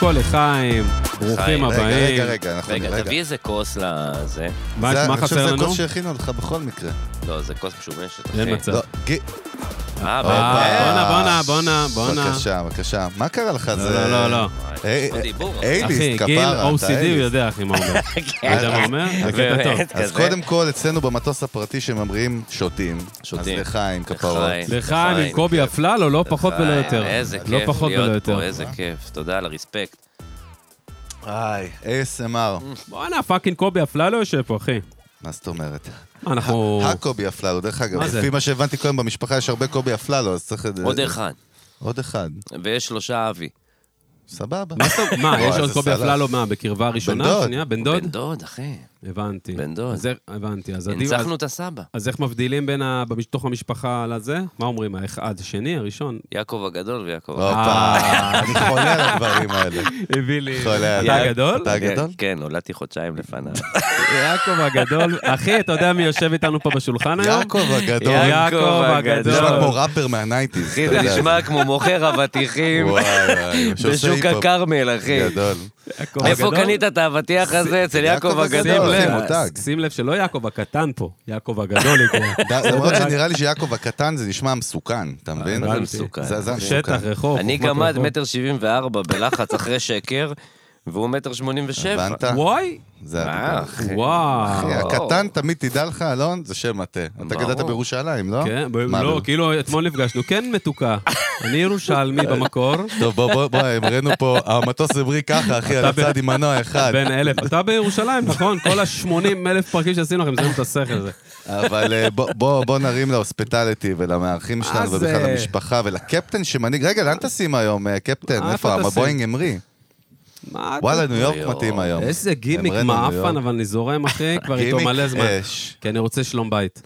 כל, לחיים, חיים, ברוכים רגע, הבאים. רגע, רגע, אנחנו רגע, תביא איזה כוס לזה. מה- זה- מה חסר אני חושב שזה לנו? כוס שהכינו לך בכל מקרה. לא, זה כוס משומשת, אחי. אין מצב. לא, ג- אה, אה, באמת? בואנה, בואנה, בואנה, בואנה. בבקשה, בבקשה. מה קרה לך? לא, זה- לא, לא, לא. וואי, אה, פה אה, דיבור. אחי, אייליסט, גיל כפרה, אתה כן. OCD, הוא אייליסט. יודע, אחי, מה הוא אומר. אתה יודע מה הוא אומר? זה קטע טוב. באמת, אז כזה. קודם כל, אצלנו במטוס הפרטי שממריאים שותים. שותים. אז לך עם כפרות. לחיים. לחיים עם כן. קובי אפללו, לא פחות אה, ולא וואי, יותר. איזה כיף לא פחות ולא להיות יותר. פה, איזה כיף. תודה על הרספקט. היי, ASMR. אה. בואנה, פאקינג קובי אפללו יושב פה, אחי. מה זאת אומרת? מה, אנחנו... הקובי אפללו, דרך אגב, מה זה? לפי מה שהבנתי קודם במשפחה יש הרבה קובי אפללו, אז צריך... את- עוד אחד. עוד אחד. ויש שלושה אבי. סבבה. מה זאת אומרת? מה, וואי, יש עוד איזה קובי סלט. אפללו, מה, בקרבה ראשונה? דוד. שנייה, בן דוד? בן דוד, אחי. הבנתי. בן דוד. אז איך- הבנתי. אז עדיף- אז- ניצחנו את הסבא. אז איך מבדילים בין ה... במש- בתוך המשפחה לזה? מה אומרים? האחד, השני, הראשון? יעקב הגדול ויעקב... הופה, אה. אני חולה על הדברים האלה. הביא לי... חולה אתה עליי. הגדול? אתה אני- הגדול? כן, נולדתי חודשיים לפניו. יעקב הגדול. אחי, אתה יודע מי יושב איתנו פה בשולחן היום? יעקב הגדול. יעקב זה נשמע הגדול. כמו ראפר מהנייטיז. אחי, זה נשמע כמו מוכר אבטיחים בשוק הכרמל, אחי. גדול. יעקב איפה הגדול? קנית את האבטיח הזה? אצל יעקב יעקב שים הגדול. הגדול, אחי, לב, מותג. שים לב שלא יעקב הקטן פה, יעקב הגדול יקרה. ד- למרות שנראה לי שיעקב הקטן זה נשמע מסוכן, אה, אתה מבין? זה הבנתי. מסוכן. זה זה שטח, מסוכן. רחוב. אני חוכמת גם עד רחוב. מטר שבעים וארבע בלחץ אחרי שקר, והוא מטר שמונים ושבע. הבנת? וואי, מה, זה הבנת. אחי? וואו. אחי, אה? וואו. הקטן תמיד תדע לך, אלון, זה שם מטה. אתה ברור. גדלת בירושלים, לא? כן, ב- מה, לא, ב- כאילו אתמול נפגשנו, כן מתוקה. אני ירושלמי במקור, טוב, בוא, בוא, בוא, הראינו פה, המטוס הבריא ככה, אחי, על כן. אתה ב- הצד עם מנוע אחד. בן אלף. אתה בירושלים, נכון? כל ה-80 אלף פרקים שעשינו לכם, שמים את השכל הזה. אבל אה, בוא- בוא בוא נרים להוספיטליטי ולמארחים שלנו אז, ובכלל אה, למשפחה ולקפטן שמנהיג... רגע, לאן טסים היום, אה, קפטן? אה, איפה? איפה טסים? הבואינג המריא. מה אתה- וואלה, ניו יורק יואו. מתאים היום. איזה גימיק אמרנו, מעפן, יואו. אבל אני זורם, אחי, כבר איתו גימיק מלא זמן. אש. כי אני רוצה שלום בית.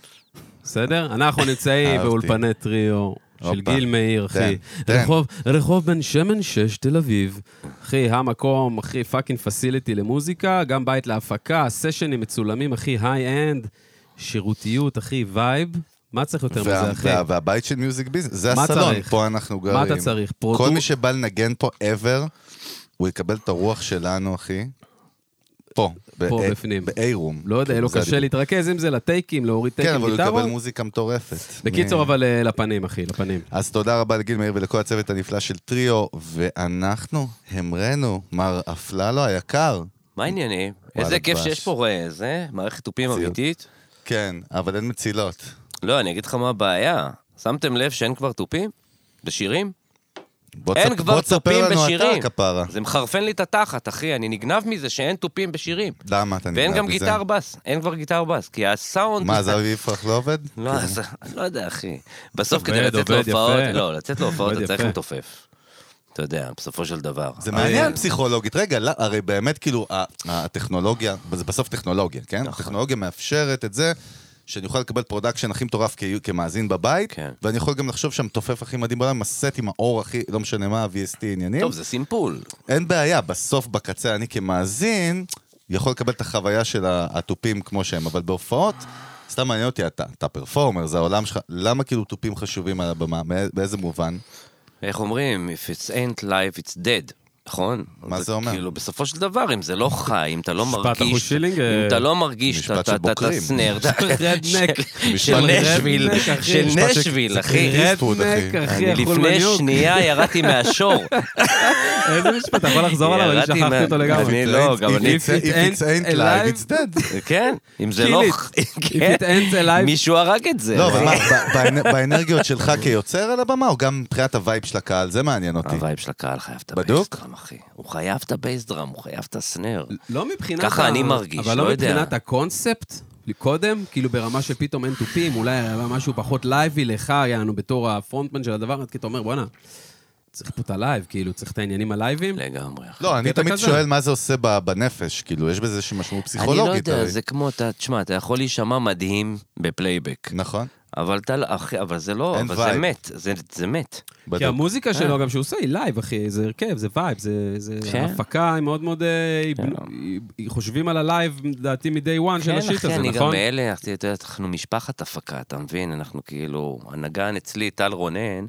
בסדר? אנחנו נמצאים אהבתי. באולפני טריו של הופה. גיל מאיר, אחי. תן, תן. רחוב- רחוב בן שמן 6, תל אביב. אחי, המקום, אחי, פאקינג פסיליטי למוזיקה, גם בית להפקה, סשנים מצולמים, אחי, היי-אנד, שירותיות, אחי, וייב. מה צריך יותר מזה, וה- אחי? וה- והבית של מיוזיק ביזנס, זה מה הסלון, צריך? פה אנחנו גרים. מה אתה צריך? כל פרודו- מי שבא לנגן פה ever, הוא יקבל את הרוח שלנו, אחי. פה. פה, ב- בפנים. ב-A-room. לא יודע, יהיה לו זה קשה הדיבור. להתרכז עם זה, לטייקים, להוריד כן, טייקים אבל הוא יקבל גיטרות. מוזיקה מטורפת. בקיצור, מ- אבל אה, לפנים, אחי, לפנים. אז תודה רבה לגיל מאיר ולכל הצוות הנפלא של טריו, ואנחנו המרנו, מר אפללו היקר. מה העניינים? וואלה, איזה כיף דבש. שיש פה רואה, זה מערכת תופים ציוד. אמיתית. כן, אבל אין מצילות. לא, אני אגיד לך מה הבעיה. שמתם לב שאין כבר תופים? בשירים? בוא אין תספ- כבר בוא תספר תופים לנו בשירים. אתה, כפרה. זה מחרפן לי את התחת, אחי, אני נגנב מזה שאין תופים בשירים. למה אתה נגנב ואין גם מזה? גיטר בס, אין כבר גיטר בס, כי הסאונד... מה, אז אבי יפרח לא עובד? לא, אז- לא יודע, אחי. בסוף עובד, כדי לצאת עובד, יפה. להופעות, לא, לצאת להופעות עובד, אתה צריך יפה. לתופף. אתה יודע, בסופו של דבר. זה אבל- מעניין פסיכולוגית. רגע, לא, הרי באמת כאילו ה- הטכנולוגיה, זה בסוף טכנולוגיה, כן? נכון. הטכנולוגיה מאפשרת את זה שאני אוכל לקבל פרודקשן הכי מטורף כ- כמאזין בבית, כן. ואני יכול גם לחשוב שהמתופף הכי מדהים בעולם, הסט עם האור הכי, לא משנה מה, ה-VST עניינים. טוב, זה סימפול. אין בעיה, בסוף בקצה אני כמאזין יכול לקבל את החוויה של ה- התופים כמו שהם, אבל בהופעות, סתם מעניין אותי, אתה, אתה פרפורמר, זה העולם שלך, למה כאילו תופים חשובים על הבמה? מא- באיזה מובן? איך אומרים? If it's ain't life, it's dead. נכון? מה זה אומר? כאילו, בסופו של דבר, אם זה לא חי, אם אתה לא משפט מרגיש... החושילינג, אם אה, אתה לא מרגיש משפט את של ה- את ה- את בוקרים. הסנר רדנק. של- של משפט של נשוויל, רדנק, אחי. של משפט של- נשוויל, זה אחי. קריאה. איסטווד, אחי. רדנק, אחי, אני אכול לפני מניוק. שנייה ירדתי מהשור. איזה משפט, אתה יכול לחזור עליו? אני ירדתי שכחתי מה- אותו לגמרי. אני לא, גם If אני... it's- If it's ain't live, it's dead. כן, אם זה Kill לא... it. כן, it ends alive. מישהו הרג את זה. לא, אבל מה, ב- באנ- באנרגיות שלך כיוצר על הבמה, או גם מבחינת הווייב של הקהל? זה מעניין אותי. הווייב של הקהל חייב את בדוק? הבייסדרם, אחי. הוא חייב את הבייסדרם, הוא חייב את הסנר. לא מבחינת... ככה ה- אני מרגיש, אבל לא לא יודע. מבחינת הקונספט, קודם, כאילו ברמה שפתאום אין תופים, אולי היה משהו פחות לייבי לך, יענו, בתור הפרונטמן של הדבר, כי אתה אומר, בואנה, צריך פה את הלייב, כאילו, צריך את העניינים הלייבים. לגמרי, אחי. לא, אני קטע תמיד כזה. שואל מה זה עושה ב- בנפש, כאילו, יש בזה איזושהי משמעות פסיכולוגית. אני לא הרי. יודע, זה כמו, אתה, תשמע, אתה יכול להישמע מדהים בפלייבק, נכון, אבל אתה, לא- אחי, אבל זה לא, אין אבל זה וייב. מת, זה, זה מת. כי בדיוק. המוזיקה שלו, גם שהוא עושה, היא לייב, אחי, זה הרכב, זה וייב, זה... זה- כן. ההפקה היא מאוד מאוד... אה, היא בנו- היא- היא- חושבים על הלייב, לדעתי, מ-day one של כן, השיט אחי, הזה, אני גם נכון? מאלה, אחי, אתה יודע, אנחנו משפחת הפקה, אתה מבין? אנחנו כאילו, הנגן אצלי, טל רונן,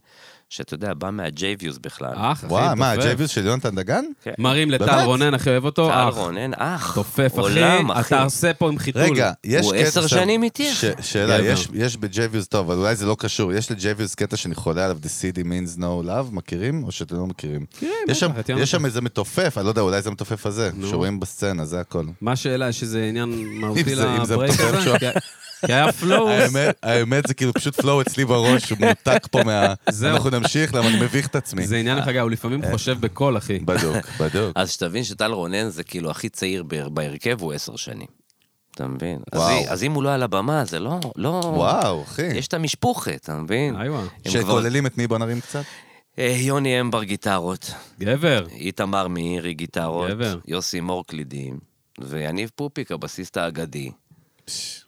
שאתה יודע, בא מהג'ייביוס בכלל. אח, אחי, וואי, מה, תופף. הג'ייביוס של יונתן דגן? כן. מרים לטל באמת? רונן, אחי, אוהב אותו, טל לא, אח. רונן, אח. תופף, עולם, אחי. אתה עושה פה עם חיתול. רגע, יש הוא קטע... עשר עכשיו- שנים איתי, ש- אחי. שאלה, גבר. יש- יש בג'ייביוס, טוב, אבל אולי זה לא קשור. יש לג'ייביוס קטע שאני חולה עליו, The city means no love, מכירים? או שאתם לא מכירים? יש שם- בטח, את יונתן. יש שם איזה מתופף, אני לא יודע, אולי זה המתופף הזה, שרואים בסצנה, זה הכל. מה השאלה, שזה עניין מהותי אם זה- אם זה לברייק מטורף הזה? שהוא- כי- כי היה פלואו. האמת- האמת זה כאילו פשוט פלואו אצלי בראש, הוא מנותק פה מה... זהו. אנחנו נמשיך, למה אני מביך את עצמי. זה עניין חגי, הוא לפעמים חושב בקול, אחי. בדוק, בדוק. אז שתבין שטל רונן זה כאילו הכי צעיר ב- בהרכב, הוא עשר שנים. אתה מבין? אז וואו. היא- אז אם הוא לא על הבמה, זה לא... לא... וואו, אחי. יש את המשפוכת, אתה מבין? איווה. הם כבר- שכוללים את מי בוא נרים קצת? אה, יוני אמבר גיטרות, גבר. איתמר מאירי גיטרות, גבר. יוסי מור קלידים, ויניב פופיק, הבסיסט האגדי.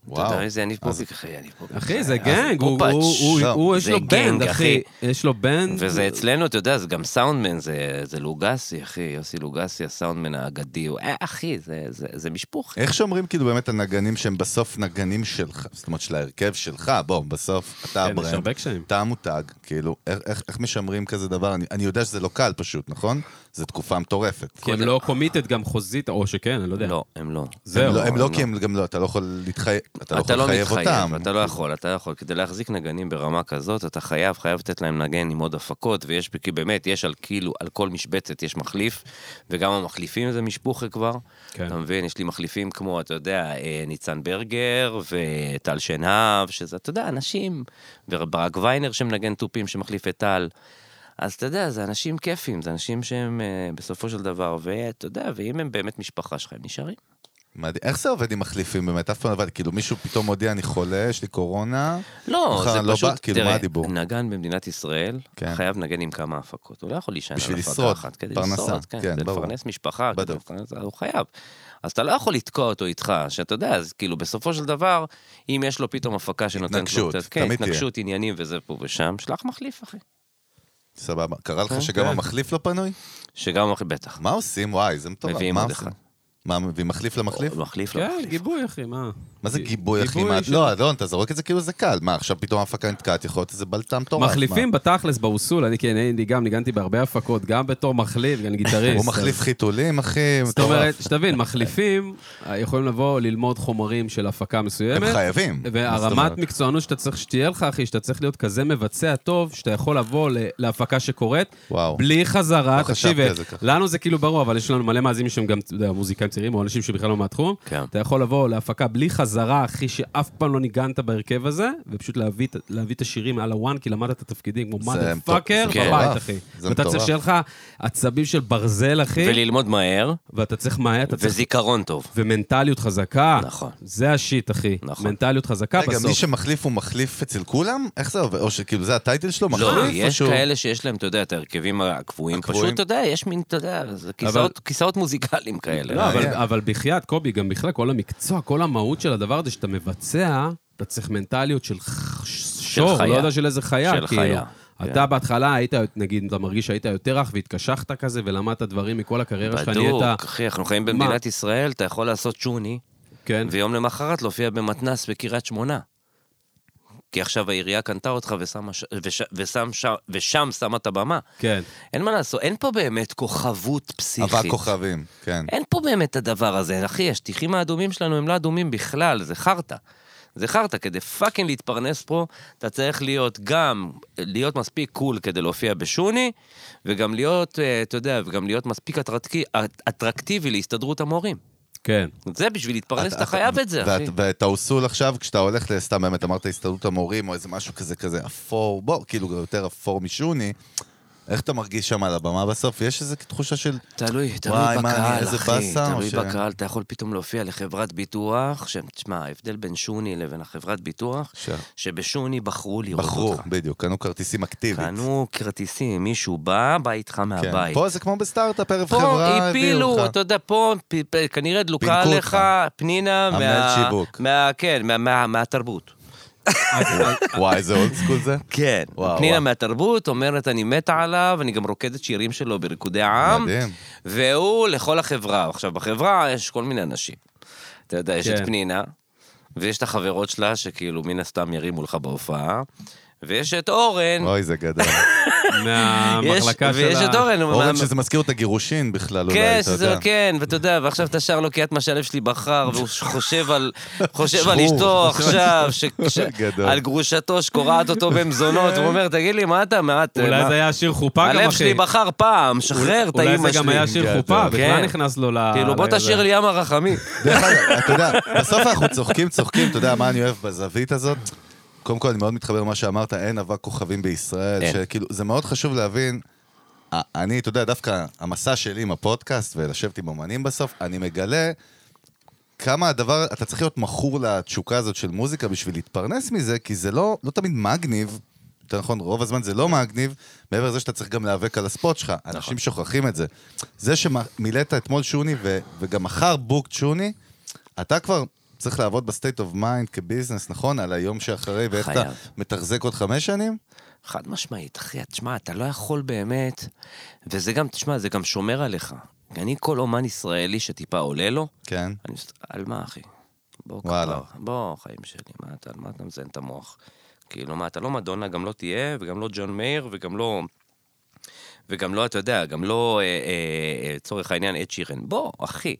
וואו. אתה יודע איזה יניב פופיק? אחי, יניב פופיק. אחי, זה אה, אז גנג, הוא- פופאץ'. הוא- הוא- לא, הוא, יש זה לו בנד, גנג, אחי. אחי. יש לו בנד. וזה אצלנו, אתה יודע, זה גם סאונדמן, זה, זה לוגסי, אחי, יוסי לוגסי, הסאונדמן האגדי, הוא, אה, אחי, זה, זה, זה משפוך. אה, איך שאומרים כאילו באמת על נגנים שהם בסוף נגנים שלך, זאת אומרת של ההרכב שלך, בוא, בסוף אתה כן, יש הברם, הרבה קשיים. אתה המותג, כאילו, איך- איך איך משמרים כזה דבר? אני- אני יודע שזה לא קל פשוט, נכון? זו תקופה מטורפת. כי הם לא קומיטד גם חוזית, או שכן, אני לא יודע. לא, הם לא. זהו. הם לא- הם לא, הם כי הם גם לא, אתה לא יכול להתחייב, אתה לא אתה יכול לא לחייב אותם. מתחייב, אתה לא יכול, אתה לא יכול. כדי להחזיק נגנים ברמה כזאת, אתה חייב, חייב לתת להם נגן עם עוד הפקות, ויש, כי באמת, יש על כאילו, על כל משבצת יש מחליף, וגם המחליפים זה משפוחה כבר. כן. אתה מבין, יש לי מחליפים כמו, אתה יודע, אה, ניצן ברגר וטל שנהב, שזה, אתה יודע, אנשים, וברק ויינר שמנגן תופים שמחליף את טל. אז אתה יודע, זה אנשים כיפים, זה אנשים שהם אה, בסופו של דבר, ואתה יודע, ואם הם באמת משפחה שלך, הם נשארים. מדהים. איך זה עובד עם מחליפים באמת? אף פעם לא עבד, כאילו מישהו פתאום מודיע, אני חולה, יש לי קורונה. לא, מחר זה אני לא פשוט, בא, כאילו, מה הדיבור? נגן במדינת ישראל, כן. חייב לנגן עם כמה הפקות. הוא לא יכול להישען בשביל על הפקה לשרוד, אחת. כדי פרנסה, לשרוד, כן, כן, כדי ברור. לפרנס משפחה, כדי בדיוק. לפרנס- הוא חייב. אז אתה לא יכול לתקוע אותו איתך, שאתה יודע, אז כאילו, בסופו של דבר, אם יש לו פתאום הפקה שנותנת לו... התנגשות, קצת- כן, תמיד תהיה. התנגשות, עניינים וזה פה ושם, שלח מחליף, אחי. סבבה. קרה לך כן, שגם כן. המחליף לא פנוי? שגם מחליף, בטח. מה עושים? וואי, זה מטורף. מביאים מה עוד עושים? אחד. מה, מביאים מחליף למחליף? מחליף, לא כן, מחליף. גיבוי, אחי, מה? מה זה גיבוי, אחי? מה- של- לא, אלון, אתה זורק את זה כאילו זה קל. מה, עכשיו פתאום ההפקה נתקעת, יכול להיות איזה בלטה מטורף. מחליפים בתכלס, באוסול, אני כן, אני גם ניגנתי בהרבה הפקות, גם בתור מחליף, גם מה? גיטריסט. הוא מחליף חיתולים, אחי, זאת מטורף. אומרת, שתבין, מחליפים אה, יכולים לבוא ללמוד חומרים של הפקה מסוימת. הם חייבים. מה זאת והרמת אומרת? מקצוענות שאתה צריך שתהיה לך, אחי, שאתה צריך להיות כזה מבצע טוב, שאתה יכול לבוא ל- להפקה שקורית, וואו. בלי חזרה, לא תקשיב, חשבתי על זה ככה. לנו זה כאילו ברור, אבל יש לנו מלא מאזינים שהם גם, אתה יודע, מוזיקאים צעירים, או אנשים שבכלל לא מהתחום. כן. אתה יכול לבוא להפקה בלי חזרה, אחי, שאף פעם לא ניגנת בהרכב הזה, ופשוט להביא, את- להביא את השירים על הוואן, כי למדת את התפקידים כמו זה מאדה מטורף. פאקר כן. בבית, אחי. זה ואתה צריך מטורף. שיהיה לך עצבים של ברזל, אחי, וללמוד מהר, ואתה צריך מהר, אתה צריך... וזיכרון טוב. ומנטליות חזקה. נכון. זה השיט, אחי. נכון. מנטליות חזקה רגע, מי בסוף. שמחליף הוא מחליף אצל כולם? איך זה עובד? או שכאילו זה הטייטל שלו? לא, מחליף? או יש שהוא- כאלה שיש להם, אתה יודע, את ההרכבים הקבועים. הקבועים. פשוט, אתה יודע, יש מין, אתה יודע, זה כיסאות- כיסאות מוזיקליים כאלה. לא, אבל, מעניין. אבל בחייאת, קובי, גם בכלל, כל המקצוע, כל המהות של הדבר הזה שאתה מבצע, אתה צריך מנטליות של ח- שור, חיה. לא יודע של איזה חיה, של כאילו. חיה, כן. אתה בהתחלה היית, נגיד, אתה מרגיש שהיית יותר רך והתקשחת כזה ולמדת דברים מכל הקריירה שלך, נהיית... בדוק, אחי, אנחנו חיים במדינת ישראל, אתה יכול לעשות שוני, כן. ויום למחרת להופיע במתנס בקריית שמונה. כי עכשיו העירייה קנתה אותך ושמה ש- וש- ושם ש- ושם שמה את הבמה. כן. אין מה לעשות, אין פה באמת כוכבות פסיכית. אבק כוכבים, כן. אין פה באמת את הדבר הזה, אחי, השטיחים האדומים שלנו הם לא אדומים בכלל, זה חרטא. זה חרטא, כדי פאקינג להתפרנס פה, אתה צריך להיות גם, להיות מספיק קול כדי להופיע בשוני, וגם להיות, אה, אתה יודע, וגם להיות מספיק אטרקטי- אטרקטיבי להסתדרות המורים. כן. זה בשביל להתפרנס, אתה חייב את זה, אחי. ואת- ואת האוסול עכשיו, כשאתה הולך לסתם באמת, אמרת הסתדרות המורים, או איזה משהו כזה כזה אפור, בוא, כאילו יותר אפור משוני, איך אתה מרגיש שם על הבמה בסוף? יש איזו תחושה של... תלוי, תלוי וואי, מה, אני בקהל, איזה אחי. באסה, או תלוי ש- בקהל, אתה יכול פתאום להופיע לחברת ביטוח, ש- תשמע, ההבדל בין שוני לבין החברת ביטוח, ש- שבשוני בחרו לראות בחרו, אותך. בדיוק, קנו כרטיסים אקטיבית. קנו כרטיסים, מישהו בא, בא איתך כן. מהבית. פה זה כמו בסטארט-אפ, ערב פה חברה, הביאו הפילו, לך. אתה יודע, פה פ- פ- כנראה דלוקה פינקו עליך אותך. פנינה מה- המנהל שיווק. מה- כן, מה- מה- מהתרבות. וואי, איזה אולד סקול זה. כן, וואו, פנינה וואו. מהתרבות אומרת, אני מתה עליו, אני גם רוקדת שירים שלו בריקודי עם. מדהים. והוא לכל החברה. עכשיו, בחברה יש כל מיני אנשים. אתה יודע, יש כן. את פנינה, ויש את החברות שלה שכאילו מן הסתם ירימו לך בהופעה, ויש את אורן, אוי, זה גדול. מהמחלקה יש- של ויש את ה... אורן, הוא מה- אורן, שזה מזכיר את הגירושין בכלל, כן, אולי, אתה שזה- לא יודע. כן, ואתה יודע, ועכשיו אתה שר לו כי את מה שהלב שלי בחר, והוא חושב על, חושב על שחור. אשתו עכשיו, ש, ש, גדול. על גרושתו שקורעת אותו במזונות, והוא אומר, תגיד לי, מה אתה, מה אתה, אולי מה- זה היה שיר חופה גם, הלב אחי. שלי בחר פעם, שחרר את אולי זה האימא שלי. גם היה שיר כן, חופה, כן. בכלל כן. נכנס לו ל... כאילו, בוא לזה. תשאיר לי ים הרחמים. דרך אגב, אתה יודע, בסוף אנחנו צוחקים, צוחקים, אתה יודע מה אני אוהב בזווית הזאת? קודם כל, אני מאוד מתחבר למה שאמרת, אין אבק כוכבים בישראל, אין. שכאילו, זה מאוד חשוב להבין. א- אני, אתה יודע, דווקא המסע שלי עם הפודקאסט ולשבת עם אומנים בסוף, אני מגלה כמה הדבר, אתה צריך להיות מכור לתשוקה הזאת של מוזיקה בשביל להתפרנס מזה, כי זה לא, לא תמיד מגניב, יותר נכון, רוב הזמן זה לא מגניב, מעבר לזה שאתה צריך גם להיאבק על הספוט שלך. אנשים נכון. שוכחים את זה. זה שמילאת אתמול שוני ו, וגם מחר בוקט שוני, אתה כבר צריך לעבוד בסטייט אוף מיינד כביזנס, נכון? על היום שאחרי, ואיך אתה חייב. מתחזק עוד חמש שנים? חד משמעית, אחי, תשמע, אתה לא יכול באמת, וזה גם, תשמע, זה גם שומר עליך. אני כל אומן ישראלי שטיפה עולה לו, כן. אני מסת... על מה, אחי? בוא, וואלה. וואלה. בוא, חיים שלי, מה אתה, על מה אתה מזיין את המוח? כאילו, מה, אתה לא מדונה, גם לא תהיה, וגם לא ג'ון מאיר, וגם לא... וגם לא, אתה יודע, גם לא, אה, אה, אה, לצורך העניין, את שירן. בוא, אחי,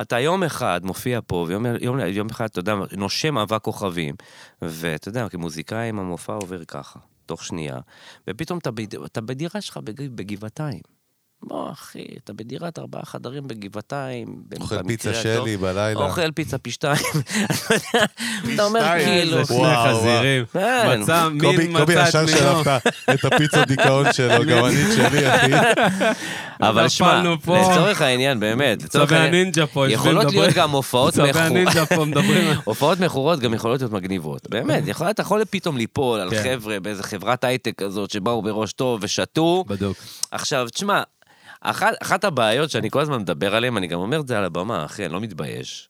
אתה יום אחד מופיע פה, ויום יום, יום אחד, אתה יודע, נושם אבק כוכבים, ואתה יודע, כמוזיקאי, המופע עובר ככה, תוך שנייה, ופתאום אתה, בד- אתה בדירה שלך בג- בגבעתיים. בוא, אחי, אתה בדירת ארבעה חדרים בגבעתיים. אוכל במקרה פיצה הטוב. שלי בלילה. אוכל פיצה פי שתיים. אתה אומר שתיים, כאילו... זה שני וואו, חזירים. כן. מצא, קובי, מין קובי מצא את ישר מינו. שלף את הפיצות דיכאון שלו, גם אני את שלי, אחי. אבל שמע, נפלנו פה. לצורך העניין, באמת, לצורך צווי העניין, הנינג'ה פה יושבים יכולות להיות מדברים. גם הופעות צווי מכורות. הנינג'ה פה מדברים. הופעות מכורות גם יכולות להיות מגניבות. באמת, יכול, אתה יכול פתאום ליפול על כן. חבר'ה באיזה חברת הייטק כזאת שבאו בראש טוב ושתו. בדוק. עכשיו, תשמע, אחת, אחת הבעיות שאני כל הזמן מדבר עליהן, אני גם אומר את זה על הבמה, אחי, אני לא מתבייש.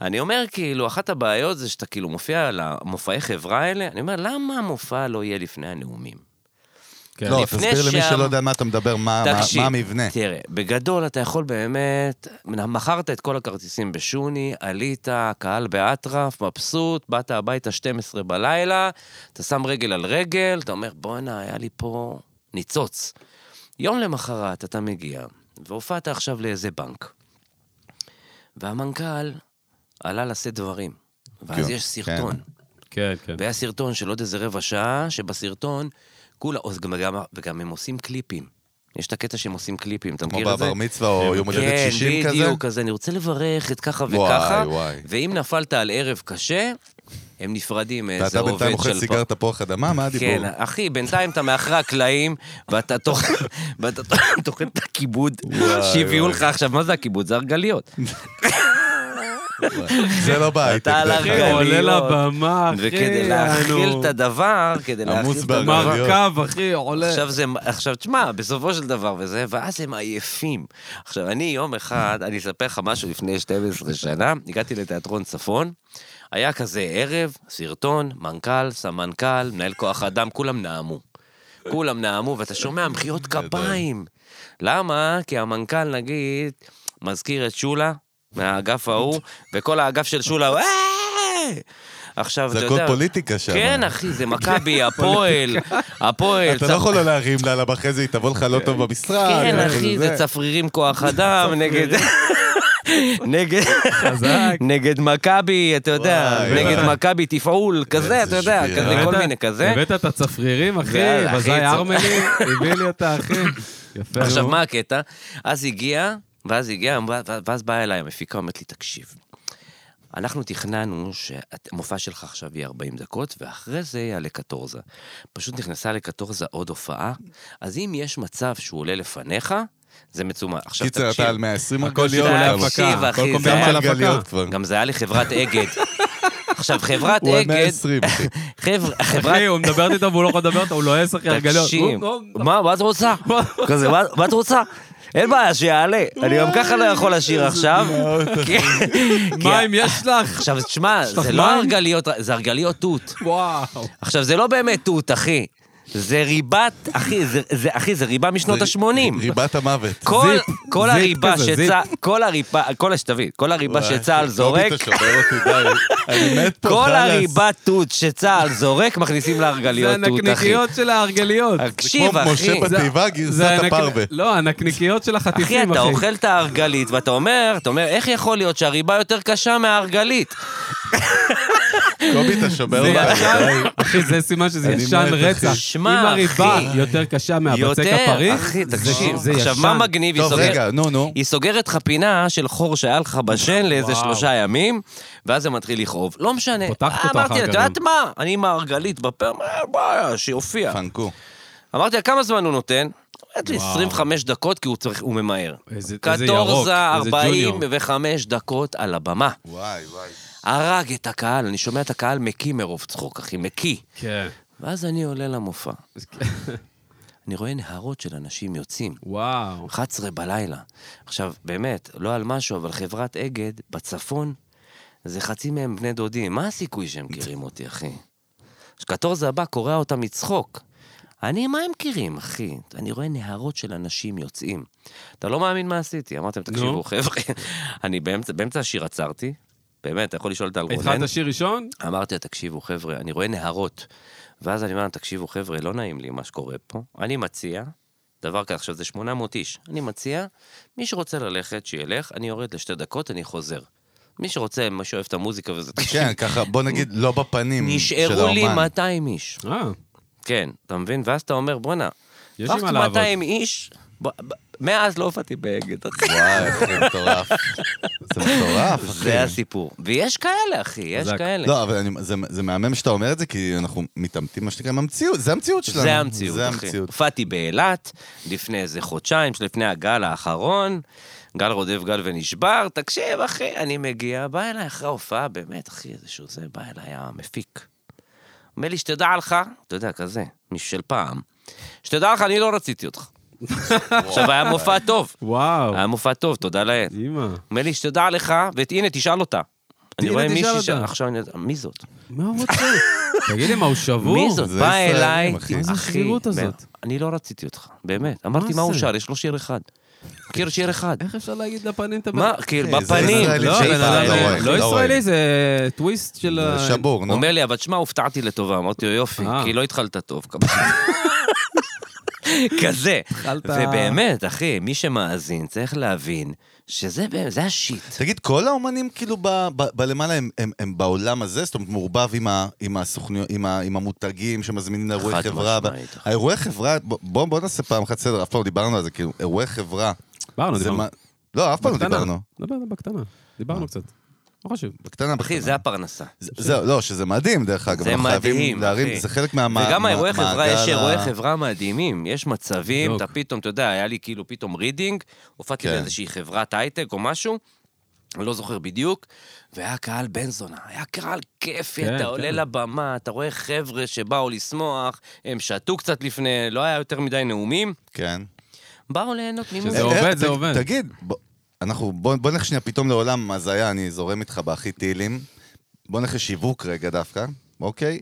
אני אומר, כאילו, אחת הבעיות זה שאתה כאילו מופיע על המופעי חברה האלה, אני אומר, למה המופע לא יהיה לפני הנאומים? כן. לא, לפני תסביר למי שם- שלא יודע על מה אתה מדבר, מה מה- תקשיב, מה המבנה. תראה, בגדול אתה יכול באמת, מכרת את כל הכרטיסים בשוני, עלית, קהל באטרף, מבסוט, באת הביתה 12 בלילה, אתה שם רגל על רגל, אתה אומר, בואנה, היה לי פה ניצוץ. יום למחרת אתה מגיע, והופעת עכשיו לאיזה בנק, והמנכ"ל עלה לשאת דברים, ואז כן, יש סרטון. כן, כן. והיה סרטון של עוד איזה רבע שעה, שבסרטון, כולה, או זה גם, גם, וגם הם עושים קליפים. יש את הקטע שהם עושים קליפים, אתה כמו מכיר את זה? בבר מצווה או יום הולדת 60 כן, כזה? בדיוק, כזה, אני רוצה לברך את ככה וואי, וככה, וואי. ואם נפלת על ערב קשה, הם נפרדים מאיזה כן, ואתה עובד של... בינתיים אוכל פ- סיגר תפוח אדמה? מה הדיבור? כן, אחי, בינתיים אתה מאחורי הקלעים, ואתה תאכל ואתה תאכל את הכיבוד וואי, שהביאו וואי. לך עכשיו, מה זה הכיבוד? זה הרגליות. זה לא בהייטק. אה, אתה על דרך הרגל. אגב. הוא עולה להיות. לבמה, אחי. וכדי להכיל יענו. את הדבר, כדי עמוס להכיל את בהרגליות. הדבר, מרכב, אחי, עולה. עכשיו זה, עכשיו תשמע, בסופו של דבר וזה, ואז הם עייפים. עכשיו, אני יום אחד, אני אספר לך משהו לפני 12 שנה, הגעתי לתיאטרון צפון, היה כזה ערב, סרטון, מנכ"ל, סמנכ"ל, מנהל כוח אדם, כולם נאמו. כולם נאמו, ואתה שומע מחיאות אה, כפיים. למה? כי המנכ"ל, נגיד, מזכיר את שולה מהאגף ההוא, וכל האגף של שולה, "אה!" עכשיו, אתה זה יודע... הכל פוליטיקה שם. כן, אחי, זה מכבי, הפועל, הפועל. אתה לא יכול לא להרים לה, למה אחרי זה היא תבוא לך לא טוב במשרד. כן, אה, אחי, זה צפרירים כוח אדם, נגד... נגד... חזק. נגד מכבי, אתה יודע, וואי, נגד וואי. אה, מכבי תפעול, כזה, אתה יודע, שבירה. כזה, כל הבאת- מיני כזה. הבאת את הצפרירים, אחי, יאללה, אחי, וזי צפ- ארמלי, הביא לי אותה, אחי. יפה, עכשיו, נו. מה הקטע? אז הגיע, ואז הגיע, אמרה- ואז באה אליי המפיקה, אומרת לי, תקשיב, אנחנו תכננו שהמופע שלך עכשיו יהיה 40 דקות, ואחרי זה יעלה קטורזה. פשוט נכנסה לקטורזה עוד הופעה, אז אם יש מצב שהוא עולה לפניך, זה מצומן. עכשיו, קיצר, אתה על תקשיב, 120 הכל רגליות. שידורי אבל- תקשיב, הפקה. אחי, כל זה קומבינה היה- של רגליות הפקה. כבר. גם זה היה לחברת אגד. עכשיו, חברת הוא על אגד... 120, אחי. חבר'ה, חברת... אחי, הוא מדבר איתו והוא לא יכול לדבר איתו, הוא לועס אחי הרגליות. תקשיב, הוא- הוא- מה, מה את רוצה? כזה, מה- מה את רוצה? אין בעיה, שיעלה. אני גם ככה לא יכול לשיר עכשיו. כי- כי- מים יש לך? עכשיו, תשמע, לך זה לא מים? הרגליות, זה הרגליות תות. וואו. עכשיו, זה לא באמת תות, אחי. זה ריבת, אחי, זה, זה, אחי, זה ריבה משנות ה-80. ריבת המוות. כל, זיפ, כל זיפ הריבה כזה, זיפ. שצה"ל, כל הריבה, כל השתבין, כל הריבה וואי, לא שצה"ל קובי, זורק, אתה שובר אותי, די. אני מת פה, כל חלאס. הריבה תות שצה"ל זורק, מכניסים זה להרגליות תות, אחי. הנקניקיות של ההרגליות. כמו תקשיב, אחי. משה בתיבה, זה גרסת הנק- הפרווה. לא, הנקניקיות של אחי, החטיפים, אתה אחי. אוכל את ההרגלית, ואתה אומר, אתה אומר, איך יכול להיות שהריבה יותר קשה מההרגלית? קובי, אתה שובר זה אותי. ישן, אחי, זה סימן שזה אני ישן מת, אחי. רצח. שמע, אם הריבה אחי. יותר קשה מהבצק יותר, הפרי, אחי, זה- תקשיב. זה עכשיו, ישן. מה מגניב? היא טוב, סוגרת- רגע, נו, נו. היא סוגרת לך פינה של חור שהיה לך בשן לאיזה וואו. שלושה ימים, ואז זה מתחיל לכאוב. לא משנה. פותחת אותו אחר אמרתי כך לה, את יודעת גם." מה? אני עם ההרגלית בפה, מה הבעיה? שיופיע. פנקו. אמרתי לה, כמה זמן הוא נותן? אמרת לי, 25 דקות, כי הוא צריך- הוא ממהר. איזה- איזה ירוק, קטורזה, איזה ג'וניור. 45 דקות על הבמה. וואי, וואי. הרג את הקהל, אני שומע את הקהל מקיא מרוב צחוק, אחי, מקיא. כן. ואז אני עולה למופע. אני רואה נהרות של אנשים יוצאים, וואו. 11 בלילה. עכשיו, באמת, לא על משהו, אבל חברת אגד בצפון, זה חצי מהם בני דודים. מה הסיכוי שהם מכירים אותי, אחי? שקטורזה הבא קורע אותה מצחוק. אני, מה הם מכירים, אחי? אני רואה נהרות של אנשים יוצאים. אתה לא מאמין מה עשיתי. אמרתם, תקשיבו, חבר'ה, אני באמצע, באמצע השיר עצרתי. באמת, אתה יכול לשאול את אלרונן. התחלת שיר ראשון? אמרתי לה, תקשיבו, חבר'ה, אני רואה נהרות. ואז אני אומר להם, תקשיבו, חבר'ה, לא נעים לי מה שקורה פה. אני מציע, דבר כזה, עכשיו זה 800 איש, אני מציע, מי שרוצה ללכת, שילך, אני יורד לשתי דקות, אני חוזר. מי שרוצה, מי שאוהב את המוזיקה וזה, תקשיב. כן, ככה, בוא נגיד, לא בפנים של נשארו לי האומן. 200 איש. אה, כן, אתה מבין? ואז אתה אומר, בואנה, יש עם רק מה לעבוד. 200 איש, ב- ב- מאז לא הופעתי באגד, אחי. וואי, אחי, מטורף. זה מטורף, אחי. זה הסיפור. ויש כאלה, אחי, יש חזק. כאלה. לא, אבל אני, זה, זה מהמם שאתה אומר את זה, כי אנחנו מתעמתים, מה שנקרא, עם המציאות, זה המציאות שלנו. זה המציאות, זה אחי. המציאות. הופעתי באילת לפני איזה חודשיים, לפני הגל האחרון, גל רודף גל ונשבר, תקשיב, אחי, אני מגיע, בא אליי אחרי ההופעה, באמת, אחי, איזשהו זה, בא אליי המפיק. אומר לי, שתדע לך, אתה יודע, כזה, מישהו של פעם, שתדע לך, אני לא רציתי אותך. עכשיו, היה מופע טוב. וואו. היה מופע טוב, תודה לאל. אימא. אומר לי, שתדע לך, והנה, תשאל אותה. אני הנה, רואה תשאל מישהי אותה. ש... עכשיו אני... מי זאת? מה הוא רוצה? תגיד לי, מה, הוא שבור? מי זאת? זה בא ישראלים, אליי, אחי. אחי, איזה שרירות הזאת? באמת, אני לא רציתי אותך, באמת. אמרתי, מה מה הוא זה? שר? יש לו שיר אחד. מכיר שיר אחד. איך אפשר להגיד לפנים את הבן? מה, כאילו, אחי, זה בפנים. ישראלים לא, שאי פעם לא, לא, לא לא רואה, לא רואה. ישראלי, זה טוויסט של... ה- זה שבור, הוא נו. אומר לי, אבל שמע, הופתעתי לטובה. אמרתי לו, יופי, אה. כי לא התחלת טוב. כמובן." כזה. התחלת- ובאמת, אחי, מי שמאזין צריך להבין שזה באמת- זה השיט. תגיד, כל האומנים כאילו ב- ב- בלמעלה הם- הם- הם בעולם הזה? זאת אומרת, מעורבב עם ה- עם הסוכניות, עם ה- עם המותגים שמזמינים לאירועי חד חברה. משמעית, אחי. האירועי חברה, בוא- בוא בוא נעשה פעם אחת סדר, אף פעם לא דיברנו על זה, כאילו, אירועי חברה. דיברנו, זה לא, דיברנו. מה- לא, אף פעם לא בקטנה. דיברנו. דיברנו בקטנה. דיברנו קצת. לא חשוב. בקטנה, אחי, בקטנה. זה הפרנסה. זה- זהו, לא, שזה מדהים, דרך אגב. זה אנחנו חייבים מדהים, להרים- אחי. זה חלק מהמעגל... וגם האירועי חברה, יש אירועי חברה מדהימים, יש מצבים, בדיוק. אתה פתאום, אתה יודע, היה לי כאילו פתאום רידינג, הופעתי כן. באיזושהי חברת הייטק או משהו, אני לא זוכר בדיוק, והיה קהל בן זונה, היה קהל כיפי, כן, אתה עולה כן. לבמה, אתה רואה חבר'ה שבאו לשמוח, הם שתו קצת לפני, לא היה יותר מדי נאומים, כן. באו ליהנות זה אה, ממוזיקה. עובד, אה, זה ת- עובד. תגיד, בוא- אנחנו, בוא בוא נלך שנייה פתאום לעולם הזיה, אני זורם איתך בהכי טילים. בוא נלך לשיווק רגע דווקא, אוקיי?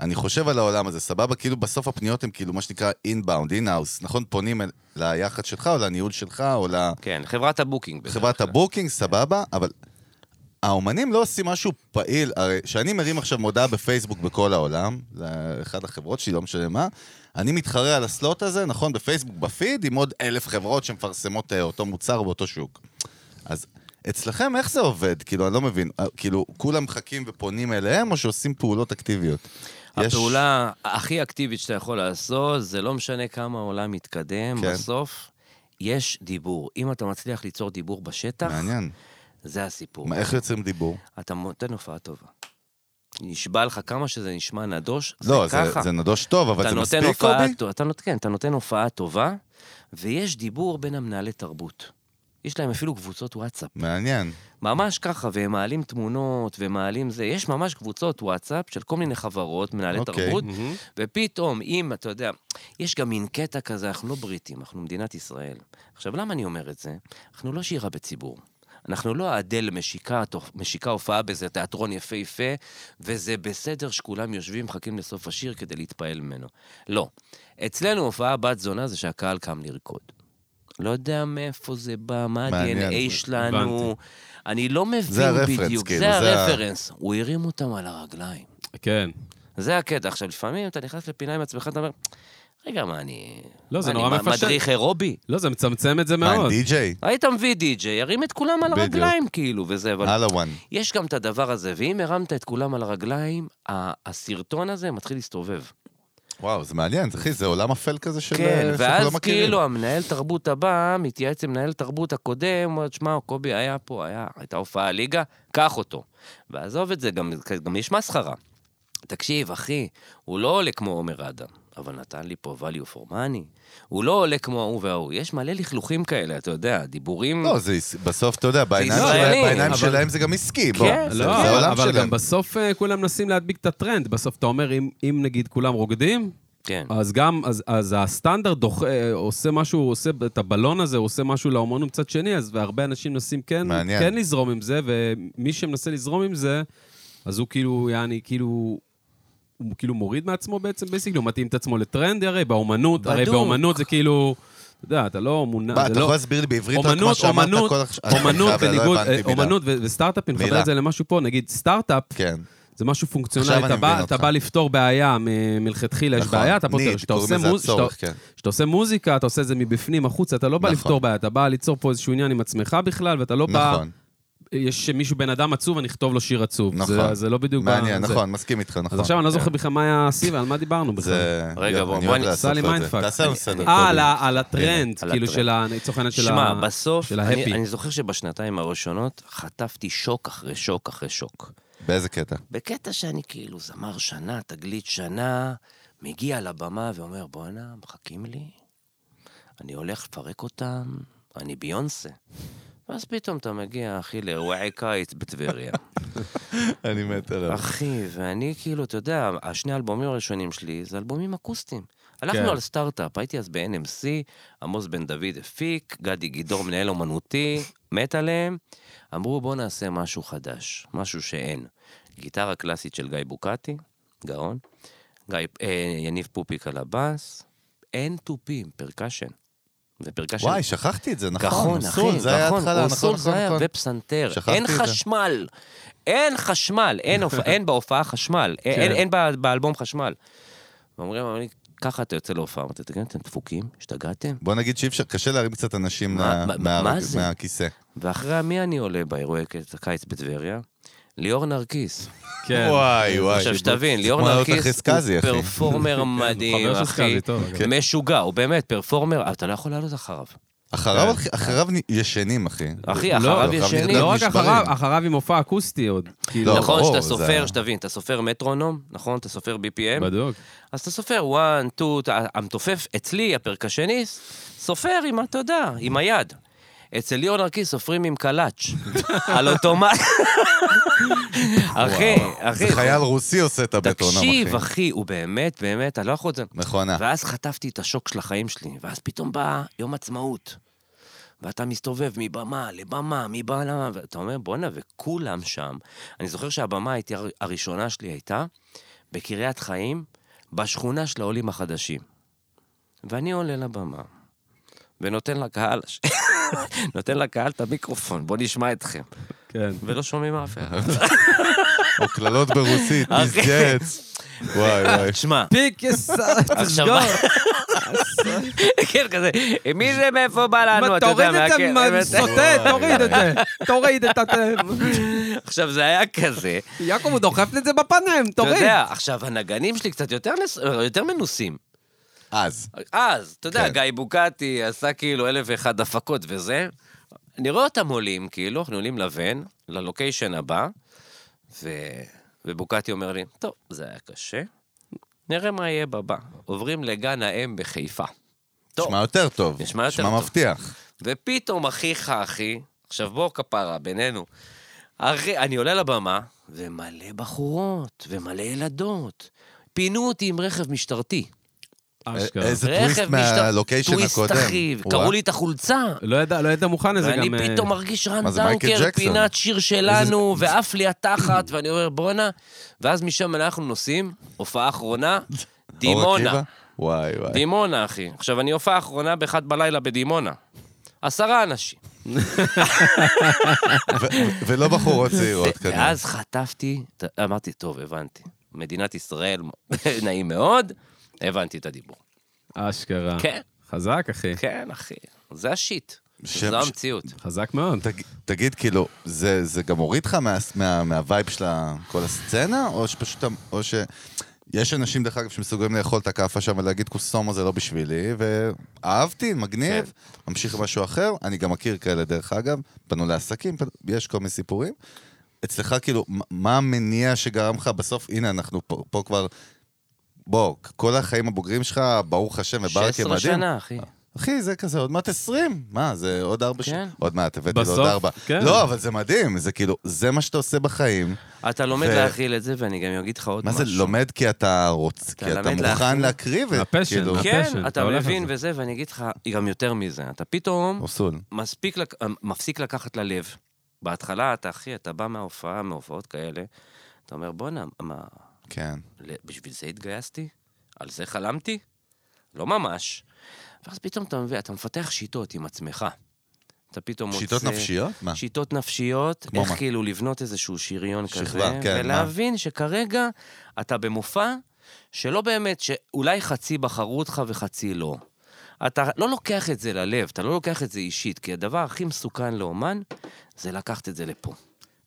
אני חושב על העולם הזה, סבבה? כאילו בסוף הפניות הן כאילו מה שנקרא אינבאונד, אינהאוס, נכון? פונים אל- ליח"צ שלך או לניהול שלך או כן, חברת הבוקינג. בדרך לחברת כלל. הבוקינג, סבבה? אבל האומנים לא עושים משהו פעיל, הרי כשאני מרים עכשיו מודעה בפייסבוק בכל העולם, זה אחת החברות שלי, לא משנה מה, אני מתחרה על הסלוט הזה, נכון, בפייסבוק בפיד, עם עוד אלף חברות שמפרסמות אה, אותו מוצר באותו שוק. אז אצלכם איך זה עובד? כאילו, אני לא מבין. אה, כאילו, כולם מחכים ופונים אליהם, או שעושים פעולות אקטיביות? יש- הפעולה הכי אקטיבית שאתה יכול לעשות, זה לא משנה כמה העולם מתקדם, כן. בסוף יש דיבור. אם אתה מצליח ליצור דיבור בשטח, מעניין. זה הסיפור. מה, איך יוצרים דיבור? אתה נותן הופעה טובה. נשבע לך כמה שזה נשמע נדוש, לא, זה זה, ככה. זה נדוש טוב, אבל אתה זה נותן מספיק, הופעה קובי? טו- אתה נות- כן, אתה נותן הופעה טובה, ויש דיבור בין המנהלי תרבות. יש להם אפילו קבוצות וואטסאפ. מעניין. ממש ככה, והם מעלים תמונות, ומעלים זה. יש ממש קבוצות וואטסאפ של כל מיני חברות, מנהלי okay. אוקיי. תרבות, ופתאום, אם, אתה יודע, יש גם מין קטע כזה, אנחנו לא בריטים, אנחנו מדינת ישראל. עכשיו, למה אני אומר את זה? אנחנו לא שירה בציבור. אנחנו לא אדל משיקה, תופ- משיקה הופעה באיזה תיאטרון יפהפה, וזה בסדר שכולם יושבים, מחכים לסוף השיר כדי להתפעל ממנו. לא. אצלנו הופעה בת זונה זה שהקהל קם לרקוד. לא יודע מאיפה זה בא, מה מעניין. ה-DNA שלנו. אני לא מבין זה הרפרנס, בדיוק. כאילו, זה זה ה- הרפרנס. הוא הרים אותם על הרגליים. כן. זה הקטע. עכשיו, לפעמים אתה נכנס לפינה עם עצמך, אתה אומר, רגע, מה אני... לא, זה מה, אני נורא מ- מפשט. מדריך אירובי? לא, זה מצמצם את זה מה, מאוד. די-ג'יי? היית מביא די-ג'יי, ירים את כולם על בדיוק. הרגליים, כאילו, וזה, אבל... הלאה וואן. יש גם את הדבר הזה, ואם הרמת את כולם על הרגליים, ה- הסרטון הזה מתחיל להסתובב. וואו, זה מעניין, אחי, זה עולם אפל כזה של... אה, כן, שאנחנו לא ואז מכירים. כאילו המנהל תרבות הבא מתייעץ עם מנהל תרבות הקודם, אומר, שמע, קובי היה פה, היה, הייתה הופעה ליגה, קח אותו. ועזוב את זה, גם, גם יש מסחרה. תקשיב, אחי, הוא לא עולה כמו עומר אדם, אבל נתן לי פה value for money. הוא לא עולה כמו ההוא וההוא. יש מלא לכלוכים כאלה, אתה יודע, דיבורים... לא, זה יש- בסוף, אתה יודע, בעיניים ישראלי, שלהם- בעיניים אבל- שלהם זה גם עסקי. בוא, כן, זה- זה לא, אבל- העולם אבל שלהם. גם בסוף אה, כולם מנסים להדביק את הטרנד. בסוף אתה אומר, אם אם נגיד כולם רוקדים, כן. אז גם, אז, אז הסטנדרט דוח, אה, עושה משהו, הוא עושה את הבלון הזה, הוא עושה משהו לאומנות מצד שני, אז והרבה אנשים מנסים כן, מעניין. כן לזרום עם זה, ומי שמנסה לזרום עם זה, אז הוא כאילו, יעני, כאילו... הוא כאילו מוריד מעצמו בעצם, בייסיקלי, הוא מתאים את עצמו לטרנד, הרי באומנות, הרי בדוק. באומנות זה כאילו, אתה יודע, אתה לא מונע, מה, זה אתה לא... יכול להסביר לי בעברית רק מה אומנות, שאמרת אומנות, כל עכשיו? אומנות, בניגוד, לא הבנתי אה, מילה. אומנות ו- וסטארט-אפים, מילה. חבר את זה למשהו פה, נגיד סטארט-אפ, כן. זה משהו פונקציונלי, עכשיו אני אתה בא, מבין אתה אותך. בא לפתור בעיה, מ- מלכתחילה יש נכון, בעיה, אתה need, פותר, כשאתה קוראים עושה לזה מוז- הצורך, כשאתה- כן. כשאתה עושה מוזיקה, אתה עושה את זה מבפנים החוצה, אתה לא בא נכון. לפתור בעיה, אתה בא ליצור פה איזשהו עניין עם עצמך בכלל, ואתה לא בא, נכון, יש מישהו, בן אדם עצוב, אני אכתוב לו שיר עצוב. נכון. זה- זה לא בדיוק... ב- מעניין, זה. נכון, מסכים איתך, נכון. אז עכשיו אני לא כן. זוכר בכלל מה היה השיא ועל מה דיברנו בכלל. זה... רגע, יואו, בוא, אני בוא, אוהב אני- לעשות עשה לי לו את זה. מיינדפאק. תעשה לנו סדר. אה, על קובי. ה- על הטרנד, על כאילו, הטרנד. של ה... לצורך העניין של ה... שמע, בסוף, של אני, ההפי. אני זוכר שבשנתיים הראשונות חטפתי שוק אחרי שוק אחרי שוק. באיזה קטע? בקטע שאני כאילו זמר שנה, תגלית שנה, מגיע לבמה ואומר, בואנה, מחכים לי, אני הולך לפרק אותם, אני ביונסה. ואז פתאום אתה מגיע, אחי, לאירועי קיץ בטבריה. אני מת עליו. אחי, ואני כאילו, אתה יודע, השני האלבומים הראשונים שלי זה אלבומים אקוסטיים. הלכנו כן. על סטארט-אפ, הייתי אז ב-NMC, עמוס בן דוד הפיק, גדי גידור מנהל אומנותי, מת עליהם. אמרו, בואו נעשה משהו חדש, משהו שאין. גיטרה קלאסית של גיא בוקטי, גאון. גיא, אה, יניב פופיק על הבאס. אין תופים, פרקשן. זה פרקשן. וואי, שכחתי את זה, נכון. נכון, אוסול, אחי, זה היה נכון, התחלה, נכון, אוסול נכון, זה היה נכון. ופסנתר, שכחתי אין את זה. חשמל, אין חשמל, אין הופ- אין בהופעה חשמל, אין- כן. אין- אין בה- באלבום חשמל. ואומרים, אבל אני- ככה אתה יוצא להופעה, אמרתי, תגידו, אתם דפוקים? השתגעתם? בוא נגיד שאי אפשר, קשה להרים קצת אנשים מה- מה- מה- מה- מה זה? מהכיסא. ואחרי מי אני עולה באירועי ק- הקיץ בטבריה? ליאור נרקיס. כן. וואי, וואי. עכשיו שתבין, ליאור כמו להעלות את נרקיס החזקזי, הוא אחי. פרפורמר מדהים, חבר של אחי. סקאזי, טוב, אגב. כן. משוגע, הוא באמת פרפורמר, אתה לא יכול לעלות אחריו. אחריו, אחריו נ- ישנים, אחי. כן. אחי, לא, אחריו אחריו ישנים. נרדם לא רק נשברים. אחריו, אחריו עם מופע אקוסטי עוד. כאילו, לא, נכון, ברור, שאתה זה סופר, ה- שתבין, אתה סופר מטרונום, נכון? אתה סופר BPM? בדיוק. אז אתה סופר, 1, 2, המתופף אצלי, הפרקשניסט, סופר עם, ה- אתה יודע, עם היד. אצל ליאור נרקיס סופרים עם קלאץ', על אוטומט. אחי, אחי, זה חייל רוסי עושה את הבטונם, אחי. תקשיב, אחי, הוא באמת, באמת, אני לא יכול את זה. נכונה. ואז חטפתי את השוק של החיים שלי, ואז פתאום בא יום עצמאות. ואתה מסתובב מבמה לבמה, מבמה, ואתה אומר, בואנה, וכולם שם. אני זוכר שהבמה הייתי, הראשונה שלי הייתה בקריית חיים, בשכונה של העולים החדשים. ואני עולה לבמה, ונותן לקהל, נותן לקהל את המיקרופון, בוא נשמע אתכם. כן. ולא שומעים אף אחד. או קללות ברוסית, פיזג'ץ. וואי, וואי. שמע, פיק יסר, עכשיו, כן, כזה, מי זה מאיפה בא לנו, אתה יודע, כן, מהקרן. סוטה, תוריד את זה. תוריד את ה... עכשיו, זה היה כזה. יעקב, הוא דוחף את זה בפנים, אתה יודע, עכשיו, הנגנים שלי קצת יותר נס- יותר מנוסים. אז. אז, אתה יודע, כן. גיא בוקטי עשה כאילו אלף ואחד הפקות וזה. אני רואה אותם עולים, כאילו, אנחנו עולים לבן, ללוקיישן הבא, ו... ובוקטי אומר לי, טוב, זה היה קשה, נראה מה יהיה בבא. עוברים לגן האם בחיפה. טוב, נשמע יותר טוב. נשמע יותר נשמע טוב. מבטיח. ופתאום אחיך אחי, עכשיו בוא כפרה בינינו, אחי, אני עולה לבמה, ומלא בחורות, ומלא ילדות. פינו אותי עם רכב משטרתי. אשכרה. איזה טוויסט רכב משתחרר, מהלוקיישן הקודם. טוויסט אחי, וואו. קראו לי את החולצה. לא ידע, לא ידע מוכן לזה גם... ואני אה, פתאום מרגיש רן מה זה, מייקל דאונקר, ג'קסון? פינת שיר שלנו, ועף לי התחת, ואני אומר, בואנה. ואז משם אנחנו נוסעים, הופעה אחרונה, אור דימונה. עקיבא? וואי וואי. דימונה, אחי. עכשיו, אני הופעה אחרונה באחת בלילה בדימונה. עשרה אנשים. ו- ולא בחורות צעירות כנראה. ואז חטפתי, ת- אמרתי, טוב, הבנתי. מדינת ישראל, נעים מאוד, הבנתי את הדיבור. אשכרה. אה. כן. חזק, אחי. כן, אחי, זה השיט. שם- זו המציאות. חזק מאוד. תג- תגיד, כאילו, זה זה גם הוריד לך מה- מה- מהווייב של ה- כל הסצנה, או שפשוט... ה- או ש... יש אנשים, דרך אגב, שמסוגלים לאכול את הכאפה שם ולהגיד קוסומו זה לא בשבילי, ואהבתי, מגניב, ממשיך למשהו אחר. אני גם מכיר כאלה, דרך אגב, פנו לעסקים, פנו- יש כל מיני סיפורים. אצלך, כאילו, מה- מה המניע שגרם לך בסוף? הנה, אנחנו פה, פה כבר... בוא, כל החיים הבוגרים שלך, ברוך השם, וברק 16 מדהים. שנה, אחי. אחי, זה כזה, עוד מעט 20. מה, זה עוד ארבע שנים? כן. עוד מעט, הבאתי לו בסוף, עוד ארבע. כן. לא, אבל זה מדהים, זה כאילו, זה מה שאתה עושה בחיים. אתה לומד ו- להכיל את זה, ואני גם אגיד לך עוד מה משהו. זה לומד כי אתה רוצ... כי אתה לומד מוכן להכין. להקריב את... הפשן, כאילו, הפשן. כן, אתה אתה הולך מבין על זה. וזה, ואני אגיד לך גם יותר מזה. אתה פתאום אוסול. מספיק, לק- אה, מפסיק לקחת ללב. בהתחלה אתה, אחי, אתה בא מההופעה, מהופעות כאלה, אתה אומר, בואנה, מה, כן. ל- בשביל זה התגייסתי? על זה חלמתי? לא ממש. ואז פתאום אתה מבין, אתה מפתח שיטות עם עצמך. אתה פתאום שיטות מוצא... נפשיות? מה? שיטות נפשיות, כמו איך מה? כאילו לבנות איזשהו שריון שכבה, כזה, כן, ולהבין שכרגע אתה במופע שלא באמת, שאולי חצי בחרו אותך וחצי לא. אתה לא לוקח את זה ללב, אתה לא לוקח את זה אישית, כי הדבר הכי מסוכן לאומן זה לקחת את זה לפה.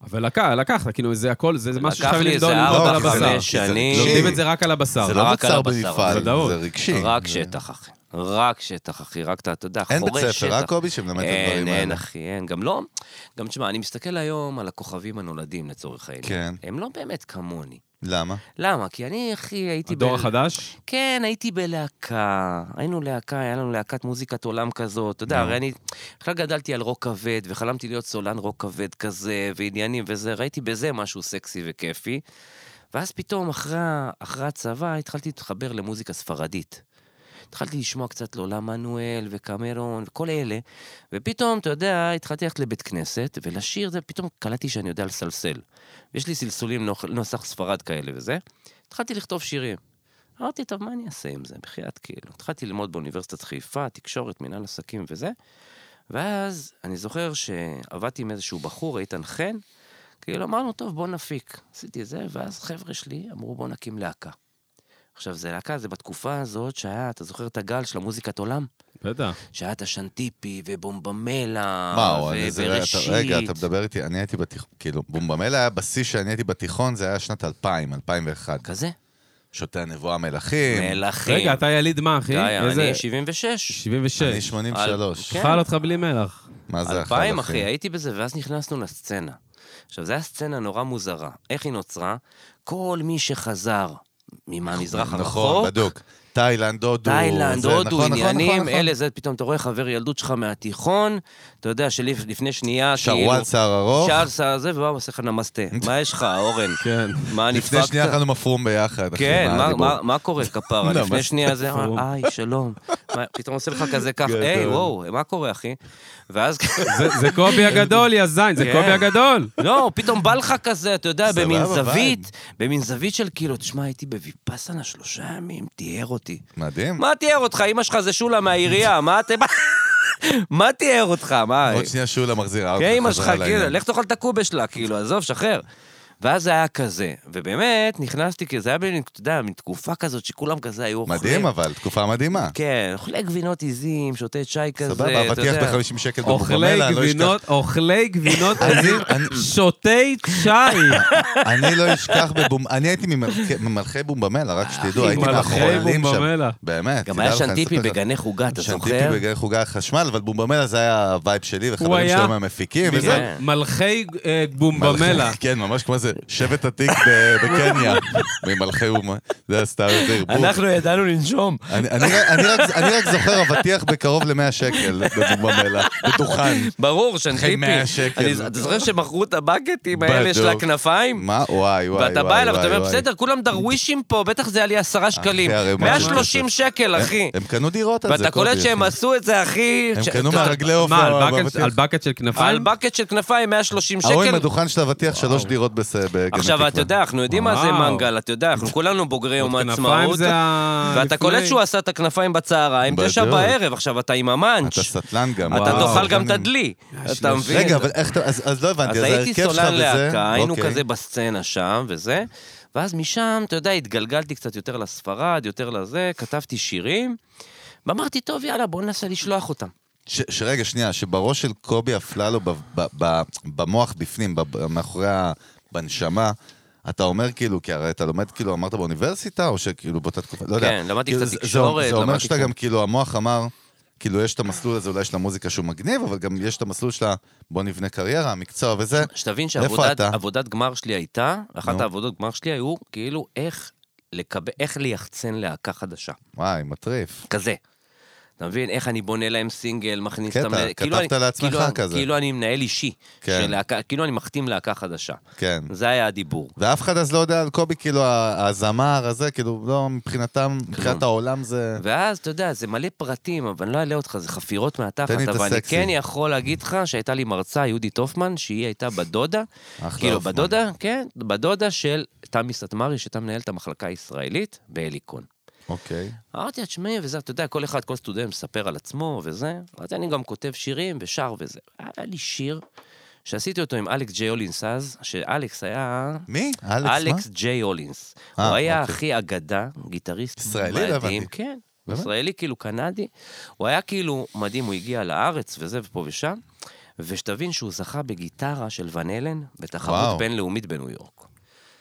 אבל לקח, לקחת, כאילו, זה הכל, זה זה משהו לקח שחייבים לי למדוד איזה למדוד על ארבע, הבשר. חמש שנים. לומדים את זה רק על הבשר. זה רק לא על מוצר הבשר, במפעל, בוודאות. זה רגשי. רק זה- שטח, אחי. רק שטח, אחי. רק אתה, אתה יודע, חורש אה, אין שטח. בית ספר, רק קובי שמלמד את הדברים אין, אין, האלה. אחי, אין. גם לא... גם תשמע, אני מסתכל היום על הכוכבים הנולדים, לצורך העניין. כן. הם לא באמת כמוני. למה? למה? כי אני, אחי, הייתי... הדור ב- החדש? כן, הייתי בלהקה. היינו להקה, היה לנו להקת מוזיקת עולם כזאת. אתה יודע, הרי אני בכלל גדלתי על רוק כבד, וחלמתי להיות סולן רוק כבד כזה, ועניינים וזה, ראיתי בזה משהו סקסי וכיפי. ואז פתאום, אחרי, ה- אחרי הצבא, התחלתי להתחבר למוזיקה ספרדית. התחלתי לשמוע קצת לעולה מנואל וקמרון וכל אלה, ופתאום, אתה יודע, התחלתי ללכת לבית כנסת ולשיר, זה פתאום קלטתי שאני יודע לסלסל. ויש לי סלסולים נוח- נוסח ספרד כאלה וזה. התחלתי לכתוב שירים. אמרתי, טוב, מה אני אעשה עם זה? בחייאת כאילו. התחלתי ללמוד באוניברסיטת חיפה, תקשורת, מנהל עסקים וזה, ואז אני זוכר שעבדתי עם איזשהו בחור, איתן חן, כאילו אמרנו, טוב, בוא נפיק. עשיתי זה, ואז חבר'ה שלי אמרו, בוא נקים להקה. עכשיו, זה להקה, זה בתקופה הזאת שהיה, אתה זוכר את הגל של המוזיקת עולם? בטח. שהיה את השנטיפי ובומבמלה, מה, או אה, ובראשית. איזה... רגע, אתה- רגע, אתה מדבר איתי, אני הייתי בתיכון, כאילו, בומבמלה היה בשיא שאני הייתי בתיכון, זה היה שנת 2000, 2001. כזה? שוטי הנבואה מלכים. מלכים. רגע, אתה יליד מה, אחי? די, איזה- אני 76. 76. אני 83. כן. אכל אותך בלי מלח. מה זה החלפים? אלפיים, אחי, הייתי בזה, ואז נכנסנו לסצנה. עכשיו, זו הייתה סצנה נורא מוזרה. איך היא נוצרה? כל מי שחזר מהמזרח נכון, הרחוק, בדוק. תאילנד, הודו. תאילנד, זה, נכון, הודו, נכון, נכון, עניינים, נכון. אלה, זה פתאום אתה רואה חבר ילדות שלך מהתיכון, אתה יודע שלפני שנייה, שרוואל שיער ארוך. כאילו, שער שיער זה, ובא ועושה לך נמסטה. מה יש לך, אורן? כן. מה לפני שנייה נדפקת? אכלנו מפרום ביחד. אחי, כן, מה- הדיבור? מה- מה קורה, כפרה? לא, לפני מה- שנייה זה, ברור. היי, שלום. מה, פתאום עושה לך כזה ככה, גדול. היי, וואו, מה קורה, אחי? ואז... זה- זה קובי הגדול, יא זין, זה כן. קובי הגדול. לא, פתאום בא לך כזה, אתה יודע, סבבה, במין וייב. זווית, במין זווית של כאילו, תשמע, הייתי בוויפאסנה שלושה ימים, תיאר אותי. מדהים. מה תיאר אותך? אמא שלך זה שולה מהעירייה, מה אתם... מה תיאר אותך? מה... אה, עוד שנייה שולה מחזירה אותך. כן, אמא חזרה שלך, כאילו, לעניין. לך תאכל את הקובה שלה, כאילו, עזוב, שחרר. ואז זה היה כזה, ובאמת, נכנסתי, כי זה היה, במין, אתה יודע, מין תקופה כזאת שכולם כזה היו אוכלים. מדהים אבל, תקופה מדהימה. כן, אוכלי גבינות עיזים, שותה צ'אי כזה, אתה סבבה, יודע. אבטיח ב-50 שקל אוכלי בבומבמלה, לא אשכח. גבינות, אוכלי גבינות, אני- אני- שותי צ'אי. אני לא אשכח בבום... אני הייתי ממלכי- ממלכי בומבמלה, רק שתדעו, הייתי מלכי מהחולים שם. בומבמלה. באמת. גם תדע היה לך, אני שנטיפי אספר לך. בגני חוגה, אתה שנטיפי זוכר? בגני חוגי החשמל, אבל בומבמלה זה היה הווייב שלי, הוא וחברים היה... שלו מהמפיקים, וזה... מלכי אה, בומבמלה. כן, ממש כמו איזה שבט עתיק ב- בקניה, ממלכי אומה. זה סתם איזה ערבוב. אנחנו ידענו לנשום. אני- אני- אני רק- אני רק זוכר אבטיח בקרוב ל-100 שקל במלח, בדוכן. ברור, שנטיפי. 100 שקל. אני- אתה זוכר שמכרו את הבגטים האלה של בדוק. הכנפיים? מה? וואי, וואי, וואי. ואתה בא אליו, וואי, אתה אומר, וואי. בסדר, כולם דרווישים פה, בטח זה עלי עשרה שקלים. הרי מה 130 זה? שקל, אחי. הם- הם קנו דירות על זה. ואתה קולט קובי, שהם אחי. עשו את זה, אחי. ש- הם קנו אתה- מהרגלי עוף מה, על ב- בקט- על באבטיח. בקט של על כנפיים? בקט של כנפיים, 130 ההוא עם שקל. הדוכן של האבטיח, שלוש דירות בס- בגני תקווה. עכשיו, אתה יודע, אנחנו יודעים מה זה וואו. מנגל, אתה יודע, אנחנו כולנו בוגרי יום עוד כנפיים העצמאות. זה ה- ואתה קולט לפני. שהוא עשה את הכנפיים בצהריים, תשע בדיוק. בערב, עכשיו אתה עם המאנץ'. אתה סטלן גם. אתה וואו. תאכל גם את סטלנים. הדלי, אתה לא- מבין? רגע, אבל איך אתה... אז אז לא הבנתי, אז אז הייתי ההרכב שלך סולן וזה... להקה, היינו אוקיי. כזה בסצנה שם וזה, ואז משם, אתה יודע, התגלגלתי קצת יותר לספרד, יותר לזה, כתבתי שירים, ואמרתי, טוב, יאללה, בואו ננסה לשלוח אותם. ש, שרגע, שנייה, שבראש של קובי אפללו, ב, ב, ב, במוח בפנים, ב, ב- מאחורי ה... בנשמה, אתה אומר כאילו, כי הרי אתה לומד כאילו, אמרת באוניברסיטה, או שכאילו באותה תקופה, לא יודע. כן, למדתי כאילו, קצת זה- זה- תקשורת, זה אומר למדתי שאתה קצת- גם כאילו, המוח אמר, כאילו, יש את המסלול הזה אולי של המוזיקה שהוא מגניב, אבל גם יש את המסלול של ה... בוא נבנה קריירה, המקצוע וזה. שתבין איפה אתה? שעבודת גמר שלי הייתה, אחת נו. העבודות גמר שלי היו כאילו איך לקבל, איך ליחצן להקה חדשה. וואי, מטריף. כזה. אתה מבין? איך אני בונה להם סינגל, מכניס קטע, אותם... ל- כאילו כתבת אני- לעצמך כאילו- כזה. כאילו אני מנהל אישי. כן. של להקה- כאילו אני מחתים להקה חדשה. כן. זה היה הדיבור. ואף אחד אז לא יודע על קובי, כאילו, ה- הזמר הזה, כאילו, לא, מבחינתם, מבחינת כן. העולם זה... ואז, אתה יודע, זה מלא פרטים, אבל אני לא אלאה אותך, זה חפירות תן מהתחת, לי את אבל אני הסקסי. כן יכול להגיד לך שהייתה לי מרצה, יהודית הופמן, שהיא הייתה בדודה, אחלה כאילו, הופמן. בדודה, כן, בדודה של תמי סטמרי, שהייתה מנהלת המחלקה הישראלית בהליקון. אוקיי. אמרתי לה, תשמעי, וזה, אתה יודע, כל אחד, כל סטודנט מספר על עצמו וזה. אמרתי, אני גם כותב שירים ושר וזה. היה לי שיר שעשיתי אותו עם אלכס ג'יי אולינס אז, שאלכס היה... מי? אלכס, מה? אלכס ג'יי הולינס. הוא אה, היה אוקיי. הכי אגדה, גיטריסט ישראלי? לא מדהים. הבנתי. כן, באמת? ישראלי כאילו קנדי. הוא היה כאילו מדהים, הוא הגיע לארץ וזה ופה ושם. ושתבין שהוא זכה בגיטרה של ון אלן וואו. אה, אוקיי. בתחרות בינלאומית בניו יורק.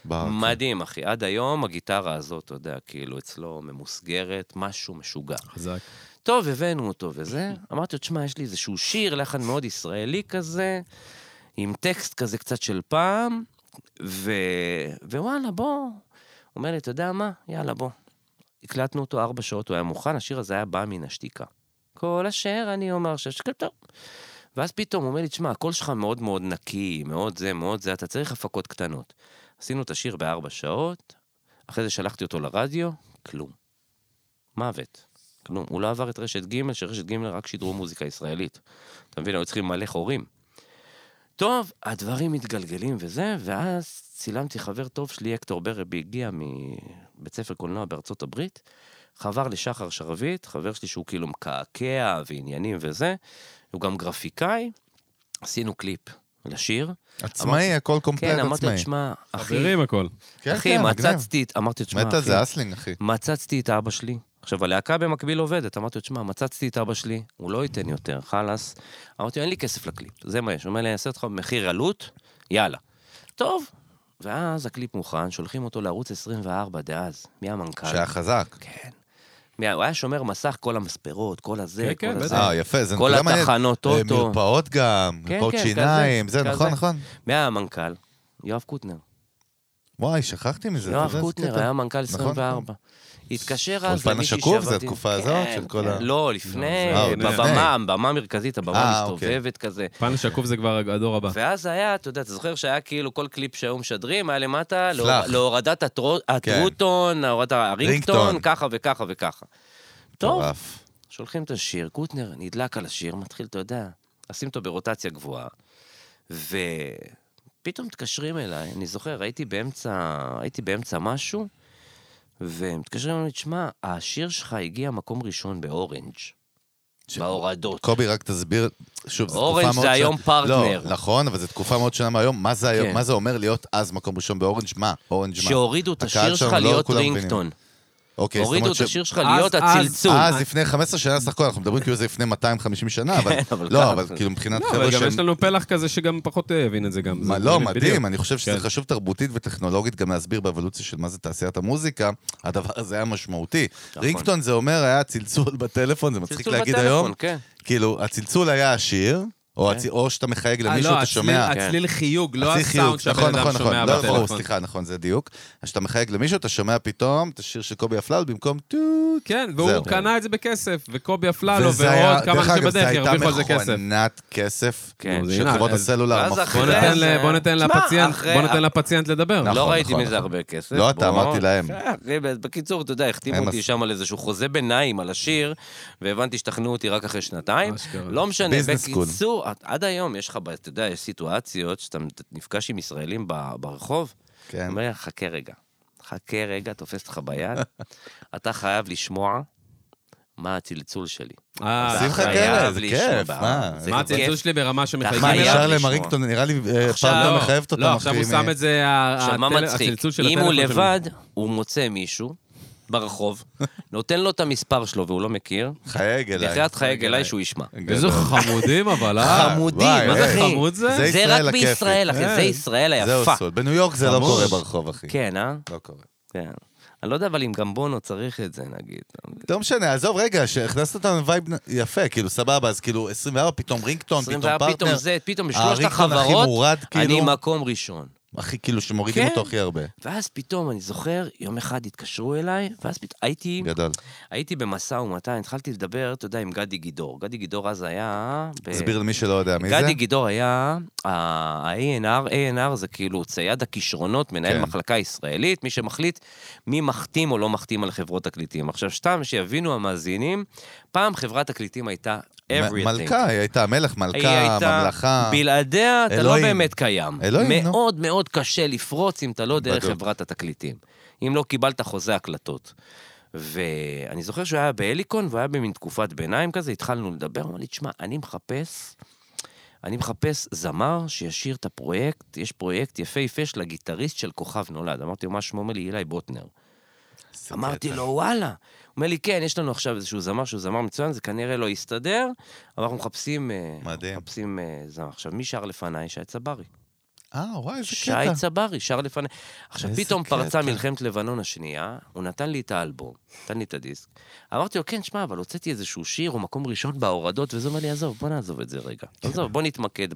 ברק. מדהים, אחי. עד היום הגיטרה הזאת, אתה יודע, כאילו אצלו ממוסגרת, משהו משוגע. חזק. טוב, הבאנו אותו וזה. אמרתי לו, תשמע, יש לי איזשהו שיר, לחן מאוד ישראלי כזה, עם טקסט כזה קצת של פעם, ו... ווואלה, בוא. הוא אומר לי, אתה יודע מה? יאללה, בוא. הקלטנו אותו ארבע שעות, הוא היה מוכן, השיר הזה היה בא מן השתיקה. כל אשר אני אומר ש... טוב. ואז פתאום הוא אומר לי, תשמע, הקול שלך מאוד מאוד נקי, מאוד זה, מאוד זה, אתה צריך הפקות קטנות. עשינו את השיר בארבע שעות, אחרי זה שלחתי אותו לרדיו, כלום. מוות. כלום. הוא לא עבר את רשת ג', שרשת ג' רק שידרו מוזיקה ישראלית. אתה מבין, היו צריכים מלא חורים. טוב, הדברים מתגלגלים וזה, ואז צילמתי חבר טוב שלי, הקטור ברבי, הגיע מבית ספר קולנוע בארצות הברית, חבר לשחר שרביט, חבר שלי שהוא כאילו מקעקע ועניינים וזה, הוא גם גרפיקאי, עשינו קליפ לשיר. עצמאי, הכל קומפלט כן, אמרתי לו, עצמאי. תשמע, אחי, חברים הכל. כן, אחי, כן, מגניב. מצצתי, את- אמרתי לו, תשמע, מת על אחי, זה אסלינג, אחי. מצצתי את אבא שלי. עכשיו, הלהקה במקביל עובדת, אמרתי לו, תשמע, מצצתי את אבא שלי, הוא לא ייתן יותר, חלאס. אמרתי לו, אין לי כסף לקליפ, זה מה יש. הוא אומר לי, אני אעשה אותך במחיר עלות, יאללה. טוב. ואז הקליפ מוכן, שולחים אותו לערוץ 24 דאז, מי המנכ"ל? שהיה חזק. כן. מי, הוא היה שומר מסך, כל המספרות, כל הזה, כן, כל כן, הזה. בטח. אה, יפה, זה כל נקודה מעניינת. התחנות, אה, אוטו. מרפאות גם, כן, מרפאות כן, שיניים, כזה, זה, נכון, כזה. נכון. מי היה המנכ"ל? יואב קוטנר. וואי, שכחתי מזה. אתה יואב יודע, זה קוטנר קטע. היה מנכ"ל נכון, 24. התקשר אז אולפן למישהי השקוף, זה שעבדתי- התקופה הזאת כן, של כל כן. ה- לא, לפני, אה, עוד לפני. בבמה, במה המרכזית, הבמה אה, אוקיי. מסתובבת כזה. פן שקוף זה כבר הדור הבא. ואז היה, אתה יודע, אתה זוכר שהיה כאילו כל קליפ שהיו משדרים, היה למטה, פלאח. להור- להורדת הטרו- הטרוטון, הורדת הרינגטון, כן. רינגטון. ככה וככה וככה. טוב, מטורף. שולחים את השיר, קוטנר נדלק על השיר, מתחיל, אתה יודע, לשים אותו ברוטציה גבוהה, ופתאום מתקשרים אליי, אני זוכר, הייתי באמצע, הייתי באמצע משהו, ומתקשרים אליי, תשמע, השיר שלך הגיע מקום ראשון באורנג', ש- בהורדות. קובי, רק תסביר, שוב, זו תקופה מאוד... אורנג' זה שונה- היום פרטנר. לא, נכון, אבל זו תקופה מאוד שונה מהיום. מה זה היום? כן. מה זה אומר להיות אז מקום ראשון באורנג'? מה? אורנג' מה? שהורידו את הקהל השיר שלנו שלך לא להיות כולם מבינים. רינגטון. אוקיי, זאת הורידו אומרת את ש- השיר שלך אז- להיות אז- הצלצול. אז לפני 15 שנה סך הכל, אנחנו מדברים כאילו זה לפני 250 שנה, אבל... כן, אבל ככה. לא, אבל כאילו מבחינת לא, אבל חבר'ה גם שהם... יש לנו פלח כזה שגם פחות אה, הבין את זה גם. מה, זה לא, באמת, מדהים, בדיוק. אני חושב שזה כן. חשוב תרבותית וטכנולוגית גם להסביר באבולוציה של מה זה תעשיית המוזיקה, הדבר הזה היה משמעותי. נכון. רינגטון זה אומר היה צלצול בטלפון, זה מצחיק צלצול להגיד בטלפון, היום. כן. כאילו, הצלצול היה השיר, או כן. הצי- או שאתה מחייג אה, למישהו, לא, אתה שומע. כן. הצליל- הצליל חיוג, לא הצליל הסאונד חיוג, נכון, שהבן אדם נכון, שומע נכון, לא ברור, בטלפון. סליחה, נכון, זה דיוק. אז כשאתה מחייג למישהו, אתה שומע פתאום את השיר של קובי אפללו במקום טוט. כן, זהו. והוא קנה את זה בכסף, וקובי אפללו וזה היה- לא, ועוד כמה דרך אנשים אגב, בדרך זה ירוויחו על זה הייתה כסף. מכונת כסף כן. זה של הנה, חברות אז- הסלולר. ואז מפחידה. בוא אחרי ניתן זה- ל- בוא ניתן כן. שמע, לפציינט- אחרי- בוא ניתן לפציינט לדבר. נכון, לא ראיתי נכון, מזה נכון. הרבה כסף. לא, אתה, בוא. אמרתי להם. אחי, בקיצור, אתה יודע, הם החתימו אותי עשו. שם על איזשהו חוזה ביניים על השיר, והבנתי שתכנו אותי רק אחרי שנתיים. אשכרה. לא משנה, ביזנס סקול. בקיצור, עד- עד היום יש לך, ב- אתה יודע, יש סיטואציות שאתה נפגש עם ישראלים ב- ברחוב, כן. אומר לי, חכה רגע, חכה רגע, תופס אותך ביד, אתה חייב לשמוע מה הצלצול שלי. אה, שים לך אחי, כאלה, חייב זה כיף, לשמוע, מה? זה מה כיף. הצלצול שלי ברמה שמחייגים מה, חייב נשאר לשמוע. להם הרינגטון, נראה לי אה, עכשיו- פעם לא, מחייבת אותם. לא, עכשיו הוא אה, שם את זה, ה- עכשיו, מה הטל- מצחיק? הצלצול של אם הוא הטלפון שלו. לבד, הוא מוצא מישהו ברחוב, נותן לו את המספר שלו והוא לא מכיר, חייג אליי. בחייאת חייג אליי שהוא ישמע. גדול. איזה חמודים אבל, אה? וואי, חמודים, אה, אחי. חמוד זה? זה זה ישראל רק הכיפית. כן. בישראל, אחי, אה, זה ישראל זהו היפה. סוד. בניו יורק זה לא חמוד. קורה ברחוב, אחי. כן, אה? לא קורה. כן. אני לא יודע, אבל אם גם בונו צריך את זה, נגיד. לא משנה, עזוב, רגע, שהכנסת אותנו לווייב נ- יפה, כאילו, סבבה, אז כאילו, 24, פתאום רינגטון, לא, פתאום 24, פרטנר. פתאום זה, פתאום בשלושת הרינגטון הכי החברות, מורד, אני כאילו. מקום ראשון. הכי, כאילו, שמורידים כן. אותו הכי הרבה. ואז פתאום, אני זוכר, יום אחד התקשרו אליי, ואז פתאום הייתי... גדול. הייתי במשא ומתן, התחלתי לדבר, אתה יודע, עם גדי גידור. גדי גידור אז היה... ב- תסביר למי שלא יודע מי זה. אה, גדי גידור היה ה-ANR, ANR זה כאילו צייד הכישרונות, מנהל כן. מחלקה ישראלית, מי שמחליט מי מחתים או לא מחתים על חברות תקליטים. עכשיו, סתם שיבינו המאזינים, פעם חברת תקליטים הייתה מ- everything. מלכה, היא הייתה מלך, היא מלכה, הייתה, ממלכה. בלעדיה אתה לא אלוהים. באמת קיים. אלוהים, נו. מאוד מאוד קשה לפרוץ אם אתה לא דרך בדיוק. חברת התקליטים. אם לא קיבלת חוזה הקלטות. ואני זוכר שהוא היה בהליקון והוא היה במין תקופת ביניים כזה, התחלנו לדבר, הוא אמר לי, תשמע, אני מחפש, אני מחפש זמר שישיר את הפרויקט, יש פרויקט יפהפה של הגיטריסט של כוכב נולד. אמרתי לו, מה שמו? הוא אומר לי, אילי בוטנר. איזה אמרתי קטע. לו, וואלה. הוא אומר לי, כן, יש לנו עכשיו איזשהו זמר שהוא זמר מצוין, זה כנראה לא יסתדר, אבל אנחנו מחפשים... אה, מדהים. מחפשים אה, זמר. עכשיו, מי שר לפניי? שי צברי. אה, וואי, איזה שי קטע. צברי שר לפניי. עכשיו, איזה פתאום פרצה קטע. מלחמת לבנון השנייה, הוא נתן לי את האלבום, נתן לי את הדיסק. אמרתי לו, כן, שמע, אבל הוצאתי איזשהו שיר, הוא מקום ראשון בהורדות, וזה אומר לי, עזוב, בוא נעזוב את זה רגע. כן. עזוב, בוא נתמקד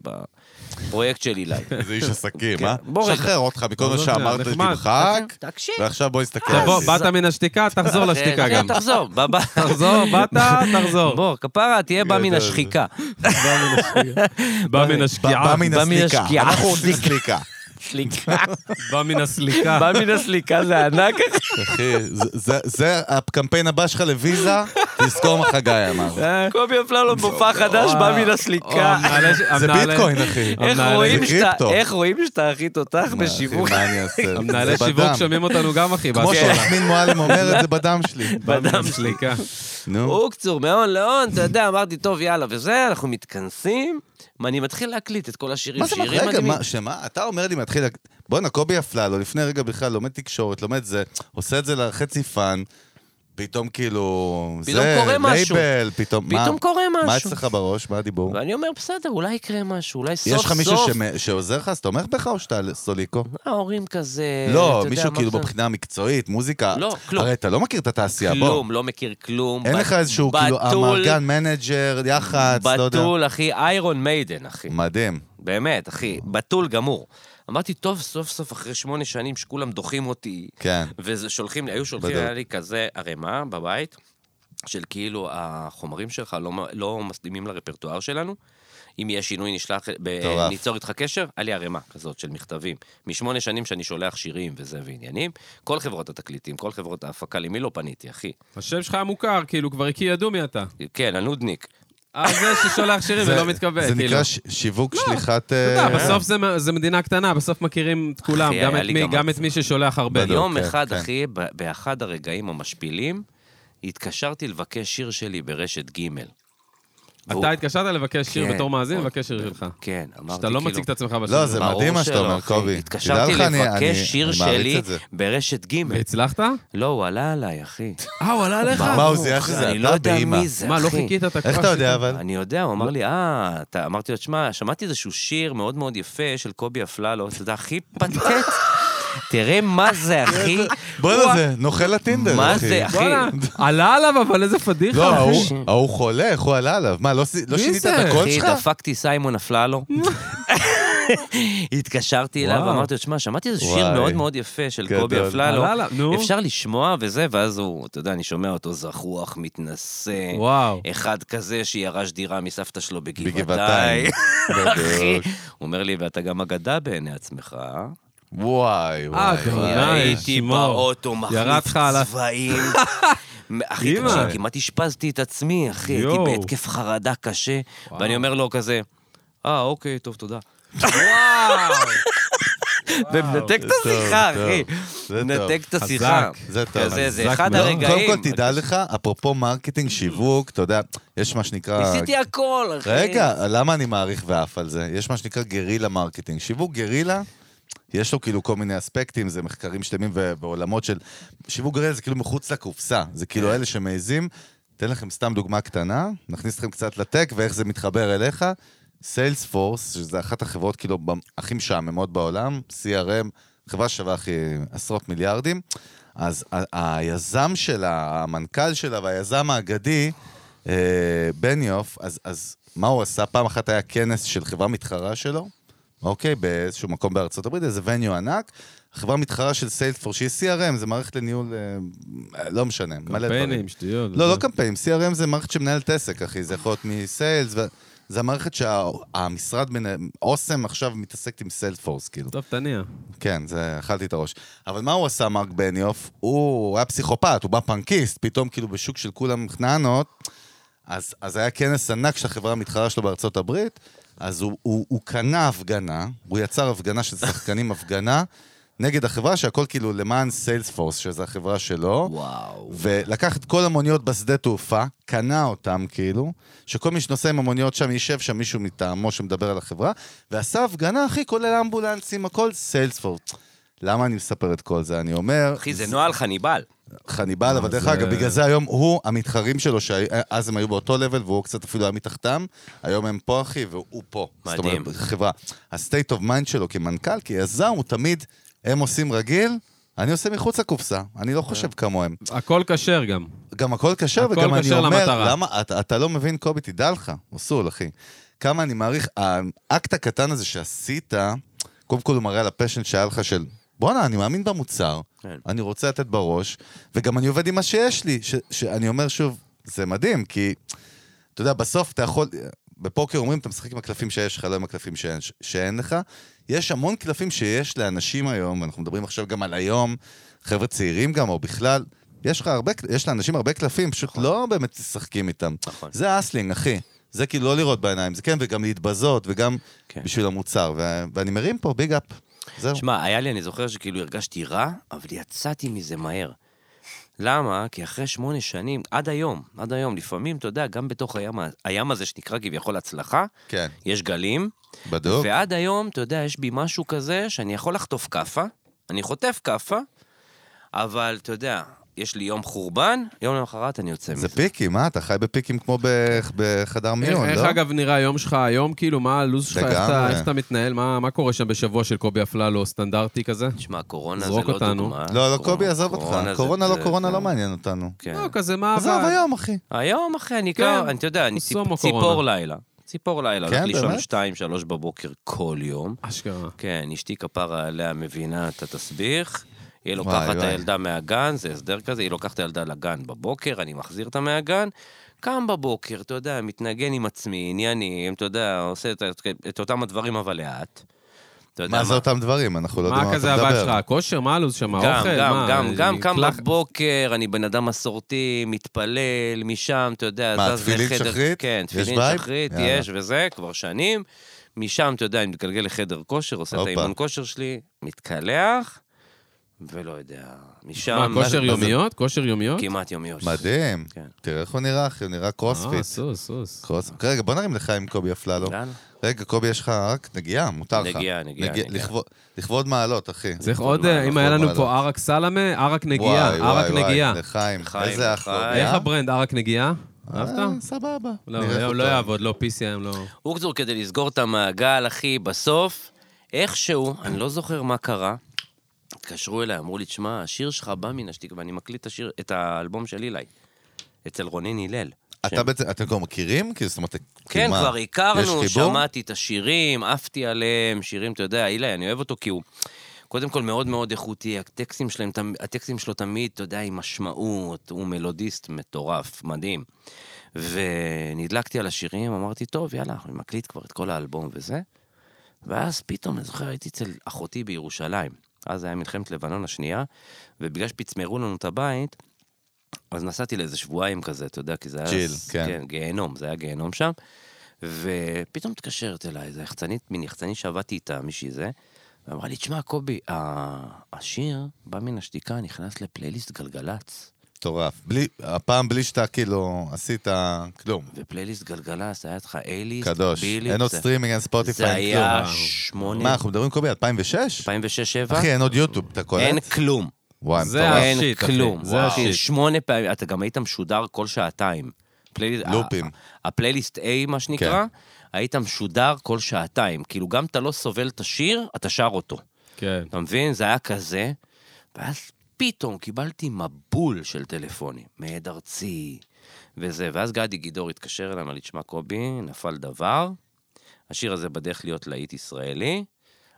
בפרויקט של אילי. איזה איש עסקים, כן, אה? בוא רגע. שחרר אותך מכל מה לא, זה שאמרת, נחמד. תמחק, תקשיב. ועכשיו בוא נסתכל. תבוא, על זה. באת מן השתיקה, תחזור לשתיקה אחי, גם. תחזור, בא, בא. תחזור, באת, תחזור. בוא, כפרה, תהיה בא מן גדול. השחיקה. בא מן השקיעה, בא מן בא מן הסליקה. השקיעה. אנחנו רוצים סליקה. סליקה. בא מן הסליקה. אה. בא מן הסליקה זה ענק. אחי, זה- זה- זה הקמפיין הבא שלך לוויזה, תזכור מה חגי אמר. קובי אפללו מופע אוקיי. חדש, בא מן הסליקה. זה ביטקוין, אחי. איך אה, המנהל- רואים אה, זה שאתה, קריפטו. איך רואים שאתה הכי תותח מה, אחי, בשיווק? מה אני אעשה? המנהלי זה שיווק בדם. שומעים אותנו גם, אחי. כמו בהתחלה. שיסמין מועלם אומרת, זה בדם שלי. בא מן בדם. הסליקה. נו, אוקצור, מהון להון, אתה יודע, אמרתי, טוב, יאללה, וזה, אנחנו מתכנסים, ואני מתחיל להקליט את כל השירים, מה זה, מה- שירים רגע, מדהימים. מה- שמה, אתה אומר לי, מתחיל, להק- בואנה, קובי אפללו, לפני רגע בכלל לומד תקשורת, לומד זה, עושה את זה לחצי פאן, פתאום כאילו, פתאום זה, קורה משהו. לייבל, פתאום, מה- פתאום קורה מה משהו. אצלך בראש, מה הדיבור? ואני אומר, בסדר, אולי יקרה משהו, אולי סוף סוף. יש לך מישהו שמ- שעוזר לך, אז תומך בך או שאתה סוליקו? ההורים כזה... לא, אה, אתה יודע, מישהו מה כאילו זה? בבחינה המקצועית, מוזיקה. לא, כלום. הרי אתה לא מכיר את התעשייה, בוא. כלום, לא מכיר כלום. אין בת- לך איזשהו כאילו בתול, אמרגן, מנג'ר, יח"צ, לא יודע. בתול, אחי, איירון מיידן, אחי. מדהים. באמת, אחי, בתול גמור. אמרתי, טוב, סוף סוף, אחרי שמונה שנים שכולם דוחים אותי, כן. ושולחים לי, היו שולחים, בדיוק. היה לי כזה ערימה בבית, של כאילו, החומרים שלך לא, מ- לא מסלימים לרפרטואר שלנו. אם יהיה שינוי, נשלח, אה, ב- מטורף. ניצור איתך קשר, היה לי ערימה כזאת של מכתבים. משמונה שנים שאני שולח שירים וזה ועניינים, כל חברות התקליטים, כל חברות ההפקה, למי לא פניתי, אחי? השם שלך היה מוכר, כאילו, כבר כי ידעו מי אתה. כן, הנודניק. אה, זה ששולח שירים זה- לא ולא מתקבל, זה כאילו. נקרא ש- שיווק שליחת... אתה יודע, אה, בסוף זה מ- זה מדינה קטנה, בסוף מכירים את כולם, אחי, גם היה את לי מי- גם גם את את מי ששולח הרבה. בדיוק. יום כן, אחד, כן. אחי, ב- באחד הרגעים המשפילים, התקשרתי לבקש שיר שלי ברשת ג'. והוא- אתה התקשרת לבקש שיר כן. בתור מאזין, עוד- לבקש שיר שלך. כן, אמרתי כאילו... שאתה לא מציג את עצמך בשיר. לא, זה ברור מדהים מה שלא, שאתה אומר, אחי. קובי. התקשרתי תדע לך, אני- אני- לבקש שיר אני מעריץ שלי את זה. ברשת ג'. והצלחת? לא, הוא עלה עליי, אחי. אה, הוא עלה עליך? מה הוא זיהה שזה אני לא אתה יודע באימא? מי זה, מה, אחי. לא חיכית? אתה כבר איך אתה יודע עשית? אבל? אני יודע, הוא אמר לי, אה, אתה... אמרתי לו, תשמע, שמעתי איזשהו שיר מאוד מאוד יפה של קובי אפללו, אתה יודע, הכי פתט. תראה מה זה, אחי. בואנה זה, נוכל הטינדר, אחי. מה זה, אחי? בואנה, עלה עליו, אבל איזה פדיחה. לא, אחי. ההוא- ההוא חולה, איך הוא עלה עליו? מה, לא עשי- לא מי שינית זה? את הקול אחי, שלך? דפקתי סיימון אפללו. התקשרתי אליו וואו. ואמרתי לו, שמע, שמעתי איזה שיר וואי. מאוד מאוד יפה של גדול. קובי אפללו. עלה, נו. אפשר לשמוע וזה, ואז הוא, אתה יודע, אני שומע אותו זחוח, מתנשא. וואו. אחד כזה שירש דירה מסבתא שלו בגבעתיים. בגבעתיים. אחי, בדיוק. הוא אומר לי, ואתה גם אגדה בעיני עצמך. אה?" וואי, וואי, גאון. וואי. נייס, הייתי שימור. באוטו ירד מחליף לך על ה- צבעים. אחי, אימא. תקשיב, כמעט אשפזתי את עצמי, אחי, הייתי יואו. בהתקף חרדה קשה, ואני אומר לו כזה, אה, אוקיי, טוב, תודה. אה, ומנתק את זה השיחה, טוב, אחי. זה טוב. מנתק את השיחה. חזק. זה טוב. כזה, זה חזק אחד מאוד. הרגעים. קודם כל, תדע לך, אפרופו מרקטינג, שיווק, אתה יודע, יש מה שנקרא... ניסיתי הכל, אחי. רגע, למה אני מעריך ועף על זה? יש מה שנקרא גרילה מרקטינג. שיווק גרילה, יש לו כאילו כל מיני אספקטים, זה מחקרים שלמים ו- ועולמות של... שיווק גרילה זה כאילו מחוץ לקופסה, זה כאילו אלה שמעיזים. אתן לכם סתם דוגמה קטנה, נכניס אתכם קצת לטק ואיך זה מתחבר אליך. סיילספורס, שזה אחת החברות כאילו במ- הכי משעממות בעולם, CRM, חברה ששווה הכי עשרות מיליארדים. אז ה- היזם שלה, המנכ"ל שלה והיזם האגדי, אה, בניוף, אז, אז מה הוא עשה? פעם אחת היה כנס של חברה מתחרה שלו, אוקיי? באיזשהו מקום בארצות הברית, איזה וניו ענק. חברה מתחרה של סיילספורס, שהיא CRM, זה מערכת לניהול, אה, לא משנה, מלא דברים. קמפיינים, שטויות. לא, לא קמפיינים, CRM זה מערכת שמנהלת עסק, אחי, זה יכול להיות מסיילס, ו... זה המערכת שהמשרד, אוסם עכשיו מתעסקת עם סיילספורס, כאילו. טוב, תניע. כן, זה, אכלתי את הראש. אבל מה הוא עשה, מרק בניוף? הוא היה פסיכופת, הוא בא פנקיסט, פתאום כאילו בשוק של כולם חננות, אז, אז היה כנס ענק של החברה המתחרה שלו בארצות הברית, אז הוא, הוא, הוא קנה הפגנה, הוא יצר הפגנה של שחקנים, הפגנה, נגד החברה שהכל כאילו למען סיילספורס, שזו החברה שלו. וואו. ולקח את כל המוניות בשדה תעופה, קנה אותם כאילו, שכל מי שנוסע עם המוניות שם יישב שם מישהו מטעמו שמדבר על החברה, ועשה הפגנה, אחי, כולל אמבולנסים, הכל סיילספורט. למה אני מספר את כל זה? אני אומר... אחי, זה נוהל חניבל. חניבל, אבל דרך זה- אגב, בגלל זה היום הוא, המתחרים שלו, שאז הם היו באותו לבל, והוא קצת אפילו היה מתחתם, היום הם פה, אחי, והוא פה. זאת מדהים. אומרת, חברה. ה-state of mind שלו כמנכ"ל, כיזם, הוא תמיד, הם עושים רגיל, אני עושה מחוץ לקופסה, אני אה. לא חושב כמוהם. הכל כשר גם. גם הכל כשר, הכל וגם אני כשר אומר, למטרה. למה, אתה, אתה לא מבין, קובי, תדע לך, אוסול, אחי. כמה אני מעריך, האקט הקטן הזה שעשית, קודם כל הוא מראה על הפשן שהיה לך של, בואנה, אני מאמין במוצר, כן. אני רוצה לתת בראש, וגם אני עובד עם מה שיש לי, ש, שאני אומר שוב, זה מדהים, כי, אתה יודע, בסוף אתה יכול, בפוקר אומרים, אתה משחק עם הקלפים שיש לך, לא עם הקלפים שאין, שאין לך. יש המון קלפים שיש לאנשים היום, ואנחנו מדברים עכשיו גם על היום, חבר'ה צעירים גם, או בכלל, יש לך הרבה, יש לאנשים הרבה קלפים, פשוט לא באמת משחקים איתם. נכון. זה אסלינג, אחי. זה כאילו לא לראות בעיניים, זה כן, וגם להתבזות, וגם כן. בשביל המוצר. ו- ואני מרים פה, ביג אפ. זהו. שמע, היה לי, אני זוכר שכאילו הרגשתי רע, אבל יצאתי מזה מהר. למה? כי אחרי שמונה שנים, עד היום, עד היום, לפעמים, אתה יודע, גם בתוך הים, ה- הים הזה שנקרא כביכול הצלחה, כן, יש גלים, בדוק. ועד היום, אתה יודע, יש בי משהו כזה שאני יכול לחטוף כאפה, אני חוטף כאפה, אבל אתה יודע, יש לי יום חורבן, יום למחרת אני יוצא מזה. זה פיקים, מה? אתה חי בפיקים כמו ב- אה, בחדר איך מיון, איך לא? אגב נראה היום שלך היום? כאילו, מה הלו"ז שלך? איך אתה- לגמרי. איך אתה מתנהל? מה מה קורה שם בשבוע של קובי אפללו סטנדרטי כזה? תשמע, קורונה זה זרוק לא אותנו. דוגמה. לא, לא, קורונה- קובי, עזוב אותך. זה- קורונה לא זה- קורונה לא מעניין אותנו. כן. לא, כזה מה... עזוב אבל- היום, אחי. היום, אחי, אני קר, אני, אתה יודע, אני הוא סומו ציפ, ציפור קורונה. לילה. ציפור לילה, כן, הולך לישון באמת? 2-3 בבוקר כל יום. אשכרה. כן, אשתי כפרה עליה מבינה את התסביך. היא וואי, לוקחת את וואי. הילדה מהגן, זה הסדר כזה, היא לוקחת את הילדה לגן בבוקר, אני מחזיר אותה מהגן. קם בבוקר, אתה יודע, מתנגן עם עצמי, עניינים, אתה יודע, עושה את, את אותם הדברים, אבל לאט. אתה יודע מה זה אותם דברים? אנחנו לא יודעים מה מה כזה אתה הבת מדבר. שלך? הכושר? מה הלו"ז שם? האוכל? גם, גם, מה, גם, גם קם קלח- בבוקר, אני בן אדם מסורתי, מתפלל, משם, אתה יודע, מה, זז תפילין לחדר- שחרית? כן, יש תפילין וייב? שחרית, יאללה. יש וזה, כבר שנים. משם, אתה יודע, אני מתגלגל לחדר כושר, עושה את הופה. האימון כושר שלי, מתקלח, ולא יודע, מה, משם... כושר מה זה- יומיות? כושר יומיות? כמעט יומיות. מדהים. כן. תראה איך הוא נראה, אחי, הוא נראה אה, קרוספיט. סוס, סוס. קרוס... רגע, בוא נרים לך עם קובי אפללו. יאללה. רגע, קובי, יש לך רק נגיעה, מותר לך. אה? נגיעה, נגיעה, נגיע- נגיעה. לכבוד- לכבוד מעלות, אחי. צריך טוב, עוד, מה, אה, אם אנחנו היה לנו לא פה ערק סלמה, ערק וואי, נגיעה, וואי, ערק וואי, נגיעה. לחיים, לחיים, איזה אחלה. לחיים. איך הברנד ערק נגיעה? אהבת? סבבה. לא, אה, נראה לא, איך לא הוא יעבוד, לא, PC היום לא... אוקזור, כדי לסגור את המעגל, אחי, בסוף, איכשהו, אני לא זוכר מה קרה, התקשרו אליי, אמרו לי, תשמע, השיר שלך בא מן השתיקה, ואני מקליט את השיר, את האלבום של אילי, אצל רונן הלל. אתה בעצם, אתם כבר מכירים? כאילו, זאת אומרת, כן, מה, כבר הכרנו, יש חיבור? שמעתי את השירים, עפתי עליהם, שירים, אתה יודע, אילי, אני אוהב אותו כי הוא קודם כל מאוד מאוד איכותי, הטקסטים, שלהם, תמ- הטקסטים שלו תמיד, אתה יודע, עם משמעות, הוא מלודיסט מטורף, מדהים. ונדלקתי על השירים, אמרתי, טוב, יאללה, אני מקליט כבר את כל האלבום וזה. ואז פתאום, אני זוכר, הייתי אצל אחותי בירושלים. אז היה מלחמת לבנון השנייה, ובגלל שפצמרו לנו את הבית, אז נסעתי לאיזה שבועיים כזה, אתה יודע, כי זה היה... צ'יל, אז- כן. כן, גיהנום, זה היה גיהנום שם. ופתאום מתקשרת אליי איזה יחצנית, מין יחצנית שעבדתי איתה, מישהי זה, ואמרה לי, תשמע, קובי, ה- השיר בא מן השתיקה, נכנס לפלייליסט גלגלצ. מטורף. בלי- הפעם בלי שאתה כאילו עשית כלום. ופלייליסט גלגלצ, היה לך אייליסט, קדוש. ביליסט. אין עוד זה- סטרימינג, אין זה ספוטיפיי, אין היה כלום. שמונה... מה, אנחנו מדברים קובי 2006? 2006-2007? אחי, אין עוד יוטיוב, אתה קולט? אין כלום. וואי, זה מטורף. הש- אין השיט, אחי. כלום. זה וואו. השיט. שמונה פעמים, אתה גם היית משודר כל שעתיים. פלייליסט- לופים. ה- הפלייליסט A, מה שנקרא, היית משודר כל שעתיים. כאילו, גם אתה לא סובל את השיר, אתה שר אותו. כן. אתה מבין? זה היה כזה. ואז פתאום קיבלתי מבול של טלפונים, מעד ארצי וזה. ואז גדי גידור התקשר אליי, אמר לי, תשמע, קובי, נפל דבר, השיר הזה בדרך להיות להיט ישראלי,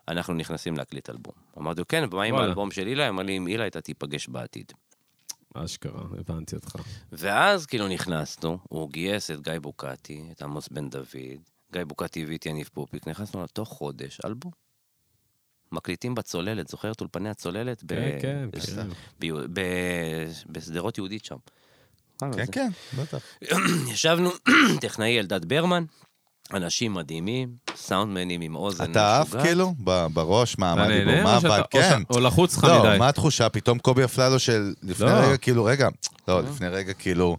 אנחנו נכנסים להקליט אלבום. אמרתי לו, כן, ומה עם וואלה. האלבום של אילי? אמר לי, עם אילי אתה תיפגש בעתיד. אשכרה, הבנתי אותך. ואז כאילו נכנסנו, הוא גייס את גיא בוקטי, את עמוס בן דוד, גיא בוקטי הביא את יניב פופיק, נכנסנו לתוך חודש, אלבום. מקליטים בצוללת, זוכר את אולפני הצוללת? ב- כן, כן, בש- כן. ביו- ב- בשדרות יהודית שם. כן, כן, בטח. ישבנו, טכנאי אלדד ברמן, אנשים מדהימים, סאונדמנים עם אוזן אתה עף משוגעת. כאילו? ב- בראש? מה, אתה מה נהנה הדיבור? או מה שאתה- עבד? או כן. שאתה- או לחוץ לך לא, מדי. מה התחושה? פתאום קובי אפללו של לפני לא. רגע, כאילו, רגע, לא, לפני רגע, כאילו,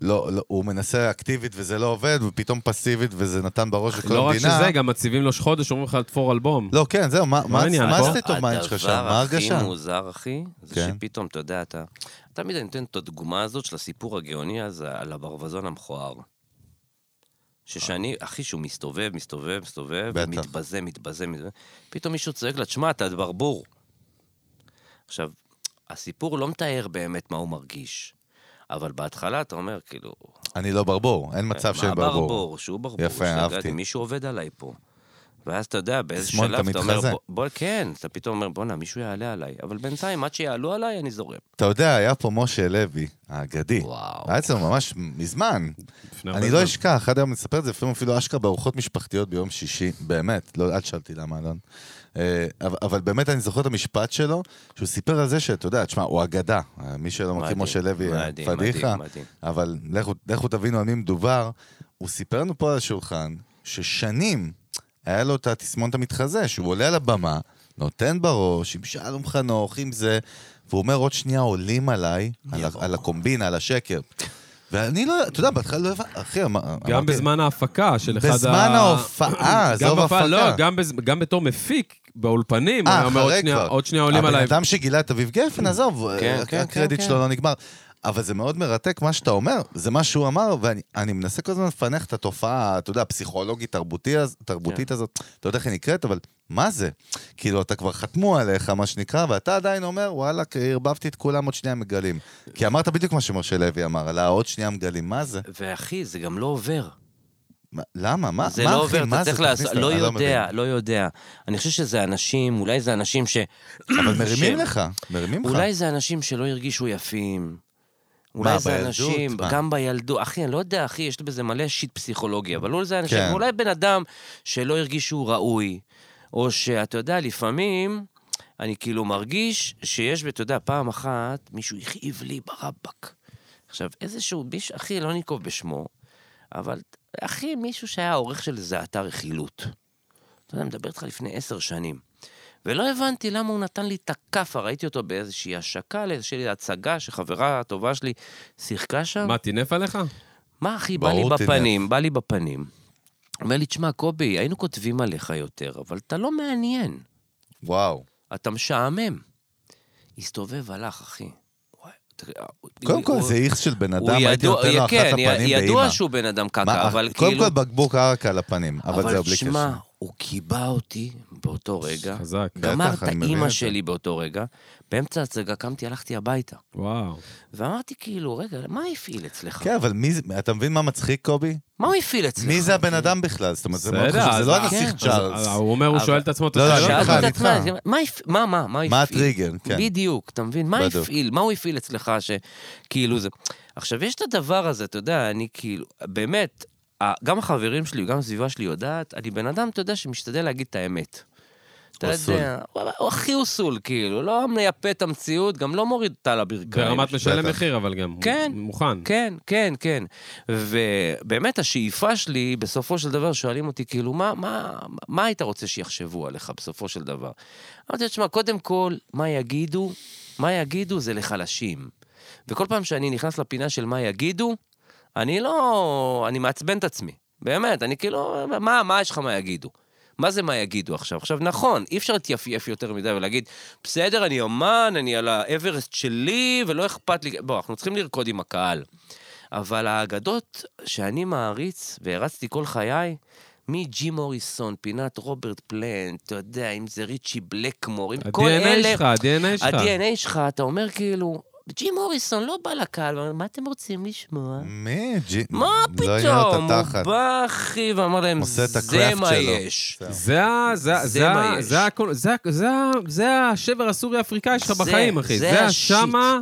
לא, לא, הוא מנסה אקטיבית וזה לא עובד, ופתאום פסיבית וזה נתן בראש לכל המדינה. לא רק שזה, גם מציבים לו חודש, אומרים לך תפור אלבום. לא, כן, זהו, מה- מה העניין פה? הסטייט אוף מיינד שלך שם? מה הדבר ההרגשה? הכי מוזר, אחי, זה כן. שפתאום, אתה יודע, אתה... תמיד אני נותן את הדוגמה הזאת של הסיפור הגאוני הזה על הברווזון המכוער. ששאני, אחי, שהוא מסתובב, מסתובב, מסתובב, בטח. מתבזה, מתבזה, מתבזה, פתאום מישהו צועק לה, תשמע, אתה ברבור. עכשיו, הסיפור לא מתאר באמת מה הוא מרגיש, אבל בהתחלה אתה אומר, כאילו... אני לא ברבור, אין מצב של מה ברבור. ברבור, שהוא ברבור. יפה, שהגעתי, אהבתי. מישהו עובד עליי פה. ואז אתה יודע, באיזה תסמונת שלב אתה אומר, המתחזה. בוא, בוא, כן, אתה פתאום אומר, בואנה, מישהו יעלה עליי. אבל בינתיים, עד שיעלו עליי, אני זורם. אתה יודע, היה פה משה לוי, האגדי. וואו. היה אצלנו ממש מזמן. לפני הרבה אני לא זמן. אשכח, עד היום אני מספר את זה, לפעמים אפילו אשכרה בארוחות משפחתיות ביום שישי, באמת, לא, אל תשאלתי למה, אלון. אה, אבל, אבל באמת אני זוכר את המשפט שלו, שהוא סיפר על זה שאתה יודע, תשמע, הוא אגדה. אה, מי שלא מכיר, מדהים, משה לוי, אה, מדהים, פדיחה. מדהים, מדהים. אבל לכו- לכו תבינו על מי מדובר. הוא סיפר לנו פה על השולחן, ששנים היה לו את התסמונת המתחזה, שהוא עולה על הבמה, נותן בראש, עם שלום חנוך, עם זה, והוא אומר, עוד שנייה עולים עליי, על, ה- על הקומבינה, על השקר. ואני לא, אתה יודע, בהתחלה לא הבנתי, אחי, אמר- אמרתי... גם בזמן ההפקה של אחד ה... בזמן ההופעה, עזוב גם בהופעה, ההפקה. לא, גם בז- גם בתור מפיק, באולפנים, אה, היה אומר, "עוד אחרי שנייה- כבר. עוד שנייה עולים עליי. הבן אדם שגילה את אביב גפן, עזוב, כן, אה, כן, הקרדיט כן, שלו כן. לא נגמר. אבל זה מאוד מרתק מה שאתה אומר, זה מה שהוא אמר, ואני אני מנסה כל הזמן לפענח את התופעה, אתה יודע, הפסיכולוגית, תרבותי הז- כן. תרבותית הזאת, אתה יודע איך היא נקראת, אבל מה זה? כאילו, אתה כבר חתמו עליך, מה שנקרא, ואתה עדיין אומר, וואלה, ערבבתי את כולם עוד שנייה מגלים. כי אמרת בדיוק מה שמשה לוי אמר, על העוד שנייה מגלים, מה זה? ואחי, זה גם לא עובר. מה- למה? מה, זה מה, לא אחי? עובר, מה אתה זה? צריך תכניס לעשות... לי, לא אני יודע, לא יודע. אני חושב שזה אנשים, אולי זה אנשים ש... מבין. אבל ש- מרימים לך, מרימים לך. אולי זה אנשים שלא הרגישו יפים. אולי זה בילדות? אנשים, מה? גם בילדות, אחי, אני לא יודע, אחי, יש בזה מלא שיט פסיכולוגי, אבל אולי זה אנשים, כן. אולי בן אדם שלא הרגיש שהוא ראוי, או שאתה יודע, לפעמים אני כאילו מרגיש שיש, ואתה יודע, פעם אחת מישהו הכאיב לי ברבק. עכשיו, איזשהו מישהו, אחי, לא ננקוב בשמו, אבל אחי, מישהו שהיה העורך של איזה אתר רכילות. אתה יודע, אני מדבר איתך לפני עשר שנים. ולא הבנתי למה הוא נתן לי את הכאפה, ראיתי אותו באיזושהי השקה, לאיזושהי הצגה שחברה טובה שלי שיחקה שם. מה, טינף עליך? מה אחי, בא לי ברור, תדע. בפנים, בא לי בפנים. אומר לי, תשמע, קובי, היינו כותבים עליך יותר, אבל אתה לא מעניין, וואו. אתה משעמם. הסתובב, הלך, אחי. וואי, תראה, קודם הוא- כל, הוא- זה איכס של בן הוא אדם, הייתי ידוע- נותן לו אחת כן, הפנים באימא. ידוע שהוא בן אדם מה, אה, קקה, אבל קודם כאילו... כל בקבוק ערק על הפנים, אבל זהו, בלי אבל תשמע, קשר. הוא קיבע אותי באותו רגע. חזק. גמר בטח, את אני מבין האימא את זה. שלי באותו רגע. באמצע ההצגה קמתי, הלכתי הביתה. וואו. ואמרתי כאילו, רגע, מה הפעיל אצלך? כן, אבל מי זה, אתה מבין מה מצחיק, קובי? מה הוא הפעיל אצלך? מי זה הבן אדם בכלל? זאת אומרת, זה מאוד בסדר, חשוב, זה אז- לא כן. הנסיך אז- צ'ארלס. אז הוא אומר, הוא אבל- שואל את עצמו את לא, לא, השאלה. אני שאלתי איתך, את אני עצמי, איתך. מה הפ- מה, מה, מה הפעיל? מה הטריגר, כן. בדיוק, אתה מבין? מה בדיוק. הפעיל? מה הוא הפעיל אצלך ש... כאילו זה... עכשיו, יש את הדבר הזה, אתה יודע, אני כאילו... באמת, ה- גם החברים שלי, גם הסביבה שלי יודעת, אני בן אדם, אתה יודע, שמשתדל להגיד את האמת. אתה אוסול. יודע, הוא- הוא הכי אוסול, כאילו, לא מייפה את המציאות, גם לא מוריד אותה לברכיים. ברמת משלם בטח. מחיר, אבל גם. כן. הוא מוכן. כן, כן, כן. ובאמת השאיפה שלי, בסופו של דבר שואלים אותי, כאילו, מה, מה, מה היית רוצה שיחשבו עליך בסופו של דבר? אמרתי, תשמע, קודם כל, מה יגידו? מה יגידו זה לחלשים. וכל פעם שאני נכנס לפינה של מה יגידו, אני לא... אני מעצבן את עצמי. באמת, אני כאילו, מה, מה יש לך מה יגידו? מה זה מה יגידו עכשיו? עכשיו, נכון, אי אפשר להתייפייף יותר מדי ולהגיד, בסדר, אני אומן, אני על האברסט שלי, ולא אכפת לי... בוא, אנחנו צריכים לרקוד עם הקהל. אבל האגדות שאני מעריץ והרצתי כל חיי, מג'י מוריסון, פינת רוברט פלנט, אתה יודע, אם זה ריצ'י בלקמור, עם כל אלה... ה-DNA שלך, ה-DNA שלך. ה-DNA שלך, אתה אומר כאילו, ג'י מוריסון לא בא לקהל, ואומר, מה אתם רוצים לשמוע? מי? ג'י... מה לא עניין אותה פתאום? הוא תחת. בא, אחי, ואמר להם, עושה את זה הקראפט מה שלו." יש. זהו. זה ה- זה ה- זה זה מה ה- יש. זה הכל- זה ה- זה ה- זה השבר הסורי-אפריקאי שלך זה- בחיים, אחי. זה זה השיט. השמה...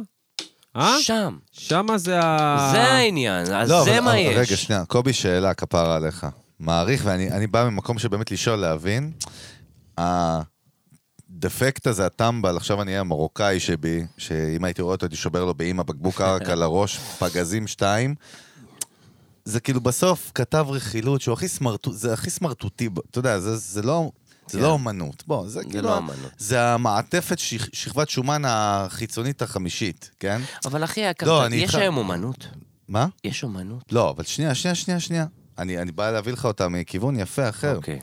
אה? שם. שמה זה ה... זה העניין, אז אה. לא, זה אבל- מה אבל יש. רגע, שנייה, קובי, שאלה, כפרה עליך. מעריך, ואני אני בא ממקום שבאמת לשאול, להבין. הדפקט הזה, הטמבל, עכשיו אני אהיה המרוקאי שבי, שאם הייתי רואה אותו, הייתי שובר לו באימא בקבוק ערק על הראש, פגזים שתיים. זה כאילו בסוף כתב רכילות שהוא הכי סמרטוט, זה הכי סמרטוטי, ב- אתה יודע, זה, זה לא... זה לא אומנות, בוא, זה כאילו, כן. לא ה- אומנות. זה המעטפת, שכ- שכבת שומן החיצונית החמישית, כן? אבל אחי היקר, לא, אתה- אני יש איתך. היום אומנות? מה? יש אומנות? לא, אבל שנייה, שנייה, שנייה, שנייה. אני, אני בא להביא לך אותה מכיוון יפה אחר. אוקיי.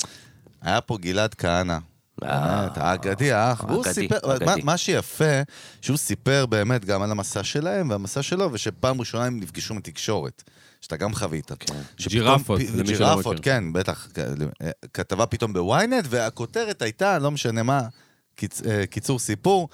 היה פה גלעד כהנא. אה, באמת, האגדי, האח. והוא האגדי, סיפר, האגדי. מה- מה שיפה, שהוא סיפר באמת גם על המסע שלהם והמסע שלו, ושפעם ראשונה הם נפגשו מתקשורת, שאתה גם חווית. כן. שפתאום ג'ירפות, פ- למי שלא ג'ירפות, מכיר. כן, בטח. כ- כתבה פתאום בוויינט, והכותרת הייתה, לא משנה מה, קיצ- אה, קיצור סיפור,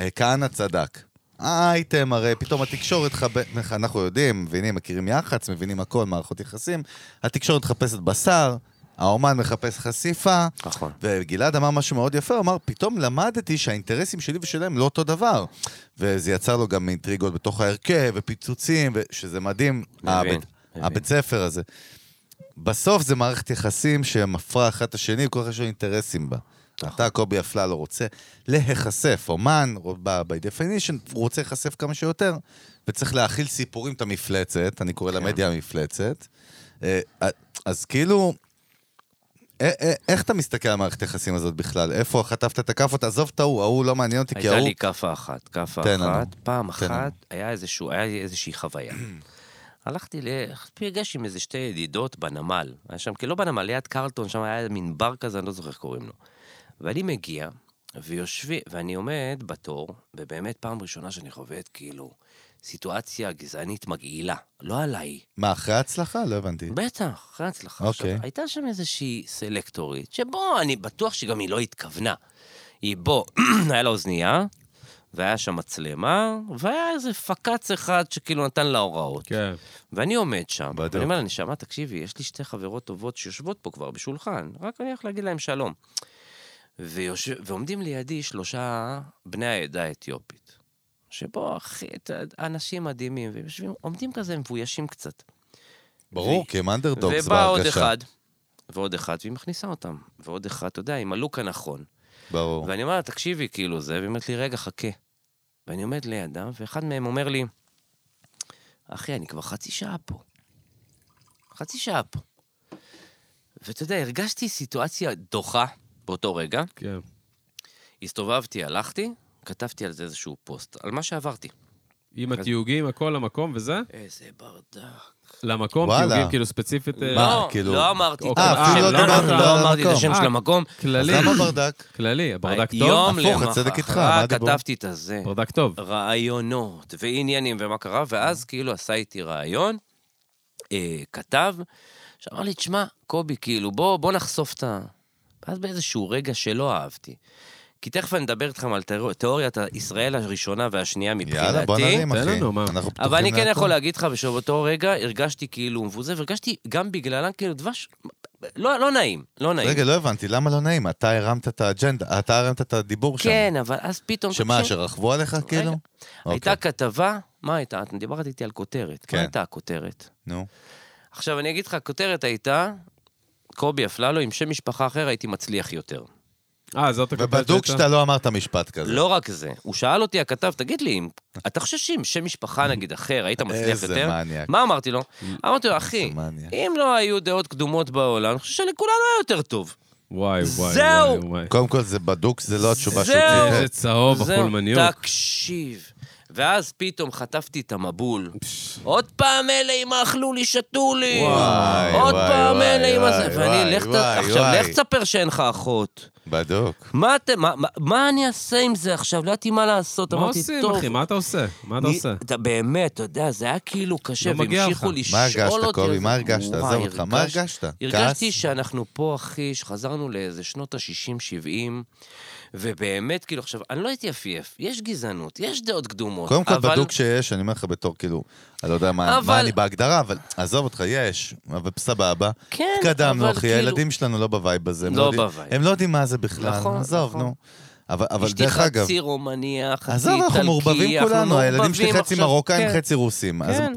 אה, כהנא צדק. האייטם הרי, פתאום התקשורת חבשת, אנחנו יודעים, מבינים, מכירים יח"צ, מבינים הכל, מערכות יחסים, התקשורת מחפשת בשר, האומן מחפש חשיפה, נכון. וגלעד אמר משהו מאוד יפה, הוא אמר, פתאום למדתי שהאינטרסים שלי ושלהם לא אותו דבר. וזה יצר לו גם אינטריגות בתוך ההרכב, ופיצוצים, ו- שזה מדהים, מבין, הבית, מבין. הבית ספר הזה. בסוף זה מערכת יחסים שמפרה אחת את השני, וכל אחד יש לו אינטרסים בה. נכון. אתה, קובי אפללו, רוצה להיחשף. אומן, ב- by definition, הוא רוצה להיחשף כמה שיותר, וצריך להכיל סיפורים את המפלצת, אני כן. קורא למדיה המפלצת. אה, אז כאילו, א- א- איך אתה מסתכל על מערכת היחסים הזאת בכלל? איפה חטפת, תקף אותה? עזוב את ההוא, ההוא לא מעניין אותי, כי הייתה ההוא... לי כאפה אחת, כאפה תן לנו, אחת. פעם תן לנו. אחת היה איזשהו- היה לי איזושהי חוויה. הלכתי ל... פגש עם איזה שתי ידידות בנמל. היה שם, כאילו לא בנמל, ליד קרלטון, שם היה מין בר כזה, אני לא זוכר איך קוראים לו. ואני מגיע, ויושבי, ואני עומד בתור, ובאמת פעם ראשונה שאני חווה את כאילו סיטואציה גזענית מגעילה. לא עליי. מה, אחרי ההצלחה? לא הבנתי. בטח, אחרי ההצלחה. אוקיי. עכשיו, הייתה שם איזושהי סלקטורית, שבו אני בטוח שגם היא לא התכוונה. היא בו, היה לה אוזנייה, והיה שם מצלמה, והיה איזה פקץ אחד שכאילו נתן לה הוראות. כן. ואני עומד שם, בדיוק. ואני אומר לה, נשמה, תקשיבי, יש לי שתי חברות טובות שיושבות פה כבר בשולחן, רק אני הולך להגיד להם שלום. ויושב, ועומדים לידי שלושה בני העדה האתיופית, שבו, אחי, אתה- אנשים מדהימים, והם יושבים, עומדים כזה מבוישים קצת. ברור, כי הם אנדרדוגס ובא עוד בהרגשה. אחד, ועוד אחד, והיא מכניסה אותם. ועוד אחד, אתה יודע, עם הלוק הנכון. ברור. ואני אומר לה, תקשיבי, כאילו זה, והיא אומרת לי, רגע, חכה. ואני עומד לידם, ואחד מהם אומר לי, אחי, אני כבר חצי שעה פה. חצי שעה פה. ואתה יודע, הרגשתי סיטואציה דוחה באותו רגע. כן. הסתובבתי, הלכתי, כתבתי על זה איזשהו פוסט, על מה שעברתי. עם התיוגים, הכל למקום וזה? איזה ברדק. למקום, וואלה. תיוגים, כאילו ספציפית... אה, מה, לא, כאילו- לא אמרתי את אוקיי, השם, אה, אפילו לא לא, דיברת לא, על לא אמרתי את השם המקום. של המקום. אז כללי. למה ברדק? כללי, הברדק טוב? יום הפוך, למחרת הצדק איתך, מה הדיבור? כתבתי את הזה. ברדק טוב. רעיונות ועניינים ומה קרה, ואז כאילו עשה איתי רעיון, אה, כתב, שאמר לי, תשמע, קובי, כאילו, בוא, בוא נחשוף את ה... ואז באיזשהו רגע שלא אהבתי. כי תכף אני אדבר איתכם על תיאור- תיאוריית ישראל הראשונה והשנייה מבחינתי. יאללה, בוא נרים, תן אחי. לנו, מה? אנחנו אבל אני פתוחים כן להכל. יכול להגיד לך שבאותו רגע הרגשתי כאילו מבוזה, והרגשתי גם בגללה כאילו דבש, לא, לא נעים, לא נעים. רגע, לא הבנתי, למה לא נעים? אתה הרמת את האג'נדה, אתה הרמת את הדיבור לא שם. כן, אבל אז פתאום... שמה, שרכבו עליך כאילו? אוקיי, הייתה כתבה, מה הייתה? את דיברת איתי על כותרת. כן. מה הייתה הכותרת? נו. עכשיו, אני אגיד לך, הכותרת הייתה, קובי אפללו, עם שם משפחה אחר הייתי מצליח יותר. אה, זאת הכותרת ובדוק שהייתה? שאתה לא אמרת משפט כזה. לא רק זה, הוא שאל אותי, הכתב, תגיד לי, אם אתה חושב שעם שם משפחה נגיד אחר היית מצליח איזה יותר? מניאק. מה אמרתי לו? אמרתי לו, אחי, איזה מניאק." אם לא היו דעות קדומות בעולם, אני חושב שלכולנו היה יותר טוב. וואי, וואי, זהו. וואי, וואי. קודם כל, זה בדוק, זה לא התשובה שהוא זהו. ציטט. איזה צהוב, זהו, החולמניות. תקשיב. ואז פתאום חטפתי את המבול. עוד פעם אלה אם אכלו לי, שתו לי. וואי, עוד וואי, פעם וואי, אלה עם וואי, הזה. וואי, ואני, לך ת- וואי, עכשיו, וואי. לך תספר שאין לך אחות. בדוק. מה אתם, מה- מה- מה אני אעשה עם זה עכשיו? לא ידעתי מה לעשות, מה אמרתי, טוב. עושים, אחי? מה אתה עושה? מה אתה אני- עושה? אתה באמת, אתה יודע, זה היה כאילו קשה, לא מגיע לך. והמשיכו מה לשאול מה אותי. הרגשת, על קובי? זה. מה הרגשת? וואי, עזוב אותך, מה הרגשת? הרגשתי כעס? שאנחנו פה, אחי, שחזרנו לאיזה שנות ה-60-70, ובאמת, כאילו, עכשיו, אני לא אתייפייף, יש גזענות, יש דעות קדומות, קודם כל, אבל- בדוק שיש, אני אומר לך בתור, כאילו, אני לא יודע מה אבל- מה אני בהגדרה, אבל עזוב אותך, יש, אבל סבבה. כן, התקדמנו, אבל אחי, כאילו- הילדים שלנו לא בווייב הזה. הם לא יודעים- בווייב. הם לא יודעים מה זה בכלל, נכון, עזוב, נכון. נו. אבל- אבל אשתי דרך אגב... חצי רומניה, חצי איטלקי, לא עזוב, אנחנו מעורבבים כולנו, הילדים שלי חצי עכשיו, מרוקאים, כן. חצי רוסים. אז- כן.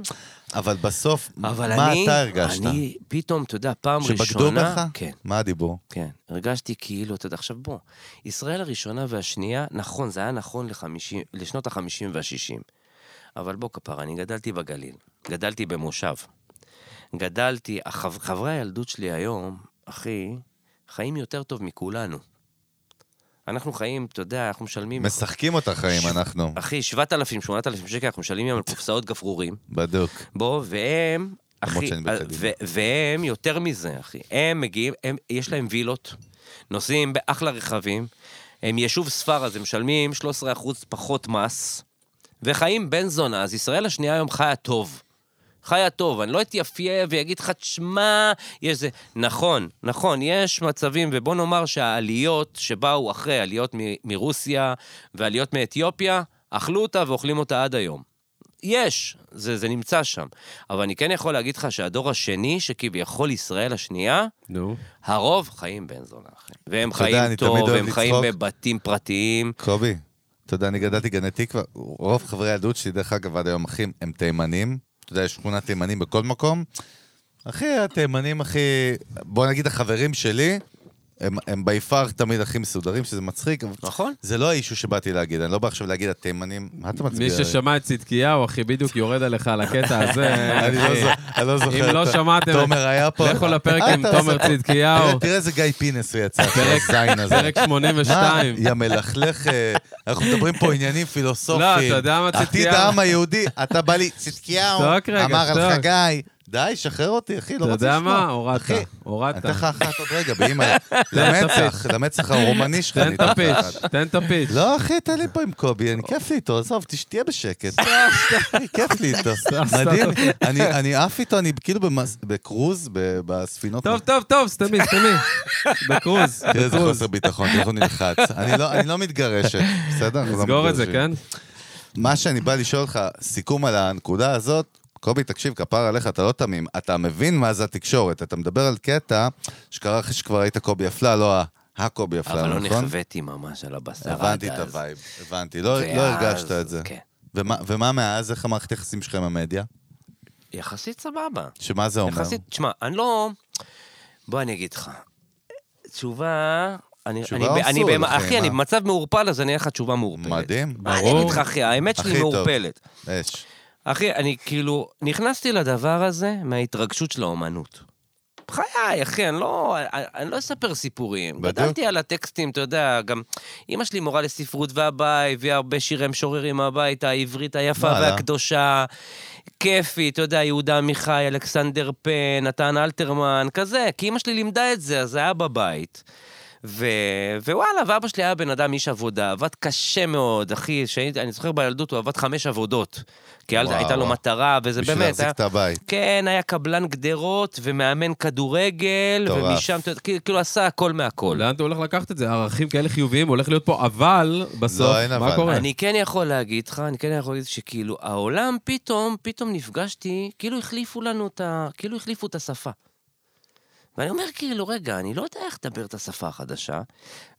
אבל בסוף, אבל מה אני, אתה הרגשת? אני פתאום, אתה יודע, פעם ראשונה... שבגדו בך? כן. מה הדיבור? כן, הרגשתי כאילו, אתה יודע, עכשיו בוא, ישראל הראשונה והשנייה, נכון, זה היה נכון לחמישים, לשנות החמישים והשישים. אבל בוא כפר, אני גדלתי בגליל, גדלתי במושב. גדלתי, החב, חברי הילדות שלי היום, אחי, חיים יותר טוב מכולנו. אנחנו חיים, אתה יודע, אנחנו משלמים... משחקים אותה חיים, ש- אנחנו. אחי, 7,000, 8,000 שקל, אנחנו משלמים היום על קופסאות גפרורים. בדוק. בוא, והם, למרות אחי, שאני אה, בקדימה. ו- והם יותר מזה, אחי. הם מגיעים, הם, יש להם וילות, נוסעים באחלה רכבים, הם יישוב ספר, אז הם משלמים 13% פחות מס, וחיים בן זונה, אז ישראל השנייה היום חיה טוב. חיה טוב, אני לא אתייפייף ויגיד לך, תשמע, יש זה... נכון, נכון, יש מצבים, ובוא נאמר שהעליות שבאו אחרי, עליות מ- מרוסיה ועליות מאתיופיה, אכלו אותה ואוכלים אותה עד היום. יש, זה, זה נמצא שם. אבל אני כן יכול להגיד לך שהדור השני, שכביכול ישראל השנייה, נו. הרוב חיים בן זונה, אחי. והם אתה יודע, חיים אני תמיד טוב, אוהב הם חיים לצחוק. בבתים פרטיים. קובי, אתה יודע, אני גדלתי גני תקווה, רוב חברי הילדות שלי, דרך אגב, עד היום אחים, הם תימנים. אתה יודע, יש שכונת תימנים בכל מקום. אחי, התימנים הכי... בוא נגיד, החברים שלי, הם, הם בי פאר תמיד הכי מסודרים, שזה מצחיק. אבל נכון. זה לא האישו שבאתי להגיד, אני לא בא עכשיו להגיד התימנים, מה אתה מצביע? מי עליי? ששמע את צדקיהו, אחי, בדיוק יורד עליך על הקטע הזה. אני לא אחי. ז- אני לא זוכר. אם לא את ה- שמעתם, תומר היה פה. לכו לפרק אה, עם אתה תומר עושה- צדקיהו. תראה- תראה איזה גיא פינס הוא יצא, פרק- הזין הזה. פרק 82. מה, יא מלכלך, אה, אנחנו מדברים פה עניינים פילוסופיים. לא, אתה יודע מה, עתיד צדקיהו? העם היהודי, אתה בא לי, צדקיהו, שתוק רגע, אמר על שתוק. חגי. די, שחרר אותי, אחי, לא אתה רוצה לשמוע. יודע מה? הורדת, אחי, אני הורדת. אתן לך אחת עוד רגע, באמא, למצח, למצח הרומני שלך. תן אני לא את אתן לך הפיץ', אחת. תן את הפיץ'. לא, אחי, תן לי פה עם קובי, אני כיף לי איתו, עזוב, תש- תהיה בשקט. אחי, כיף לי איתו. מדהים, אני- אני עף איתו, אני כאילו במס- בקרוז, ב- בספינות. טוב, טוב, טוב, סתמי, סתמי. בקרוז, תראה איזה בקרוז. חוסר ביטחון, תראו נלחץ. אני לא- אני לא מתגרשת, בסדר? אנחנו לא סגור את זה, מתגרשים. כן? מה שאני בא לשאול אותך, סיכום על הנקודה הזאת, קובי, תקשיב, כפר עליך, אתה לא תמים. אתה מבין מה זה התקשורת. אתה מדבר על קטע שקרה אחרי שכבר היית קובי אפללו, לא ה- הקובי אבל אפללו, לא נכון? נכוויתי ממש על הבשר עד אז. הבנתי את הווייב, הבנתי. לא לא ואז, הרגשת את זה. כן. ומה- ומה מאז, איך המערכת היחסים שלך עם המדיה? יחסית סבבה. שמה זה אומר? יחסית, תשמע, אני לא... בוא אני אגיד לך. תשובה... אני, תשובה אני, או אני, סול, אני, אחי, אחי, מה? אני במצב מעורפל, אז אני אהיה לך תשובה מעורפלת. מדהים. מה אני ברור. אגיד לך, אחי, האמת הכי שלי טוב. מעורפלת. אש. אחי, אני כאילו, נכנסתי לדבר הזה מההתרגשות של האומנות. בחיי, אחי, אני לא, אני, אני לא אספר סיפורים. בדיוק. גדלתי על הטקסטים, אתה יודע, גם אימא שלי מורה לספרות והבאה, הביאה הרבה שירי משוררים הביתה, העברית היפה וואלה. והקדושה, כיפי, אתה יודע, יהודה עמיחי, אלכסנדר פן, נתן אלתרמן, כזה, כי אימא שלי לימדה את זה, אז זה היה בבית. ו... ווואלה, ואבא שלי היה בן אדם איש עבודה, עבד קשה מאוד, אחי, שהייתי, אני זוכר בילדות הוא עבד חמש עבודות. כי וואו. וואו. הייתה לו מטרה, וזה בשביל באמת... אה. להחזיק היה... את הבית. כן, היה קבלן גדרות ומאמן כדורגל, מטורף. ומשם, אתה יודע, כאילו- כאילו עשה הכל מהכל. לאן אתה הולך לקחת את זה? ערכים כאלה חיוביים, הולך להיות פה אבל, בסוף, לא, אין מה אבל. קורה? אני כן יכול להגיד לך, אני כן יכול להגיד שכאילו, העולם פתאום, פתאום נפגשתי, כאילו החליפו לנו את ה... כאילו החליפו את השפה. ואני אומר כאילו, רגע, אני לא יודע איך לדבר את השפה החדשה,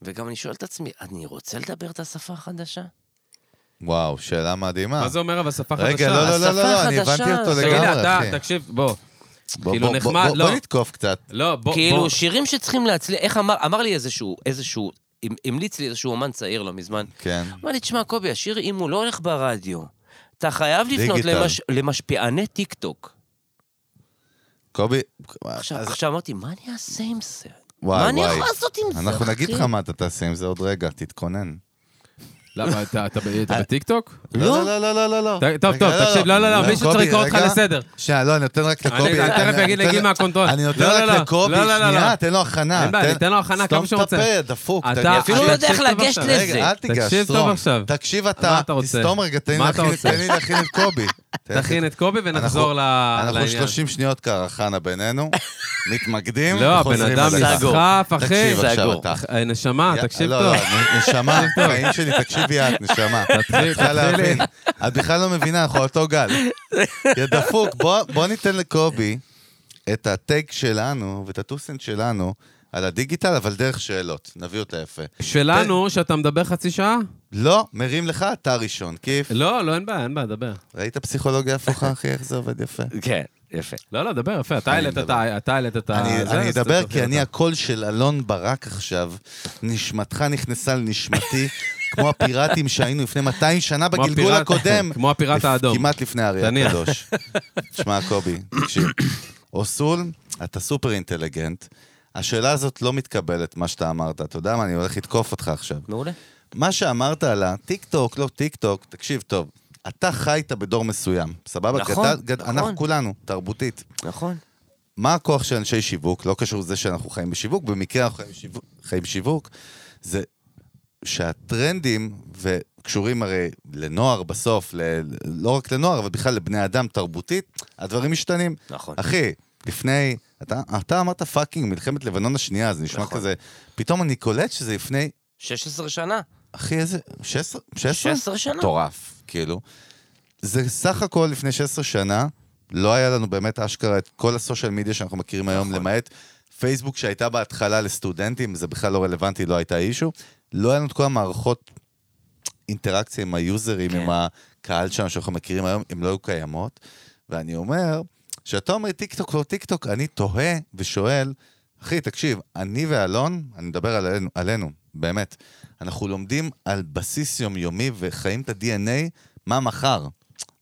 וגם אני שואל את עצמי, אני רוצה לדבר את השפה החדשה? וואו, שאלה מדהימה. מה זה אומר אבל שפה חדשה? רגע, לא, לא, לא, לא, השפה לא, אני החדשה. הבנתי אותו תגיד לי, לגמרי, אתה, אחי. תקשיב, בוא. בוא- כאילו, בוא- בוא- נחמד, בוא- לא. בוא נתקוף קצת. לא, בוא, כאילו, בוא. שירים שצריכים להצליח, איך אמר, אמר לי איזשהו, איזשהו, המ- המליץ לי איזשהו אומן צעיר לא מזמן, כן. אמר לי, תשמע, קובי, השיר, אם הוא לא הולך ברדיו, אתה חייב לפנות דיגיטל. למש, למשפיעני טיק טוק. קובי, עכשיו, אה, אז- עכשיו אמרתי, מה אני אעשה עם זה? וואי, מה אני וואי. יכול לעשות עם זה, אנחנו אחי? נגיד לך מה אתה תעשה עם זה עוד רגע, תתכונן. למה, אתה- אתה ב- אה, אתה בטיקטוק? לא, לא, לא, לא, לא, לא. ט- טוב, רגע, טוב, תקשיב, לא, לא, לא, מישהו קובי, צריך לקרוא אותך רגע. לסדר. שנייה, לא, אני נותן רק לקובי. אני תכף אגיד נותן- לגיל מהקונטרול. אני נותן לא, לא, רק לא. לקובי, לא, לא, לא, שנייה, לא. תן לו הכנה. אין בעיה, אני אתן לו הכנה כמה שהוא סתום רוצה. את הפה, דפוק. אתה- תגיד, אתה- אפילו לא יודע איך תקשיב טוב לגשת עכשיו. לזה. רגע, אל תיגש, תקשיב טוב סרום. עכשיו. תקשיב מה אתה, אתה רוצה? תסתום רגע, תן לי מה אתה להכין- רוצה? תן לי להכין את קובי. תן- תכין את קובי אנחנו- ונחזור ל- אנחנו לעניין. 30 שניות קרחנה בינינו, מתמקדים. לא, הבן וחוזרים אדם אליך. סגור. נסחף, אחי. תקשיב עכשיו סגור. אתה. אה, נשמה, יא- תקשיב לא, טוב. לא, נ- נשמה, חיים שלי, תקשיבי את, נשמה. תתחיל, צריכה תתחילי. להבין. את בכלל לא מבינה, אנחנו על אותו גל. יא דפוק, בוא- בוא ניתן לקובי את הטייק שלנו ואת הטוסנט שלנו על הדיגיטל, אבל דרך שאלות. נביא אותה יפה. שלנו, שאתה מדבר חצי שעה? לא, מרים לך, אתה ראשון. כיף. לא, לא, אין בעיה, אין בעיה, דבר. ראית פסיכולוגיה הפוכה, אחי? איך זה עובד יפה? כן, יפה. לא, לא, דבר, יפה. אתה אני העלית את מדבר. ה... אתה העלית את ה... אני, זה, אני אז אדבר אתה כי אני תתחיל הקול של אלון ברק עכשיו. נשמתך נכנסה לנשמתי, כמו הפיראטים שהיינו לפני 200 שנה כמו בגלגול הפיראט- הקודם. כמו הפיראט לפ- האדום. כמעט לפני הארי תניח. הקדוש. תשמע, קובי, תקשיב. אוסול, אתה סופר אינטליגנט. השאלה הזאת לא מתקבלת, מה שאתה אמרת. אתה יודע מה, אני הולך לתקוף אותך עכשיו. מעולה. מה שאמרת על הטיק טוק, לא טיק טוק, תקשיב טוב. אתה חיית בדור מסוים, סבבה? נכון, גדל- גד- נכון. אנחנו כולנו, תרבותית. נכון. מה הכוח של אנשי שיווק, לא קשור לזה שאנחנו חיים בשיווק, במקרה אנחנו חיים בשיווק, חיים שיווק זה שהטרנדים, וקשורים הרי לנוער בסוף, ל... לא רק לנוער, אבל בכלל לבני אדם תרבותית, הדברים משתנים. נכון. אחי, לפני, אתה, אתה אמרת פאקינג מלחמת לבנון השנייה, זה נשמע נכון. כזה, פתאום אני קולט שזה לפני, 16 שנה. אחי איזה, 16? 16 שנה. מטורף, כאילו. זה סך הכל לפני 16 שנה, לא היה לנו באמת אשכרה את כל הסושיאל מדיה שאנחנו מכירים היום, למעט פייסבוק שהייתה בהתחלה לסטודנטים, זה בכלל לא רלוונטי, לא הייתה אישו. לא היה לנו את כל המערכות אינטראקציה עם היוזרים, כן. עם הקהל שלנו שאנחנו מכירים היום, הן לא היו קיימות. ואני אומר, כשאתה אומר טיקטוק לא טיקטוק, אני תוהה ושואל, אחי, תקשיב, אני ואלון, אני מדבר עלינו, עלינו, באמת, אנחנו לומדים על בסיס יומיומי וחיים את ה-DNA, מה מחר,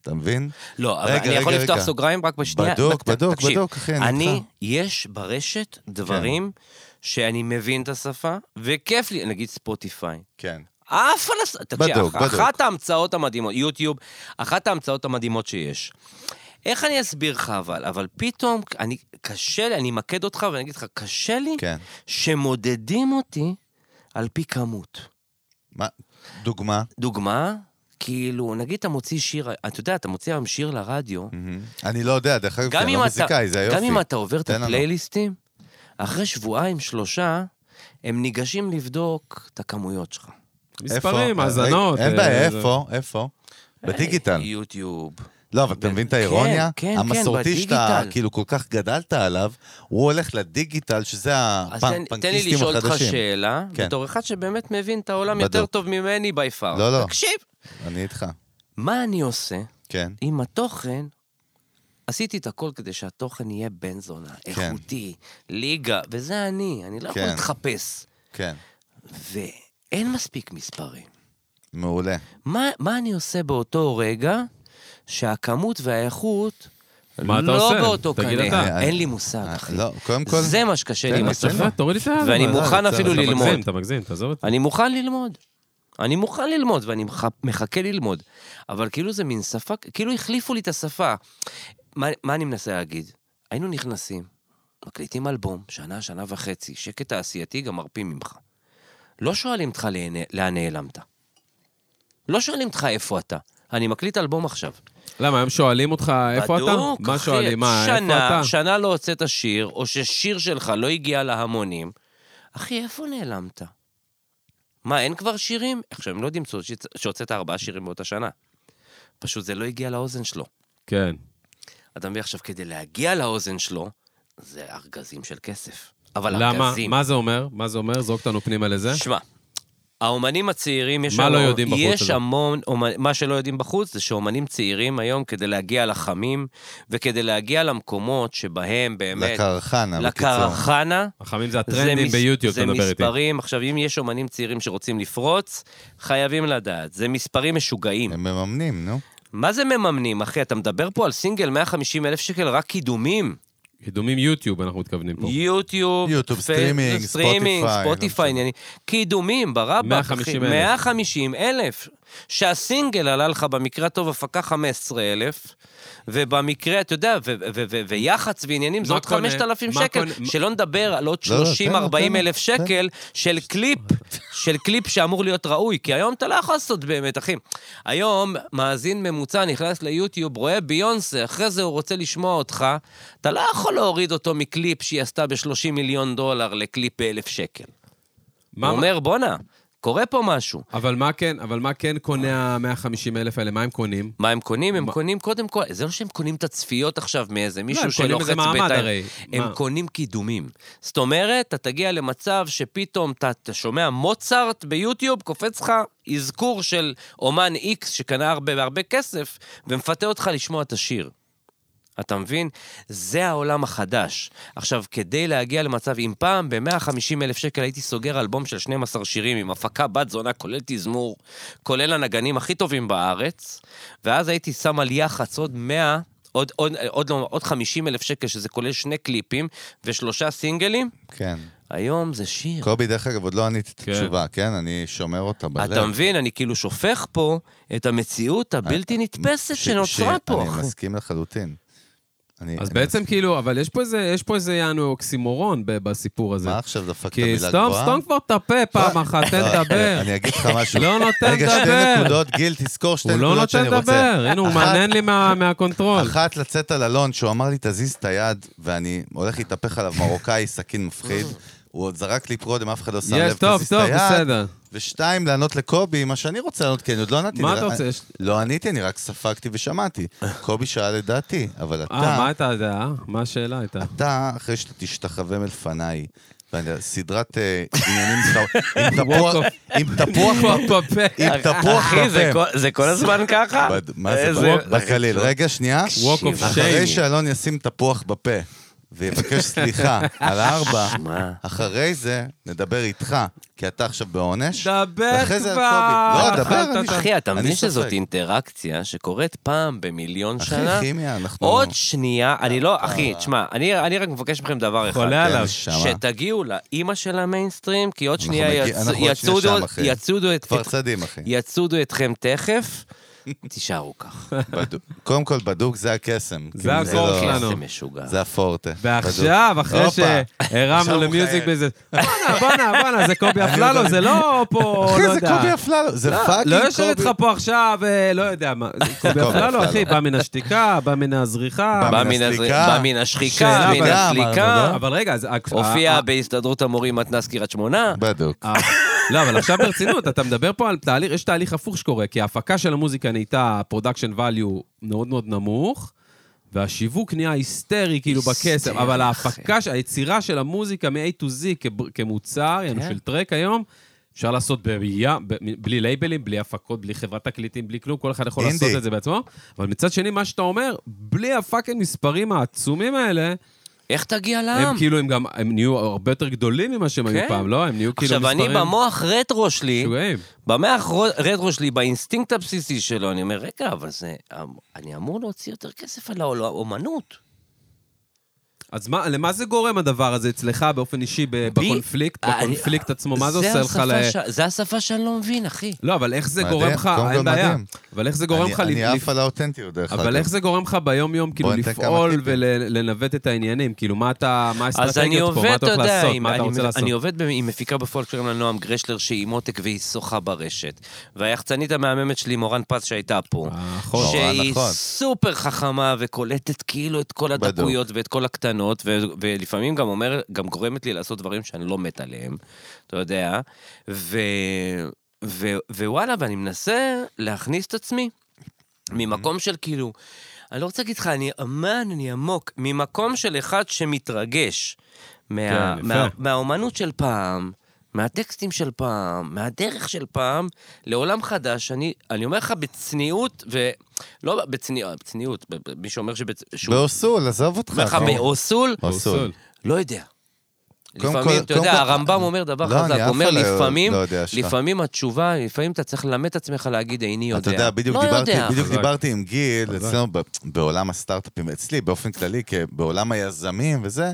אתה מבין? לא, אבל רגע, אני יכול רגע, לפתוח רגע. סוגריים רק בשנייה. בדוק, רק ת- בדוק, תקשיב, בדוק, אחי, אני אני, איתך. כן. יש ברשת דברים שאני מבין את השפה, וכיף לי, נגיד ספוטיפיי. כן. אף פלסט... תקשיב, בדוק, בדוק, בדוק. בדוק. אחת ההמצאות המדהימות, יוטיוב, אחת ההמצאות המדהימות שיש. איך אני אסביר לך אבל, אבל פתאום, אני, קשה לי, אני אמקד אותך ואני אגיד לך, קשה לי כן. שמודדים אותי על פי כמות. מה, דוגמה? דוגמה, כאילו, נגיד אתה מוציא שיר, אתה יודע, אתה מוציא היום שיר לרדיו, אני לא יודע, דרך אגב, כי גם אני אם לא אתה- מוזיקאי, זה היופי. גם אם אתה עובר את תן לנו. הפלייליסטים, אחרי שבועיים, שלושה, הם ניגשים לבדוק את הכמויות שלך. לדבר. מספרים, איפה? האזנות. אין אה, בעיה, זה- איפה? איפה? בדיגיטל. יוטיוב. לא, אבל אתה מבין את האירוניה? כן, כן, כן, המסורתי שאתה בדיגיטל. כאילו כל כך גדלת עליו, הוא הולך לדיגיטל, שזה אז תן- תן לי הפנקיסטים לשאול אותך החדשים. שאלה, כן. בתור אחד שבאמת מבין את העולם בדוק. יותר טוב ממני בי פאר. לא, לא. תקשיב, אני איתך, מה אני עושה כן. עם התוכן? עשיתי את הכל כדי שהתוכן יהיה בן זונה, איכותי, ליגה, וזה אני, אני לא יכול כן. להתחפש. כן, ואין מספיק מספרים. מעולה. מה, מה אני עושה באותו רגע שהכמות והאיכות מה אתה לא עושה? באותו תגיד קנה? אתה. אין לי מושג, אה, אחי. לא, קודם כן, כל... זה מה שקשה לי עם לי, הסוף. תן לי. אה, תוריד לי את ה... ואני מה, מוכן זה- אפילו אתה ללמוד. מגזים, אתה מגזים, תעזוב אותי. אני מוכן ללמוד. אני מוכן ללמוד, ואני מח... מחכה ללמוד. אבל כאילו זה מין שפה, כאילו החליפו לי את השפה. מה, מה אני מנסה להגיד? היינו נכנסים, מקליטים אלבום, שנה, שנה וחצי, שקט תעשייתי גם מרפים ממך. לא שואלים אותך לאן- לאן נעלמת. לא שואלים אותך איפה אתה. אני מקליט אלבום עכשיו. למה, הם שואלים אותך איפה אתה? בדוק, מה אחי. שואלים? מה, איפה שנה, אתה? שנה לא הוצאת שיר, או ששיר שלך לא הגיע להמונים. אחי, איפה נעלמת? מה, אין כבר שירים? עכשיו, הם לא יודעים שהוצ- שהוצאת ארבעה שירים באותה שנה. פשוט זה לא הגיע לאוזן שלו. כן. אתה מבין עכשיו, כדי להגיע לאוזן שלו, זה ארגזים של כסף. אבל למה? ארגזים. מה זה אומר? מה זה אומר? זרוק אותנו פנימה לזה. שמע, האומנים הצעירים, יש מה לא המון- יודעים בחוץ יש הזה? המון, אומנ- מה שלא יודעים בחוץ זה שאומנים צעירים היום, כדי להגיע לחמים, וכדי להגיע למקומות שבהם באמת... לקרחנה, בקיצור. לקרחנה. החמים זה זה הטרנדים מס- ביוטיוב, אתה מדבר זה איתי. מספרים, עכשיו, אם יש אומנים צעירים שרוצים לפרוץ, חייבים לדעת. זה מספרים משוגעים. הם מממנים, נו. מה זה מממנים, אחי? אתה מדבר פה על סינגל 150 אלף שקל, רק קידומים. קידומים יוטיוב, אנחנו מתכוונים פה. יוטיוב, יוטיוב, פייס- סטרימינג, סטרימינג, ספוטיפיי, ספוטיפיי, לא עניינים. קידומים, ברבק, 150 אחי, אלף. 150 אלף. שהסינגל עלה לך במקרה הטוב הפקה 15 אלף, ובמקרה, אתה יודע, ו- ו- ו- ו- ויח"צ ועניינים, זה מה עוד קונה? 5,000 מה שקל, קונה? שלא נדבר על עוד לא, לא, 30-40 תן לו, תן לו, אלף תן. שקל של קליפ, של קליפ שאמור להיות ראוי, כי היום אתה לא יכול לעשות באמת, אחי. היום מאזין ממוצע נכנס ליוטיוב, רואה ביונסה, אחרי זה הוא רוצה לשמוע אותך, אתה לא יכול להוריד אותו מקליפ שהיא עשתה ב-30 מיליון דולר לקליפ באלף שקל. מה- הוא אומר, בואנה, קורה פה משהו. אבל מה כן, אבל מה כן קונה ה-150 אלף האלה? מה הם קונים? מה הם קונים? הם מה- קונים קודם כל, זה לא שהם קונים את הצפיות עכשיו מאיזה מישהו לא, הם קונים שלוחץ איזה מעמד בטיים. הרי. הם מה? קונים קידומים. זאת אומרת, אתה תגיע למצב שפתאום אתה, אתה שומע מוצרט ביוטיוב, קופץ לך אזכור של אומן איקס שקנה הרבה והרבה כסף, ומפתה אותך לשמוע את השיר. אתה מבין? זה העולם החדש. עכשיו, כדי להגיע למצב, אם פעם ב-150 אלף שקל הייתי סוגר אלבום של 12 שירים עם הפקה בת זונה, כולל תזמור, כולל הנגנים הכי טובים בארץ, ואז הייתי שם על יח"צ עוד 100, עוד, עוד, עוד, לא, עוד 50 אלף שקל, שזה כולל שני קליפים ושלושה סינגלים, כן. היום זה שיר. קובי, דרך אגב, עוד לא עניתי את כן. התשובה, כן? אני שומר אותה בלב. אתה מבין? אני כאילו שופך פה את המציאות הבלתי נתפסת אה, ש- שנוצרה ש- פה. אני אחי. מסכים לחלוטין. אני- אז אני- בעצם כאילו, אבל יש פה איזה, יש פה איזה יענו אוקסימורון ב- בסיפור הזה. מה עכשיו דפקת כי מילה סתום, גבוהה? סתום כבר את הפה פעם אחת, תן לא, לדבר. אני אגיד לך משהו. לא נותן רגע, לדבר. שתי נקודות, גיל, תזכור שתי הוא לא נקודות נותן שאני רוצה. לדבר, הנה הוא אחת- מעניין לי מה- מהקונטרול. אחת לצאת על אלון, שהוא אמר לי, תזיז את היד, ואני הולך להתהפך עליו מרוקאי, סכין מפחיד. הוא עוד זרק לי קודם, אף אחד לא שם יש, לב, טוב, תזיז את טוב, היד. בסדר. ושתיים, לענות לקובי מה שאני רוצה לענות, כי אני עוד לא עניתי. מה אני- אתה רוצה? יש- לא עניתי, אני רק ספגתי ושמעתי. קובי שאל את דעתי, אבל אתה... אה, מה הייתה הדעה? מה השאלה הייתה? אתה, אחרי שאתה תשתחווה מלפניי, ואני- סדרת אה, עניינים שלך, עם תפוח, עם תפוח, פה בפה. עם תפוח אחי, זה בפה. כל- זה כל הזמן ככה? אה, בד- מה זה, איזה- בק- בקליל? רגע, שנייה. Walk of אחרי shame. שאלון ישים תפוח בפה ויבקש סליחה על הארבע, מה? אחרי זה נדבר איתך, כי אתה עכשיו בעונש. דבר ואחרי זה על כבר. קובי. לא, דבר, אני אחי, אתה אני מבין ספק. שזאת אינטראקציה שקורית פעם במיליון אחי, שנה? כימיה, אנחנו- אה. עוד שנייה, אני לא, אחי, תשמע, אני אני רק מבקש מכם דבר אחד. חולה עליו. נשמה. שתגיעו לאימא של המיינסטרים, כי עוד אנחנו שנייה מגיע- יצ- אנחנו עוד שנייה יצודו- שם, אחי. יצודו את- כבר צדים, אחי. יצודו אתכם תכף, תישארו כך. בדוק. קודם כל, בדוק זה הקסם. זה כאילו, הקור לא- שלנו. זה משוגע. זה הפורטה. ועכשיו, בדוק. אחרי הופה. עכשיו שהרמנו הוא למיוזיק מחייך. בזה, בואנה, בואנה, בואנה, זה קובי אפללו, זה לא פה, אחי, לא זה קובי יודע. אפללו, זה פאקינג קובי. לא יושב איתך פה עכשיו, אה, לא יודע מה. זה קובי קובי אפללו, אפללו. אחי, בא מן השתיקה, בא מן הזריחה. אה, בא בא מן מן הזר- הסליקה. בא מן השחיקה, שאלה לא- מן בדעה, אמרנו, הסליקה, אבל רגע, אז... אה, ה- ה- אה, הופיע בהסתדרות המורים מתנ"ס קריית שמונה. בדוק. אה, לא, אבל עכשיו ברצינות, אתה מדבר פה על תהליך, יש תהליך הפוך שקורה, כי ההפקה של המוזיקה נהייתה פרודקשן value מאוד מאוד נמוך, והשיווק נהיה היסטרי כאילו בכסף, היסטרי, אבל אחי. ההפקה, ש- היצירה של המוזיקה מ-A to Z כב- כמוצר, יענו כן. של טרק היום, אפשר לעשות בראייה, ב- בלי לייבלים, בלי הפקות, בלי חברת תקליטים, בלי כלום, כל אחד יכול אינדי. לעשות את זה בעצמו. אבל מצד שני, מה שאתה אומר, בלי הפאקינג מספרים העצומים האלה, איך תגיע לעם? הם כאילו, הם גם, הם נהיו הרבה יותר גדולים ממה שהם היו אה. כן. פעם, לא? הם נהיו כאילו עכשיו, מספרים... אני במוח רטרו שלי, משוגעים. במוח רו- רטרו שלי, באינסטינקט הבסיסי שלו, אני אומר, רגע, אבל זה, אמ- אני אמור להוציא יותר כסף על האומנות. אז מה, למה זה גורם הדבר הזה אצלך באופן אישי, ב- בי? אה, בקונפליקט? אני- בקונפליקט עצמו, מה זה זה עושה לך השפה ל... ש- זה השפה שאני לא מבין, אחי. לא, אבל איך זה מדהים, גורם לך, קודם אין כל בעיה. מדהים. אבל איך זה גורם אני- לך... לפ- אני לפ- עף על האותנטיות, דרך אגב. אבל איך זה גורם לך ביום-יום, כאילו, בוא ניתן כמה לפעול טיפים. ולנווט את העניינים? כאילו, מה אתה... מה אז אני האסטרטגיות פה? מה עובד, אתה אתה הולך יודע, לעשות? עם- מה אתה אני- רוצה לעשות? אני עובד ב- עם מפיקה בפועל שקוראים לה נועם גרשלר, שהיא עם עותק והיא שוחה ברשת. והיחצנית המהממת שלי, מורן פס, שהייתה פה. נכון. ש- נורא שהיא נכון. סופר חכמה וקולטת כאילו את כל בדוק. הדקויות ואת כל הקטנות, ו- ולפעמים גם אומר, גם גורמת לי לעשות דברים שאני לא מת עליהם, אתה יודע, ו- ו- ווואלה, ואני מנסה להכניס את עצמי ממקום של כאילו, אני לא רוצה להגיד לך, אני אמן, אני עמוק, ממקום של אחד שמתרגש מה, כן, מה, יפה. מהאומנות של פעם. מהטקסטים של פעם, מהדרך של פעם, לעולם חדש, אני, אני אומר לך בצניעות, ולא בצניעות, בצניעות, ב- ב- מי שאומר שבצ... שהוא באוסול, עזוב אותך. אומר לך נו. באוסול, אוסול. לא יודע. קודם לפעמים, כל- אתה קודם יודע, כל- הרמב"ם אומר דבר לא, אני חזק, אף הוא אומר פעם לא- לפעמים, לא יודע שלך. לפעמים התשובה, לפעמים אתה צריך ללמד את עצמך להגיד איני יודע. אתה יודע, בדיוק לא דיברתי- יודע. בדיוק חזק. דיברתי עם גיל, חזק. אצלנו ב- בעולם הסטארט-אפים, אצלי באופן כללי, כ- בעולם היזמים וזה,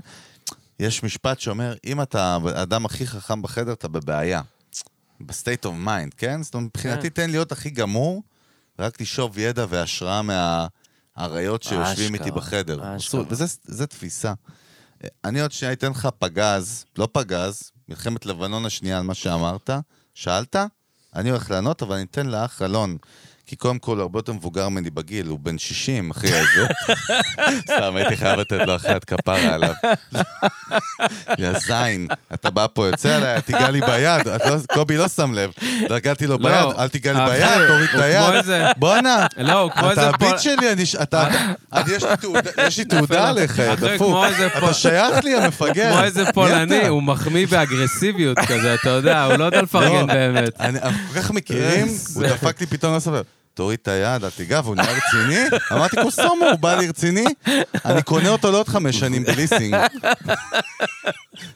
יש משפט שאומר, אם אתה האדם הכי חכם בחדר, אתה בבעיה. בסטייט אוף מיינד, כן? זאת אומרת, מבחינתי תן להיות הכי גמור, רק תשאוב ידע והשראה מהאריות שיושבים אשכרה, איתי בחדר. אשכרה. וזו תפיסה. אני עוד שנייה אתן לך פגז, לא פגז, מלחמת לבנון השנייה על מה שאמרת, שאלת, אני הולך לענות, אבל אני אתן לאח אלון. כי קודם כל, הוא הרבה יותר מבוגר ממני בגיל, הוא בן 60, אחי, אז הוא... סתם, הייתי חייב לתת לו אחת כפרה עליו. יא זין, אתה בא פה, יוצא עליי, תיגע לי ביד. את לא- קובי לא שם לב. נגעתי לו לא. ביד, אל תיגע לי אחי, ביד, תוריד את הוא כמו היד. איזה- בואנה, לא, הוא כמו איזה... אה, אתה פול- הביט שלי, אני... ש- אתה... אתה- יש לי תעודה- יש לי תעודה עליך, יא אחי, דפוק. כמו איזה פול- אתה שייך לי, המפגר. כמו איזה מי אתה? פולני, הוא מחמיא באגרסיביות כזה, אתה יודע, הוא לא יודע לפרגן לא. באמת. אני, אנחנו כל כך מכירים, הוא דפק לי פתאום לא סבבה. תוריד את היד, אל תיגע, והוא נהיה רציני. אמרתי, קוסומו, הוא בא לי רציני, אני קונה אותו לעוד חמש שנים בליסינג.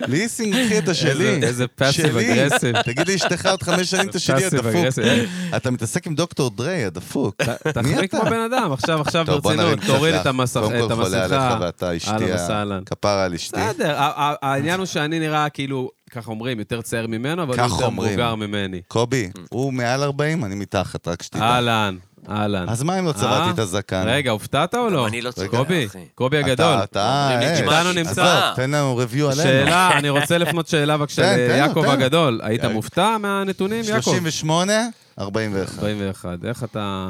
ליסינג, אחי, אתה שלי. איזה- איזה passive שלי. aggressive. תגיד לי, אשתך עוד חמש שנים אתה שלי, passive הדפוק. aggressive. אתה מתעסק עם דוקטור דריי, הדפוק. תחמיא כמו בן אדם, עכשיו, עכשיו ברצינות, תוריד את המסכה. קודם כל חולה עליך ואתה אהלן אשתי, וסהלן. כפרה על אשתי. בסדר, ה- ה- העניין הוא שאני נראה כאילו, ככה אומרים, יותר צעיר ממנו, אבל הוא כך יותר אומרים. מבוגר ממני. קובי, הוא מעל 40, אני מתחת, רק שתדע. אהלן, אהלן. אז מה אם לא צבעתי אה? את הזקן? רגע, הופתעת או לא? אני לא צודק, קובי, אחי. קובי אתה- הגדול. אתה, אומרים לי, אה, "תשמע, עזוב, נמצא." תן לנו ריוויו עלינו. שאלה, אני רוצה לפנות שאלה בבקשה תן, תן לו, ליעקב תן לו. הגדול. היית יעקב. מופתע מהנתונים, יעקב? 38, 41. 41. איך אתה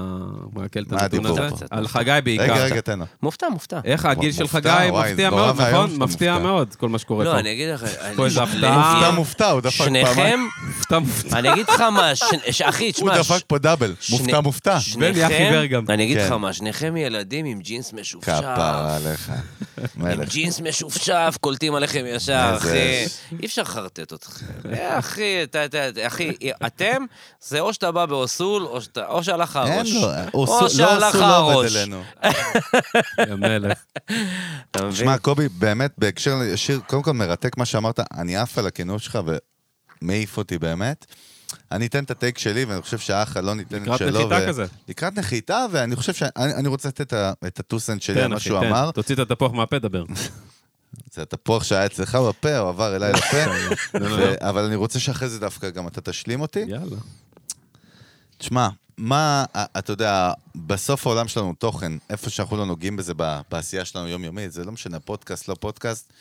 מעכל את מה הנתון הדיבור הזה? פה? על חגי בעיקר. רגע, רגע, תן לו. מופתע, מופתע. איך הגיל של מופתע, חגי וואי, זה מפתיע נורא מאוד, ואיום נכון? שאתה מפתיע מופתע. מאוד כל מה שקורה פה. לא, אני אגיד לך... פה איזה אני- הפתעה. מופתע, מופתע, הוא דפק פעמיים. אה, שניכם, מופתע, מופתע. אני אגיד לך מה, ש- ש- אחי, הוא תשמע, דפק פה דאבל, שני- מופתע מופתע. בן יחי עיוור גם. אני אגיד כן. לך מה, שניכם ילדים עם ג'ינס משופשף. כפרה עליך. עם מלך. ג'ינס משופשף, קולטים עליכם ישר, איזה אחי. אש. אי אפשר לחרטט אתכם. אה, אחי, אתה- אתה- אתה- אחי, אתם, זה או שאתה בא באוסול, או שאתה- או שהלך אין הראש. לו, או הוא סו- לא שהלך עשו לא עובד הראש. אלינו. יא מלך. אתה מבין? תשמע, קובי, באמת, בהקשר לשיר, קודם כל מרתק מה שאמרת, אני עף על הכינוי שלך ומעיף אותי באמת. אני אתן את הטייק שלי, ואני חושב שהאח אלון ייתן את לקראת שלו. נחיתה ו- כזה. לקראת נחיתה, ואני חושב שאני אני רוצה לתת את ה- את הטוסנט שלי על תן, כן, מה אחי, שהוא אמר. תן. תוציא את התפוח מהפה, דבר. זה התפוח שהיה אצלך בפה, הוא עבר אליי לפה. ו- אבל אני רוצה שאחרי זה דווקא גם אתה תשלים אותי. יאללה. תשמע, מה, ה- אתה יודע, בסוף העולם שלנו הוא תוכן, איפה שאנחנו לא נוגעים בזה ב- בעשייה שלנו יומיומית, זה לא משנה, פודקאסט, לא פודקאסט,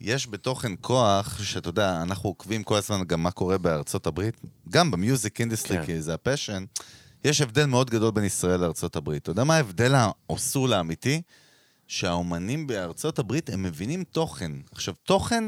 יש בתוכן כוח, שאתה יודע, אנחנו עוקבים כל הזמן גם מה קורה בארצות הברית, גם במיוזיק אינדסטרי, כן. כי זה הפשן, יש הבדל מאוד גדול בין ישראל לארצות הברית. אתה יודע מה ההבדל האוסול האמיתי? שהאומנים בארצות הברית, הם מבינים תוכן. עכשיו, תוכן...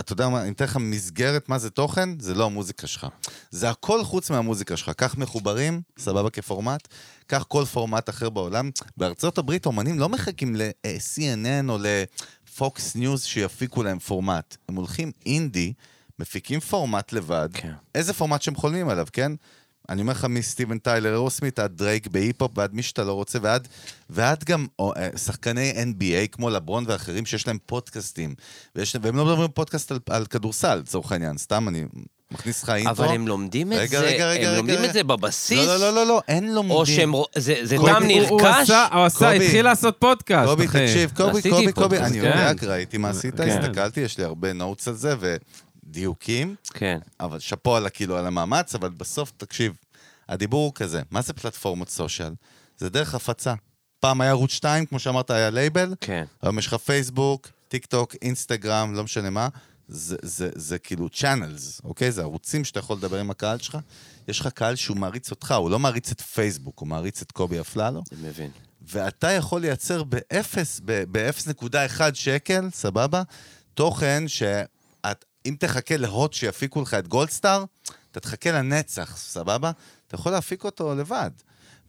אתה יודע מה, אני אתן לך מסגרת מה זה תוכן, זה לא המוזיקה שלך. זה הכל חוץ מהמוזיקה שלך. כך מחוברים, סבבה כפורמט, כך כל פורמט אחר בעולם. בארצות הברית אומנים לא מחכים ל-CNN או ל-Fox News שיפיקו להם פורמט. הם הולכים אינדי, מפיקים פורמט לבד, כן. איזה פורמט שהם חולמים עליו, כן? אני אומר לך, מסטיבן טיילר אירוסמית, עד דרייק בהיפ-הופ, ועד מי שאתה לא רוצה, ועד, ועד גם או, אה, שחקני NBA כמו לברון ואחרים, שיש להם פודקאסטים. ויש, והם לא מדברים פודקאסט על, על כדורסל, לצורך העניין, סתם אני מכניס לך אינטרו. אבל הם לא לומדים את רגע, זה, רגע, רגע, הם רגע, לומדים רגע. את זה בבסיס, לא, לא, לא, לא, לא, אין לומדים. או שהם, רוא- זה זה קובי, טעם הוא- הוא נרכש. עשה- הוא עשה, קובי. התחיל לעשות פודקאסט, קובי, אחי. תקשיב, קובי, עשיתי קובי, פה, קובי, אז אני כן. יודע, רק ראיתי מה עשית, כן. הסתכלתי, יש לי הרבה נוטס על זה ודיוקים, כן. אבל שאפו על כאילו על המאמץ, אבל בסוף, תקשיב, הדיבור הוא כזה, מה זה פלטפורמות סושיאל? זה דרך הפצה. פעם היה ערוץ 2, כמו שאמרת, היה לייבל, כן. היום יש לך פייסבוק, טיק טוק, אינסטגרם, לא משנה מה, זה, זה, זה כאילו צ'אנלס, אוקיי? זה ערוצים שאתה יכול לדבר עם הקהל שלך. יש לך קהל שהוא מעריץ אותך, הוא לא מעריץ את פייסבוק, הוא מעריץ את קובי אפללו. אני מבין. ואתה יכול לייצר באפס, ב- ב-0.1 שקל, סבבה? תוכן שאת, אם תחכה להוט שיפיקו לך את גולדסטאר, אתה תחכה לנצח, סבבה? אתה יכול להפיק אותו לבד.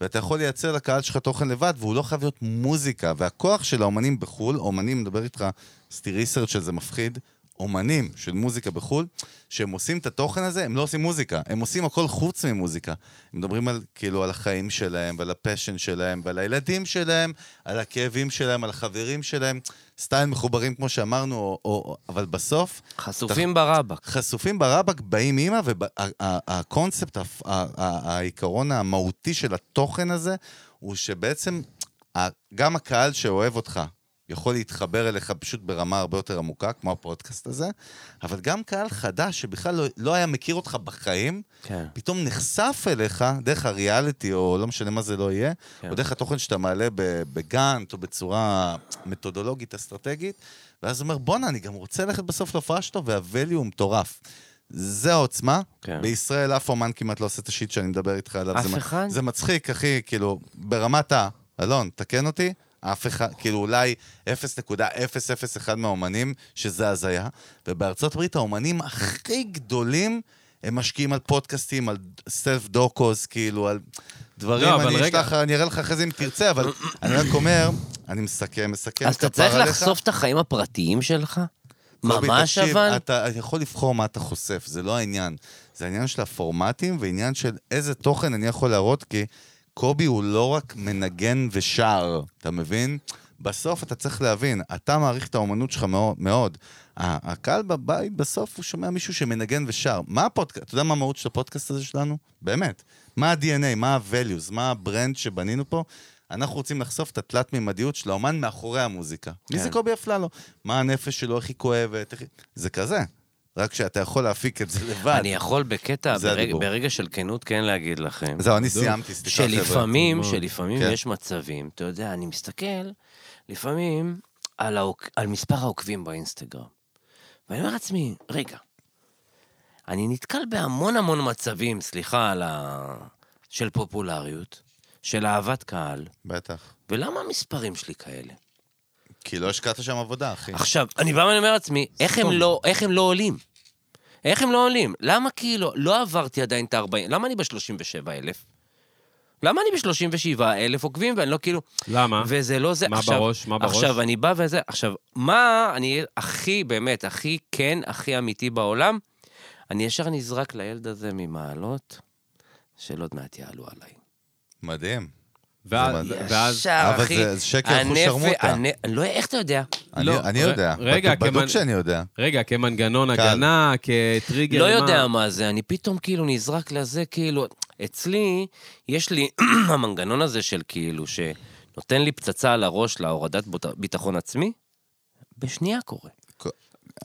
ואתה יכול לייצר לקהל שלך תוכן לבד, והוא לא חייב להיות מוזיקה. והכוח של האומנים בחו"ל, אומנים, מדבר איתך, עשיתי ריסרצ' של זה מפחיד, אומנים של מוזיקה בחו"ל, שהם עושים את התוכן הזה, הם לא עושים מוזיקה, הם עושים הכל חוץ ממוזיקה. הם מדברים על, כאילו, על החיים שלהם, ועל הפשן שלהם, ועל הילדים שלהם, על הכאבים שלהם, על החברים שלהם. סטייל מחוברים, כמו שאמרנו, או, או, או- אבל בסוף, חשופים ברבק. חשופים ברבק, באים אימא, והקונספט, העיקרון המהותי של התוכן הזה, הוא שבעצם ה- גם הקהל שאוהב אותך יכול להתחבר אליך פשוט ברמה הרבה יותר עמוקה, כמו הפודקאסט הזה, אבל גם קהל חדש שבכלל לא, לא היה מכיר אותך בחיים, כן. פתאום נחשף אליך דרך הריאליטי, או לא משנה מה זה לא יהיה, כן. או דרך התוכן שאתה מעלה ב- בגאנט, או בצורה מתודולוגית, אסטרטגית, ואז אומר, בואנה, אני גם רוצה ללכת בסוף להופעה שלו, והvalue הוא מטורף. זה העוצמה. כן. בישראל אף אומן כמעט לא עושה את השיט שאני מדבר איתך עליו. אף זה מ- אחד? זה מצחיק, אחי, כאילו, ברמת ה... אלון, תקן אותי, אף אחד, כאילו אולי 0.001 מהאומנים, שזה הזיה, ובארצות הברית האומנים הכי גדולים, הם משקיעים על פודקאסטים, על סלף דוקוס, כאילו, על דברים, לא, אבל אני רגע. אשלח, אני אראה לך אחרי זה אם תרצה, אבל אני רק אומר, אני מסכם, מסכם, אז אתה כפר צריך כן, עליך. לחשוף את החיים הפרטיים שלך? קובי, ממש תקשיב, אבל? אתה יכול לבחור מה אתה חושף, זה לא העניין. זה העניין של הפורמטים ועניין של איזה תוכן אני יכול להראות, כי קובי הוא לא רק מנגן ושר, אתה מבין? בסוף אתה צריך להבין, אתה מעריך את האומנות שלך מאוד. מאוד. ה- הקהל בבית בסוף הוא שומע מישהו שמנגן ושר. מה הפודקאסט, אתה יודע מה המהות של הפודקאסט הזה שלנו? באמת. מה ה-DNA, מה ה-values, מה הברנד שבנינו פה? אנחנו רוצים לחשוף את התלת-מימדיות של האומן מאחורי המוזיקה. מי זה כן. קובי אפללו? מה הנפש שלו, איך היא כואבת, איך... היא- זה כזה. רק שאתה יכול להפיק את זה לבד. אני יכול בקטע, זה ברג- הדיבור. ברגע של כנות, כן להגיד לכם. זהו, אני סיימתי, סליחה, חבר'ה. שלפעמים, טוב מאוד. שלפעמים כן. יש מצבים, אתה יודע, אני מסתכל, לפעמים, על, העוק, על מספר העוקבים באינסטגרם. ואני אומר לעצמי, רגע, אני נתקל בהמון המון מצבים, סליחה על ה... של פופולריות, של אהבת קהל, בטח. ולמה המספרים שלי כאלה? כי לא השקעת שם עבודה, כן. אחי. עכשיו, אני בא ואני אומר לעצמי, איך הם סתום. לא, איך הם לא עולים? איך הם לא עולים? למה כאילו, לא עברתי עדיין את ה-40, למה אני ב-37 אלף? למה אני ב-37 אלף עוקבים ואני לא כאילו... למה? וזה לא זה. מה עכשיו, בראש? מה בראש? עכשיו, אני בא וזה, עכשיו, מה אני אהיה הכי, באמת, הכי כן, הכי אמיתי בעולם? אני ישר נזרק לילד הזה ממעלות, של עוד מעט יעלו עליי. מדהים. ואז- זה מדהים. ואז... אבל זה שקר, אחוז הנפש- שרמוטה. הנ- אני לא, איך אתה יודע? אני, לא, אני ר- יודע. רגע, בדוק, בדוק כמען- שאני יודע. רגע, כמנגנון קל. הגנה, כטריגר, לא מה? יודע מה זה, אני פתאום כאילו נזרק לזה, כאילו, אצלי, יש לי המנגנון הזה של כאילו, שנותן לי פצצה על הראש להורדת בוט- ביטחון עצמי, בשנייה קורה.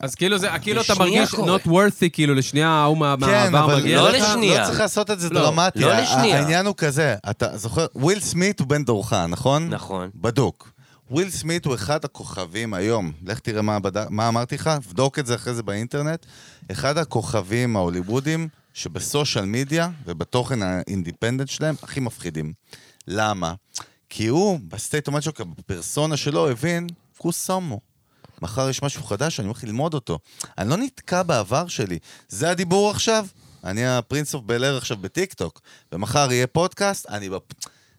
אז כאילו זה, כאילו אתה לשנייה מרגיש קורה. not worthy, כאילו לשנייה ההוא מה- כן, מהעבר אבל מגיע לא לך? לשנייה. לא צריך לעשות את זה לא, דרמטי. לא ה- לשנייה. העניין הוא כזה, אתה זוכר, וויל סמית הוא בן דורך, נכון? נכון. בדוק. וויל סמית הוא אחד הכוכבים היום. לך תראה מה, בד... מה אמרתי לך, בדוק את זה אחרי זה באינטרנט. אחד הכוכבים ההוליוודים שבסושיאל מדיה ובתוכן האינדיפנדנט שלהם הכי מפחידים. למה? כי הוא, בסטייט אומנט שלו, בפרסונה שלו, הבין, כוס סומו. מחר יש משהו חדש, אני הולך ללמוד אותו. אני לא נתקע בעבר שלי. זה הדיבור עכשיו? אני הפרינס אוף בל אר עכשיו בטיקטוק, ומחר יהיה פודקאסט, אני בפ...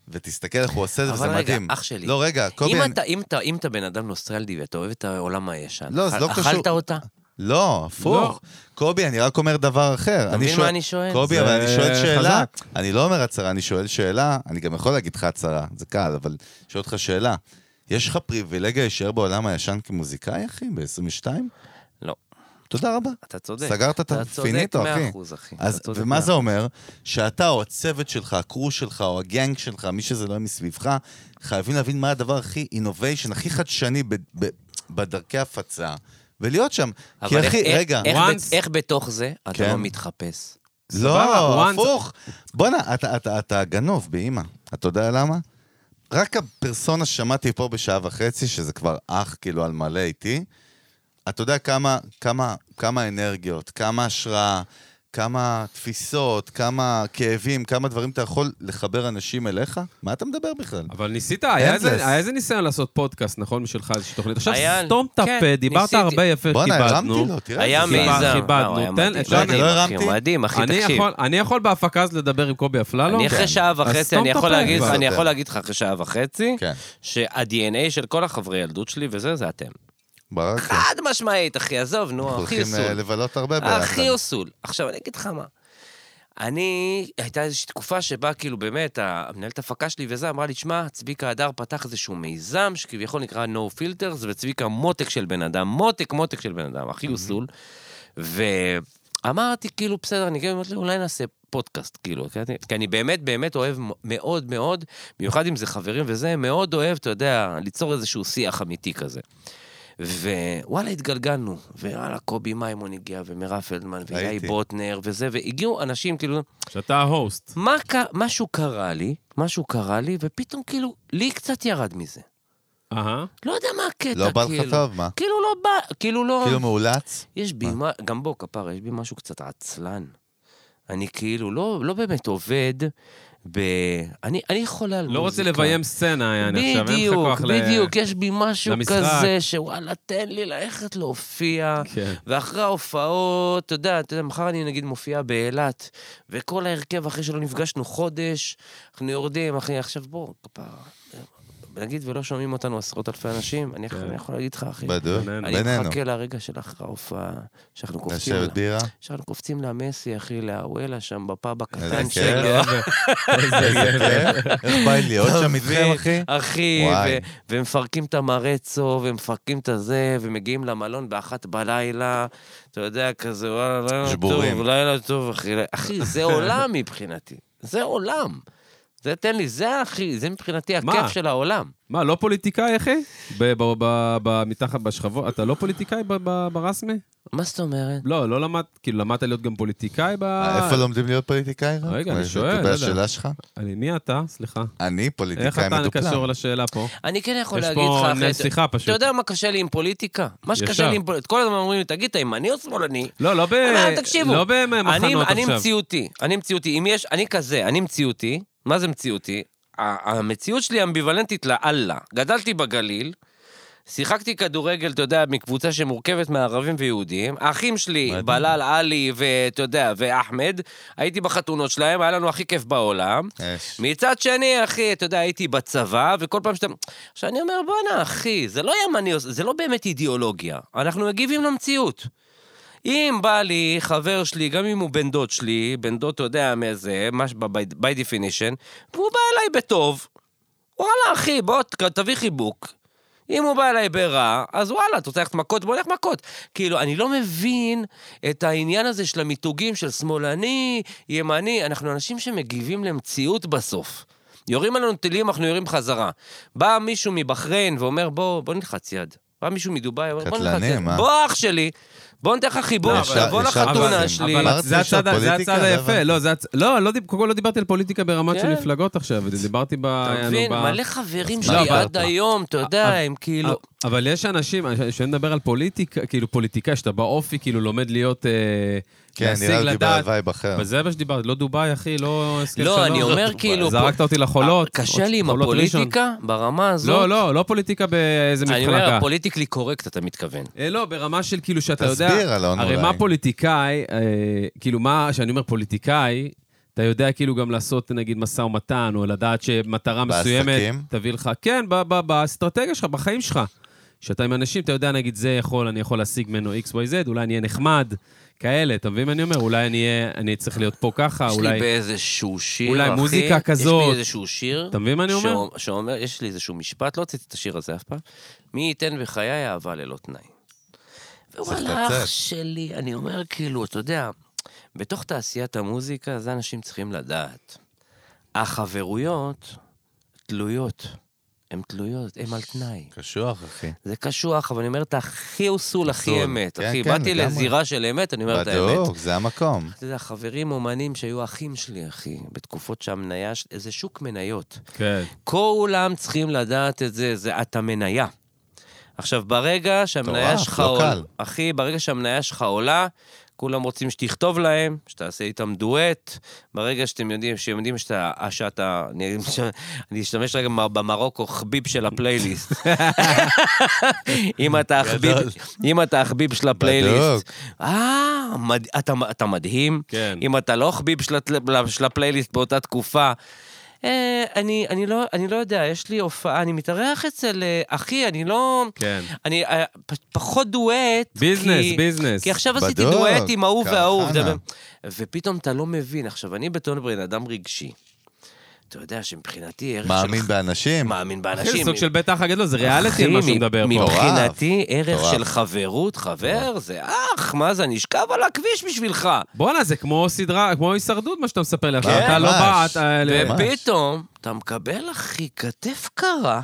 ותסתכל איך הוא עושה את זה, וזה אבל רגע, מדהים. אח שלי. לא, רגע, קובי... אם, אני- אתה, אם, אתה, אם אתה בן אדם נוסטרלדי ואתה אוהב את העולם הישן, לא, זה לא אכל- קשור. אכלת אותה? לא, הפוך. קובי, אני רק אומר דבר אחר. אתה אני מבין מה אני שואל? קובי, זה אבל אני שואל שאלה. חזק. אני לא אומר הצהרה, אני שואל שאלה. אני גם יכול להגיד לך הצהרה, זה קל, אבל אני שואל אותך שאלה. יש לך פריבילגיה להישאר בעולם הישן כמוזיקאי, אחי, ב-22? לא. תודה רבה. אתה צודק. סגרת את אתה צודק הפיניטו, אחי. 100%, אחי. אז, אתה צודק ומה זה 100%. אומר? שאתה או הצוות שלך, הקרו שלך, או הגנג שלך, מי שזה לא יהיה מסביבך, חייבים להבין מה הדבר הכי אינוביישן, הכי חדשני ב, ב, בדרכי הפצה, ולהיות שם. כי אבל אחי, איך- רגע, איך- once- איך בתוך זה כן. אתה לא מתחפש? לא, סבבה, once- הפוך. בואנה, אתה, אתה, אתה, אתה גנוב באימא. אתה יודע למה? רק הפרסונה ששמעתי פה בשעה וחצי, שזה כבר אח כאילו על מלא איתי, אתה יודע כמה, כמה, כמה אנרגיות, כמה השראה, כמה תפיסות, כמה כאבים, כמה דברים אתה יכול לחבר אנשים אליך? מה אתה מדבר בכלל? אבל ניסית, היה איזה- Endless. היה איזה ניסיון לעשות פודקאסט, נכון, משלך איזושהי תוכנית. עכשיו היה- סתום את כן, הפה, דיברת ניסיתי. הרבה יפה, בואנה, הרמתי כיבדנו. לו, תראה. היה איזה מיזם. מיזם. כיבדנו. לא, היה תן, מדהים. אפשר- רגע, לא מדהים, הרמתי? אחי, הוא מדהים, אחי, אני תקשיב. יכול- אני יכול בהפקה אז לדבר עם קובי אפללו? אני אחרי שעה לא, כן. אז וחצי, סתום אני את יכול הפה להגיד- כבר. אני יכול להגיד לך אחרי שעה וחצי, כן, שה-DNA של כל החברי ילדות שלי וזה, זה אתם. כן. ברק. אנחנו חד משמעית, אחי, עזוב, נו, אחי הולכים אוסול. אה, לבלות הרבה ביחד. הכי אוסול. עכשיו, אני אגיד לך מה. אני, הייתה איזושהי תקופה שבה כאילו באמת, המנהלת הפקה שלי וזה, אמרה לי, שמע, צביקה הדר פתח איזשהו מיזם שכביכול נקרא No Filters, וצביקה מותק של בן אדם, מותק מותק של בן אדם, הכי אוסול. ואמרתי, כאילו, בסדר, אני כאילו, אמרתי, אולי נעשה פודקאסט, כאילו, כי אני- כי אני באמת באמת אוהב מ- מאוד מאוד, במיוחד אם זה חברים וזה, מאוד אוהב, אתה יודע, ליצור איזשהו שיח אמיתי כזה. ווואלה, התגלגלנו, ווואלה, קובי מימון הגיע, ומירב פלדמן, ואילי ראיתי. בוטנר, וזה, והגיעו אנשים, כאילו, שאתה ההוסט. מה ק... משהו קרה לי, משהו קרה לי, ופתאום, כאילו, לי קצת ירד מזה. אהה. לא יודע מה הקטע, לא בא כאילו. לך טוב, מה? כאילו לא בא, כאילו לא... כאילו מאולץ? יש בי, מה, גם בו כפר, יש בי משהו קצת עצלן. אני כאילו לא, לא באמת עובד ב... אני, אני חולה על לא רוצה מוזיקה. לביים סצנה, יעני, עכשיו אין לך בדיוק, כוח ל... בדיוק, יש בי משהו למשחק. כזה, שוואלה, תן לי ללכת להופיע. כן. ואחרי ההופעות, אתה יודע, אתה יודע, מחר אני נגיד מופיע באילת, וכל ההרכב, אחרי שלא נפגשנו חודש, אנחנו יורדים, אחי, עכשיו בוא, כפרה. נגיד ולא שומעים אותנו עשרות אלפי אנשים, אני, כן. אני יכול להגיד לך, אחי, בדיוק, בינינו. אני בינינו. מחכה לרגע של אחרי ההופעה, שאנחנו קופצים, לשבת בירה? שאנחנו קופצים למסי, אחי, לאוואלה שם בפאב איזה הקטן איזה כיף. שלו. גבר. איזה גבר. כן, איך בא לי להיות שם איתכם, ו- אחי? אחי, וואי. ו- ומפרקים את המרצו, ומפרקים את הזה, ומגיעים למלון באחת בלילה, אתה יודע, כזה, וואלה, לילה שבורים. טוב, לילה טוב, אחי. אחי, זה עולם מבחינתי. זה עולם. זה, תן לי, זה הכי, זה מבחינתי מה? הכיף של העולם. מה, לא פוליטיקאי, אחי? ב- ב- ב- ב- מתחת בשכבות, אתה לא פוליטיקאי ב- ב- ברסמי? מה זאת אומרת? לא, לא למדת, כאילו, למדת להיות גם פוליטיקאי ב... אה, איפה לא? לומדים להיות פוליטיקאי? רק? רגע, אני מה, שואל, לגבי לא יודע. השאלה שלך? אני, מי אתה? סליחה. אני איך פוליטיקאי אתה מדופלם. קשור לשאלה פה? אני כן יכול יש להגיד פה לך... עניין אחי, אתה- שיחה פשוט. אתה יודע מה קשה לי עם פוליטיקה? מה ישר. שקשה לי עם פוליטיקה, כל הזמן אומרים לי, תגיד, אתה ימני או שמאלני? לא, לא ב... אבל תקשיבו, לא במחנות אני, אני עכשיו. מציאותי, אני מציאותי. אם יש, אני כזה, אני מציאותי. מה זה מציאותי? ה- המציאות שלי אמביוולנטית לאללה. גדלתי בגליל, שיחקתי כדורגל, אתה יודע, מקבוצה שמורכבת מערבים ויהודים. האחים שלי, מדהים. בלאל, עלי ואתה יודע, ואחמד, הייתי בחתונות שלהם, היה לנו הכי כיף בעולם. אש. מצד שני, אחי, אתה יודע, הייתי בצבא, וכל פעם שאתה... עכשיו, אני אומר, בואנה, אחי, זה לא ימני, זה לא באמת אידיאולוגיה. אנחנו מגיבים למציאות. אם בא לי חבר שלי, גם אם הוא בן דוד שלי, בן דוד, אתה יודע, מאיזה, מה ש- by- by definition, והוא בא אליי בטוב, וואלה, אחי, בוא, ת- תביא חיבוק. אם הוא בא אליי ברע, אז וואלה, אתה רוצה ללכת מכות? בוא נלך מכות. כאילו, אני לא מבין את העניין הזה של המיתוגים של שמאלני, ימני. אנחנו אנשים שמגיבים למציאות בסוף. יורים עלינו טילים, אנחנו יורים חזרה. בא מישהו מבחריין ואומר, בוא, בוא נלחץ יד. בא מישהו מדובאי, אומר, בוא נלחץ קטלני, יד. מה? בוא, אח שלי, בוא ניתן לך חיבוק, ישר- תבוא ישר לחתונה אבל- שלי. אבל- אבל זה הצד, אמרת זה שהפוליטיקה, הצד לא היפה, הבנתי. לא, זה הצד... לא, לא, דיב- קודם כל לא דיברתי על פוליטיקה ברמת של כן. מפלגות עכשיו, דיברתי ב... אתה יענו, מבין, ב- מלא חברים אז מה שלי אתה עד אומר? היום, אתה יודע, אה, אבל- הם כאילו... אבל יש אנשים, כשאני מדבר על פוליטיקה, כאילו פוליטיקה, שאתה באופי, כאילו לומד להיות... אה, כן, להשיג, נראה לי דיבר על לדעת. וייב אחר. אבל זה מה שדיברת, לא דובאי, אחי, לא... הסכם לא, שלום. אני אומר כאילו... אה, זרקת אותי לחולות. קשה לי עם חולות ראשון. הפוליטיקה ברמה הזאת. לא, לא, לא פוליטיקה באיזה אני אומר, מפלגה. הפוליטיקלי קורקט, אתה מתכוון. אה, לא, ברמה של כאילו שאתה יודע... תסביר, אלון, הרי אולי. מה פוליטיקאי, אה, כאילו מה, כשאני אומר פוליטיקאי, אתה יודע כאילו גם לעשות נגיד משא ומתן, או לדעת שמטרה בעסקים? מסוימת תביא לך, כן, ב- ב- באסטרטגיה שלך, בחיים שלך. שאתה עם אנשים, אתה יודע, נגיד, זה יכול, אני יכול להשיג ממנו XYZ, אולי אני אהיה נחמד, כאלה, אתה מבין מה אני אומר? אולי אני אהיה, אני צריך להיות פה ככה, יש לי אולי... באיזשהו שיר, אולי אחי, מוזיקה יש כזאת. לי איזשהו שיר. אתה מבין מה אני אומר? שאומ- שאומר, יש לי איזשהו משפט, לא הוצאתי את השיר הזה אף פעם. מי ייתן בחיי אהבה ללא תנאי. צריך ווואלה, אח לצאת. שלי, אני אומר כאילו, אתה יודע, בתוך תעשיית המוזיקה, זה אנשים צריכים לדעת. החברויות תלויות. הן תלויות, הן על תנאי. קשוח, אחי. זה קשוח, אבל אני אומר את הכי אוסול, הכי אוסול. אמת. כן, אחי, כן, באתי לגמרי. לזירה של אמת, אני אומר לא, את האמת. בדיוק, זה המקום. אתה יודע, חברים אומנים שהיו אחים שלי, אחי, בתקופות שהמניה, ש- זה שוק מניות. כן. כולם צריכים לדעת את זה, זה אתה מניה. עכשיו, ברגע שהמניה מטורף, שלך לא עולה, קל. אחי, ברגע שהמניה שלך עולה, כולם רוצים שתכתוב להם, שתעשה איתם דואט. ברגע שאתם יודעים, שהם יודעים שאתה, אה, שאתה, אני, אני אשתמש רגע במרוקו, חביב של הפלייליסט. אם אתה החביב, גדול. אם אתה החביב של בדיוק. הפלייליסט. אה, מד, אתה, אתה מדהים. כן. אם אתה לא חביב של, הטל- של הפלייליסט באותה תקופה. אה, אני, אני, לא, אני לא יודע, יש לי הופעה, אני מתארח אצל אה, אחי, אני לא... כן. אני אה, פ, פחות דואט. ביזנס, כי, ביזנס. כי עכשיו עשיתי בדוק, דואט עם ההוא ככה וההוא. נא. ודבר- ופתאום אתה לא מבין. עכשיו, אני בתור בן אדם רגשי. אתה יודע שמבחינתי ערך מאמין של... באנשים. מאמין אחי, זה באנשים. סוג של בית האח הגדול, זה ריאליטי מה שהוא מ- מדבר פה. מטורף. מבחינתי, ערך מטורף. של חברות, חבר, זה אח, מה זה, אני אשכב על הכביש בשבילך. בואנה, זה כמו סדרה, כמו הישרדות, מה שאתה מספר לי עכשיו. כן, אתה לא ממש. בא, אתה... ממש. ופתאום אתה מקבל, אחי, כתף קרה,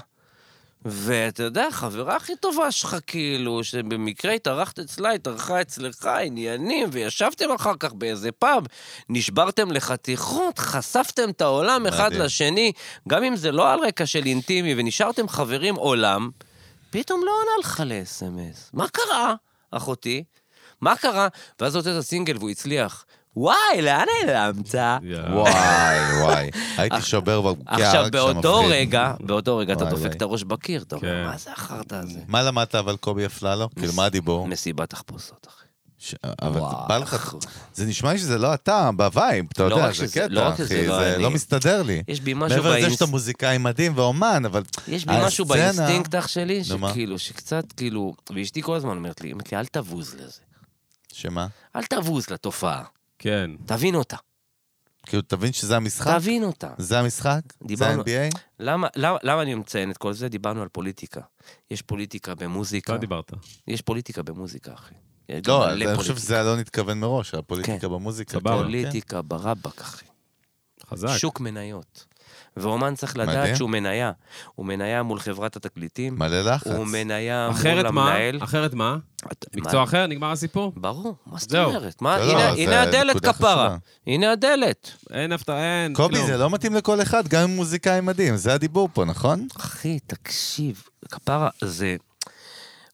ואתה יודע, החברה הכי טובה שלך, כאילו, שבמקרה התארחת אצלה, התארחה אצלך, עניינים, וישבתם אחר כך באיזה פאב, נשברתם לחתיכות, חשפתם את העולם אחד מדהים. לשני, גם אם זה לא על רקע של אינטימי, ונשארתם חברים עולם, פתאום לא עונה לך לאס.אם.אס. מה קרה, אחותי? מה קרה? ואז הוצאת סינגל והוא הצליח. וואי, לאן נעלמת? יאללה. וואי, וואי. הייתי שובר בקער עכשיו, כשאתה באותו מפחיד. רגע, באותו רגע אתה וואי, דופק וואי. את הראש בקיר, אתה אומר, כן. מה זה החרטא הזה? מה למדת אבל קובי אפללו? כאילו, מה הדיבור? מסיבת תחפושות, אחי. ש- אבל וואו. בא לך... זה נשמע לי שזה לא אתה, בווייב, אתה לא יודע, רק זה שזה- לא קטע, רק שזה אחי, לא זה אני. לא מסתדר לי. יש בי משהו מעבר לזה באינס- שאתה מוזיקאי מדהים ואומן, אבל... יש בי משהו הסצנה- באינסטינקט אח שלי, נו, מה? שכאילו, שקצת כאילו, ואשתי כל הזמן אומרת לי, אומרת לי, אל תבוז לזה. שמה? אל תבוז לתופעה, כן. תבין אותה, כאילו, תבין שזה המשחק? תבין אותה. זה המשחק? זה דיברנו- כן, ה-NBA? למה, למה, למה אני מציין את כל זה? דיברנו על פוליטיקה. יש פוליטיקה במוזיקה, לא דיברת. יש פוליטיקה במוזיקה, אחי. יש גם לא, מלא אני חושב פוליטיקה. שזה לא נתכוון מראש, הפוליטיקה כן. במוזיקה. סבבה. כן. פוליטיקה ברבק, אחי. חזק. שוק מניות. ואומן צריך לדעת מדהים. שהוא מניה. הוא מניה מול חברת התקליטים, מלא לחץ. הוא מניה מול אחרת מה? המנהל. אחרת מה? אתה- מקצוע אחר? נגמר הסיפור? מה? ברור, מה זאת זהו. אומרת? מה, לא, לא, הנה- זה הנה הדלת נקודה כפרה. חשובה. הנה הדלת. אין הפתעה, אין. קובי, כלום. זה לא מתאים לכל אחד, גם אם מוזיקאי מדהים, זה הדיבור פה, נכון? אחי, תקשיב, כפרה, זה...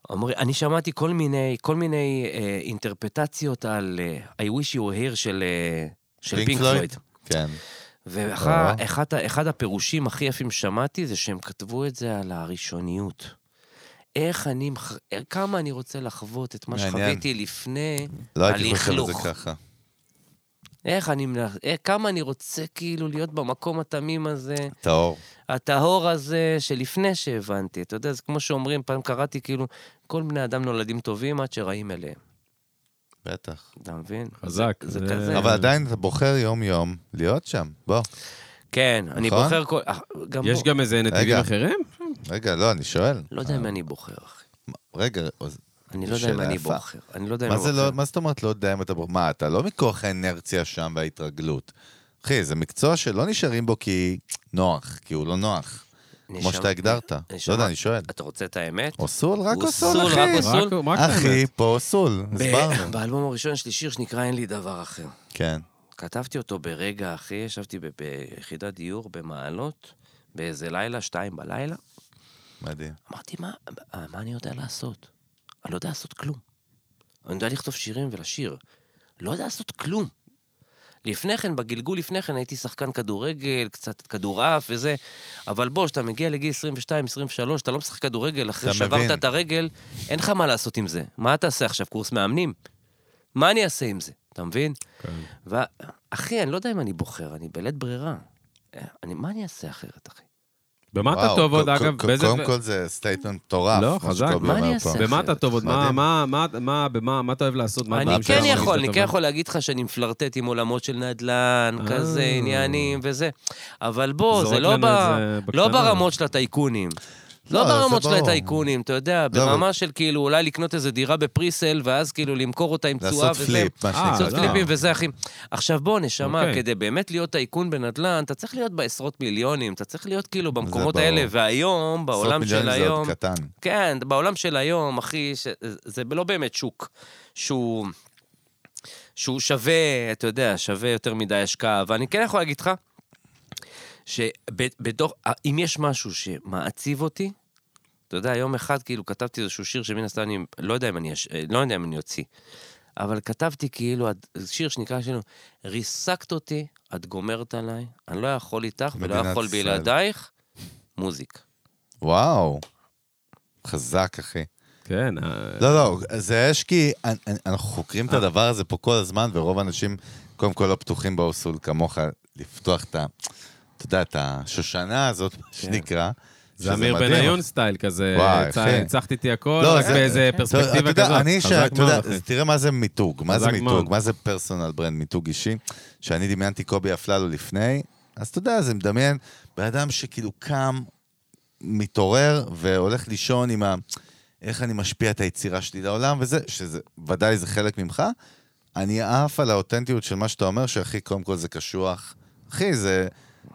אומרים, אני שמעתי כל מיני, כל מיני אה, אינטרפטציות על אה, I wish you were here של, אה, של Pink פינק Floyd? פלויד. כן. ואחד לא. אחד ה- אחד הפירושים הכי יפים ששמעתי זה שהם כתבו את זה על הראשוניות. איך אני, מח- כמה אני רוצה לחוות את מה מעניין. שחוויתי לפני לא הייתי חושב על זה הלכלוך. ככה. איך אני, מנ- אה, כמה אני רוצה כאילו להיות במקום התמים הזה, טהור. הטהור הזה, שלפני שהבנתי. אתה יודע, זה כמו שאומרים, פעם קראתי כאילו, כל בני אדם נולדים טובים עד שרעים אליהם. בטח. אתה מבין? חזק. זה כזה. אבל עדיין אתה בוחר יום-יום להיות שם. בוא. כן, אני נכון? בוחר כל... אה, גם יש בו. גם איזה נתיבים רגע. אחרים? רגע, לא, אני שואל. לא יודע אם אני בוחר, אחי. רגע, אז אני זו לא יודע אם שאלה אני יפה. בוחר. אני לא יודע אם מה אני זה בוחר. לא, מה זאת אומרת לא יודע אם אתה... בוח- מה, אתה לא מכוח האנרציה שם וההתרגלות. אחי, זה מקצוע שלא נשארים בו כי נוח, כי הוא לא נוח. כמו נשמה- שאתה הגדרת. נשמה, לא יודע, אני שואל. אתה רוצה את האמת? או סול? רק הוא או סול, סול, רק אחי. או סול. פסול? רק- רק אחי, האמת. פה סול, ב- הסברנו. באלבום הראשון יש לי שיר שנקרא אין לי דבר אחר. כן. כתבתי אותו ברגע אחרי, ישבתי ב- ביחידת דיור במעלות, באיזה לילה, שתיים בלילה. מדהים. אמרתי, מה, אה, מה אני יודע לעשות? אני לא יודע לעשות כלום. אני יודע לכתוב שירים ולשיר. לא יודע לעשות כלום. לפני כן, בגלגול לפני כן, הייתי שחקן כדורגל, קצת כדורעף וזה, אבל בוא, כשאתה מגיע לגיל 22-23, אתה לא משחק כדורגל, אחרי אתה שברת מבין. את הרגל, אין לך מה לעשות עם זה. מה תעשה עכשיו, קורס מאמנים? מה אני אעשה עם זה, אתה מבין? כן. ואחי, אני לא יודע אם אני בוחר, אני בלית ברירה. אה, אני, מה אני אעשה אחרת, אחי? במה אתה וואו, טוב עוד, ק- ק- אגב? ק- באיזה- קודם כל זה סטייטמנט מטורף. לא, מה חזק. שקובי מה אני אומר אעשה? פה. במה אתה טוב עוד? מה- מה- מה- מה- במה מה אתה אוהב לעשות? מה אני הדברים כן שאתה מרגיש יכול, שאתה אני טוב כן בהם? יכול להגיד לך שאני מפלרטט עם עולמות של נדל"ן, אה. כזה עניינים וזה. אבל בוא, זורק זה לא לנו ב- את זה לא בקטנה. ברמות של הטייקונים. לא לא, זה ברמות של ברור. הטייקונים, אתה יודע, לא, ברמה של כאילו אולי לקנות איזה דירה בפריסל, ואז כאילו למכור אותה עם תשואה לעשות וזה. פליפ, מה אה, שנקרא. לעשות לא. פליפים וזה, אחי. עכשיו בוא, נשמה, אוקיי. כדי באמת להיות טייקון בנדל"ן, אתה צריך להיות בעשרות מיליונים, אתה צריך להיות כאילו במקומות ברור. האלה, והיום, עשרות בעולם מיליונים של זה עוד היום... קטן. כן, בעולם של היום, אחי, ש... זה לא באמת שוק שהוא... שהוא שווה, אתה יודע, שווה יותר מדי השקעה. ואני כן יכול להגיד לך, שבתוך, אם יש משהו שמעציב אותי, אתה יודע, יום אחד כאילו כתבתי איזשהו שיר שמן הסתם אני לא יודע אם אני, אש- אה, לא יודע אם אני אוציא, אבל כתבתי כאילו, הד- שיר שנקרא שלנו, ריסקת אותי, את גומרת עליי, אני לא יכול איתך ולא מדינת יכול ישראל. בלעדייך, מוזיק. וואו. חזק, אחי. כן, אה, לא, לא, זה יש כי אנ- אנ- אנחנו חוקרים את הדבר הזה פה כל הזמן, ורוב האנשים קודם כל לא פתוחים באוסול כמוך לפתוח את ה... אתה יודע, את השושנה הזאת, מה שנקרא. שזה כן. זה אמיר מדהים. בניון סטייל כזה, וואי, צ- אחי. ניצחתי אותי הכל, לא, רק זה- באיזה אתה יודע, פרספקטיבה כזאת. אני, ש- חזק אתה יודע, מאוד, אחי. אז תראה מה זה מיתוג, מה זה חזק מאוד. מיתוג, מה זה פרסונל ברנד, מיתוג אישי, שאני דמיינתי קובי אפללו לפני, אז אתה יודע, זה מדמיין בן אדם שכאילו קם, מתעורר והולך לישון עם ה... איך אני משפיע את היצירה שלי לעולם וזה, שזה, ודאי זה חלק ממך. אני עף על האותנטיות של מה שאתה אומר, שאחי, קודם כל זה קשוח. אחי, זה,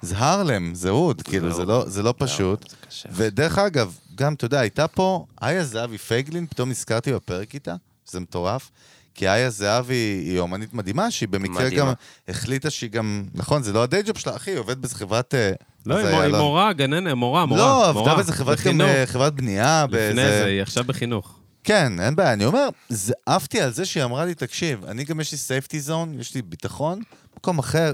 זה הרלם, זה הוד, כאילו, זה לא, זה לא פשוט. זה קשה. ודרך אגב, גם, אתה יודע, הייתה פה, איה זהבי פייגלין, פתאום נזכרתי בפרק איתה, שזה מטורף, כי איה זהבי היא אומנית מדהימה, שהיא במקרה מדהימה. גם החליטה שהיא גם, נכון, זה לא הדיי ג'וב שלה, אחי, היא עובדת באיזה חברת... אה, לא, זה היא היה מורה- היא מורה, גננת, מורה, מורה. לא, עבדה מורה, באיזה חברת, גם, בחינוך. אה, חברת בנייה, לפני זה, היא עכשיו בחינוך. כן, אין בעיה, אני אומר, זה- עפתי על זה שהיא אמרה לי, תקשיב, אני גם יש לי סייפטי זון, יש לי ביטחון, מקום אחר,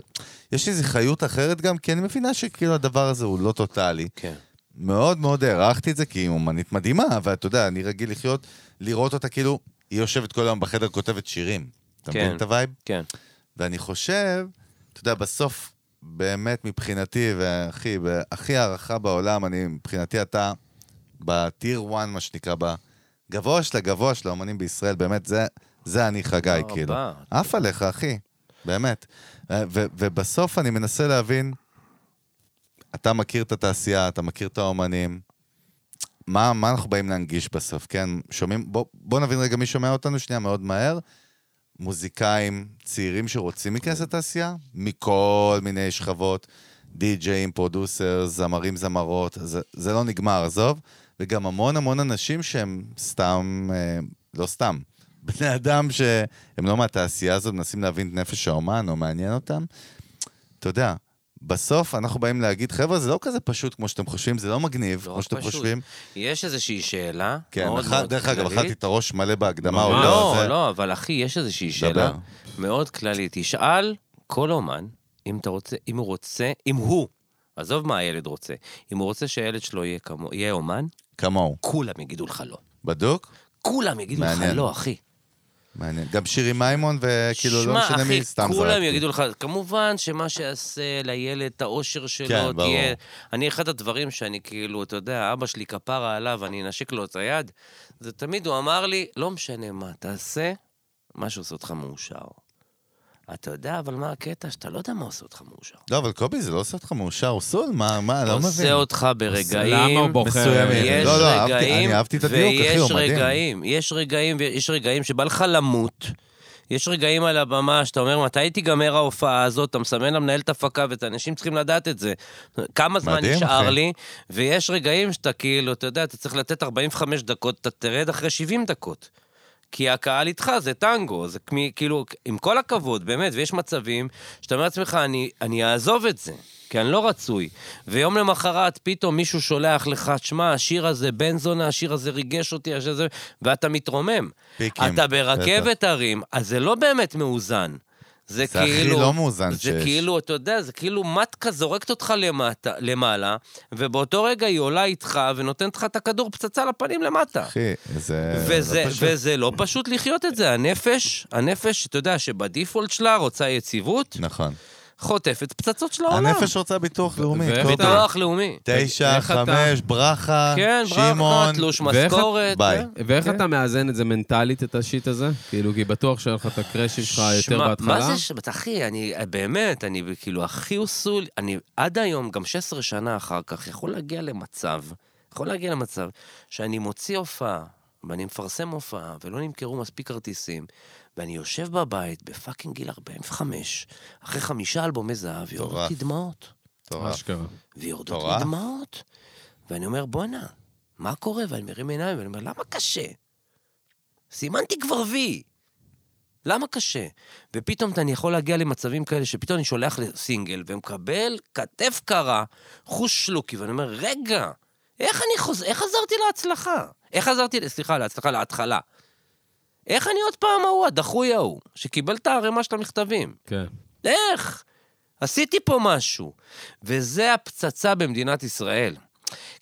יש לי איזו חיות אחרת גם, כי אני מבינה שכאילו הדבר הזה הוא לא טוטאלי. כן. מאוד מאוד הערכתי את זה, כי היא אומנית מדהימה, ואתה יודע, אני רגיל לחיות, לראות אותה כאילו, היא יושבת כל היום בחדר, כותבת שירים. אתה כן. מבין את הווייב? כן. ואני חושב, אתה יודע, בסוף, באמת מבחינתי, והכי, הכי הערכה בעולם, אני, מבחינתי אתה בטיר 1, מה שנקרא, בגבוה של הגבוה של האומנים בישראל, באמת, זה, זה אני חגי, תודה כאילו. רבה. עף עליך, אחי, באמת. ו- ו- ובסוף אני מנסה להבין, אתה מכיר את התעשייה, אתה מכיר את האומנים, מה, מה אנחנו באים להנגיש בסוף, כן? שומעים, בוא, בוא נבין רגע מי שומע אותנו שנייה מאוד מהר. מוזיקאים צעירים שרוצים כן. להיכנס לתעשייה, מכל מיני שכבות, די-ג'אים, פרודוסר, זמרים, זמרות, זה, זה לא נגמר, עזוב. וגם המון המון אנשים שהם סתם, אה, לא סתם, בני אדם שהם לא מהתעשייה הזאת, מנסים להבין את נפש האומן, או מעניין אותם. אתה יודע, בסוף אנחנו באים להגיד, חבר'ה, זה לא כזה פשוט כמו שאתם חושבים, זה לא מגניב, לא כמו שאתם פשוט. חושבים. יש איזושהי שאלה כן, מאוד אח- מאוד דרך אגב, כללית. אכלתי את הראש מלא בהקדמה, או ממש. לא, לא, זה- לא, אבל אחי, יש איזושהי דבר. שאלה מאוד כללית. תשאל כל אומן, אם אתה רוצה, אם הוא רוצה, אם הוא, עזוב מה הילד רוצה, אם הוא רוצה שהילד שלו יהיה כמו, יהיה אומן, כמוהו. כולם יגידו לך לא. בדוק? כולם יגידו לך מעניין. לא, אחי. מעניין. גם שירי מימון, וכאילו, לא משנה מי, סתם כאילו. שמע, אחי, כולם זרקתי. יגידו לך, כמובן שמה שיעשה לילד, את האושר שלו, כן, ברור. תהיה... אני, אחד הדברים שאני כאילו, אתה יודע, אבא שלי כפרה עליו, אני אנשק לו את היד, זה תמיד הוא אמר לי, לא משנה מה תעשה, מה שעושה אותך מאושר. אתה יודע, אבל מה הקטע? שאתה לא יודע מה עושה אותך מאושר. לא, אבל קובי, זה לא עושה אותך מאושר, הוא סול, מה, מה, לא מבין. עושה אותך ברגעים... למה הוא בוחר? מסוימים. יש לא, לא, אהבתי- רגעים, אני אהבתי את הדיוק, אחי, הוא ויש מדהים. רגעים, יש רגעים, ויש רגעים שבא לך למות. יש רגעים על הבמה שאתה אומר, מתי תיגמר ההופעה הזאת? אתה מסמן למנהלת הפקה, ואת האנשים צריכים לדעת את זה. כמה זמן מדהים, נשאר אחי. לי, ויש רגעים שאתה כאילו, אתה יודע, אתה צריך לתת 45 דקות, אתה תרד אחרי 70 דקות. כי הקהל איתך, זה טנגו, זה כמי- כאילו, עם כל הכבוד, באמת, ויש מצבים שאתה אומר לעצמך, אני, אני אעזוב את זה, כי אני לא רצוי. ויום למחרת פתאום מישהו שולח לך, שמע, השיר הזה בן זונה, השיר הזה ריגש אותי, השיר הזה, ואתה מתרומם. פיקים, אתה ברכבת הרים, אז זה לא באמת מאוזן. זה, זה הכי כאילו... לא מאוזן זה שיש. כאילו, אתה יודע, זה כאילו מטקה זורקת אותך למטה, למעלה, ובאותו רגע היא עולה איתך ונותנת לך את הכדור פצצה לפנים למטה. אחי, זה... וזה, לא לא פשוט. וזה לא פשוט לחיות את זה. הנפש, הנפש, אתה יודע, שבדיפולט שלה רוצה יציבות, נכון. חוטפת פצצות של העולם. הנפש רוצה ביטוח לאומי, ואיך קובי. אתה- ביטוח לאומי. תשע, איך אתה- חמש, ברכה, כן, ברכה, שמעון. תלוש ואיך- משכורת. ביי. כן. ואיך אתה מאזן את זה מנטלית, את השיט הזה? כאילו, כי בטוח שהיה לך את הקראשים שלך יותר שמע, בהתחלה. מה זה ש... אחי, אני באמת, אני כאילו הכי אוסול, אני עד היום, גם 16 שנה אחר כך, יכול להגיע למצב יכול להגיע למצב שאני מוציא הופעה, ואני מפרסם הופעה, ולא נמכרו מספיק כרטיסים, ואני יושב בבית בפאקינג גיל 45, אחרי חמישה אלבומי זהב, מטורף. יורדות לי דמעות. מטורף. אשכרה. ויורדות מטורף. לי דמעות. ואני אומר, בואנה, מה קורה? ואני מרים עיניים, ואני אומר, למה קשה? סימנתי כבר וי. למה קשה? ופתאום אתה- אני יכול להגיע למצבים כאלה שפתאום אני שולח לסינגל ומקבל כתף קרה, חוש שלוקי, ואני אומר, רגע, איך אני חוז... איך חזרתי להצלחה? איך חזרתי, סליחה, להצלחה, להתחלה? איך אני עוד פעם ההוא, הדחוי ההוא, שקיבל את הערימה של המכתבים? כן. איך? עשיתי פה משהו. וזה הפצצה במדינת ישראל.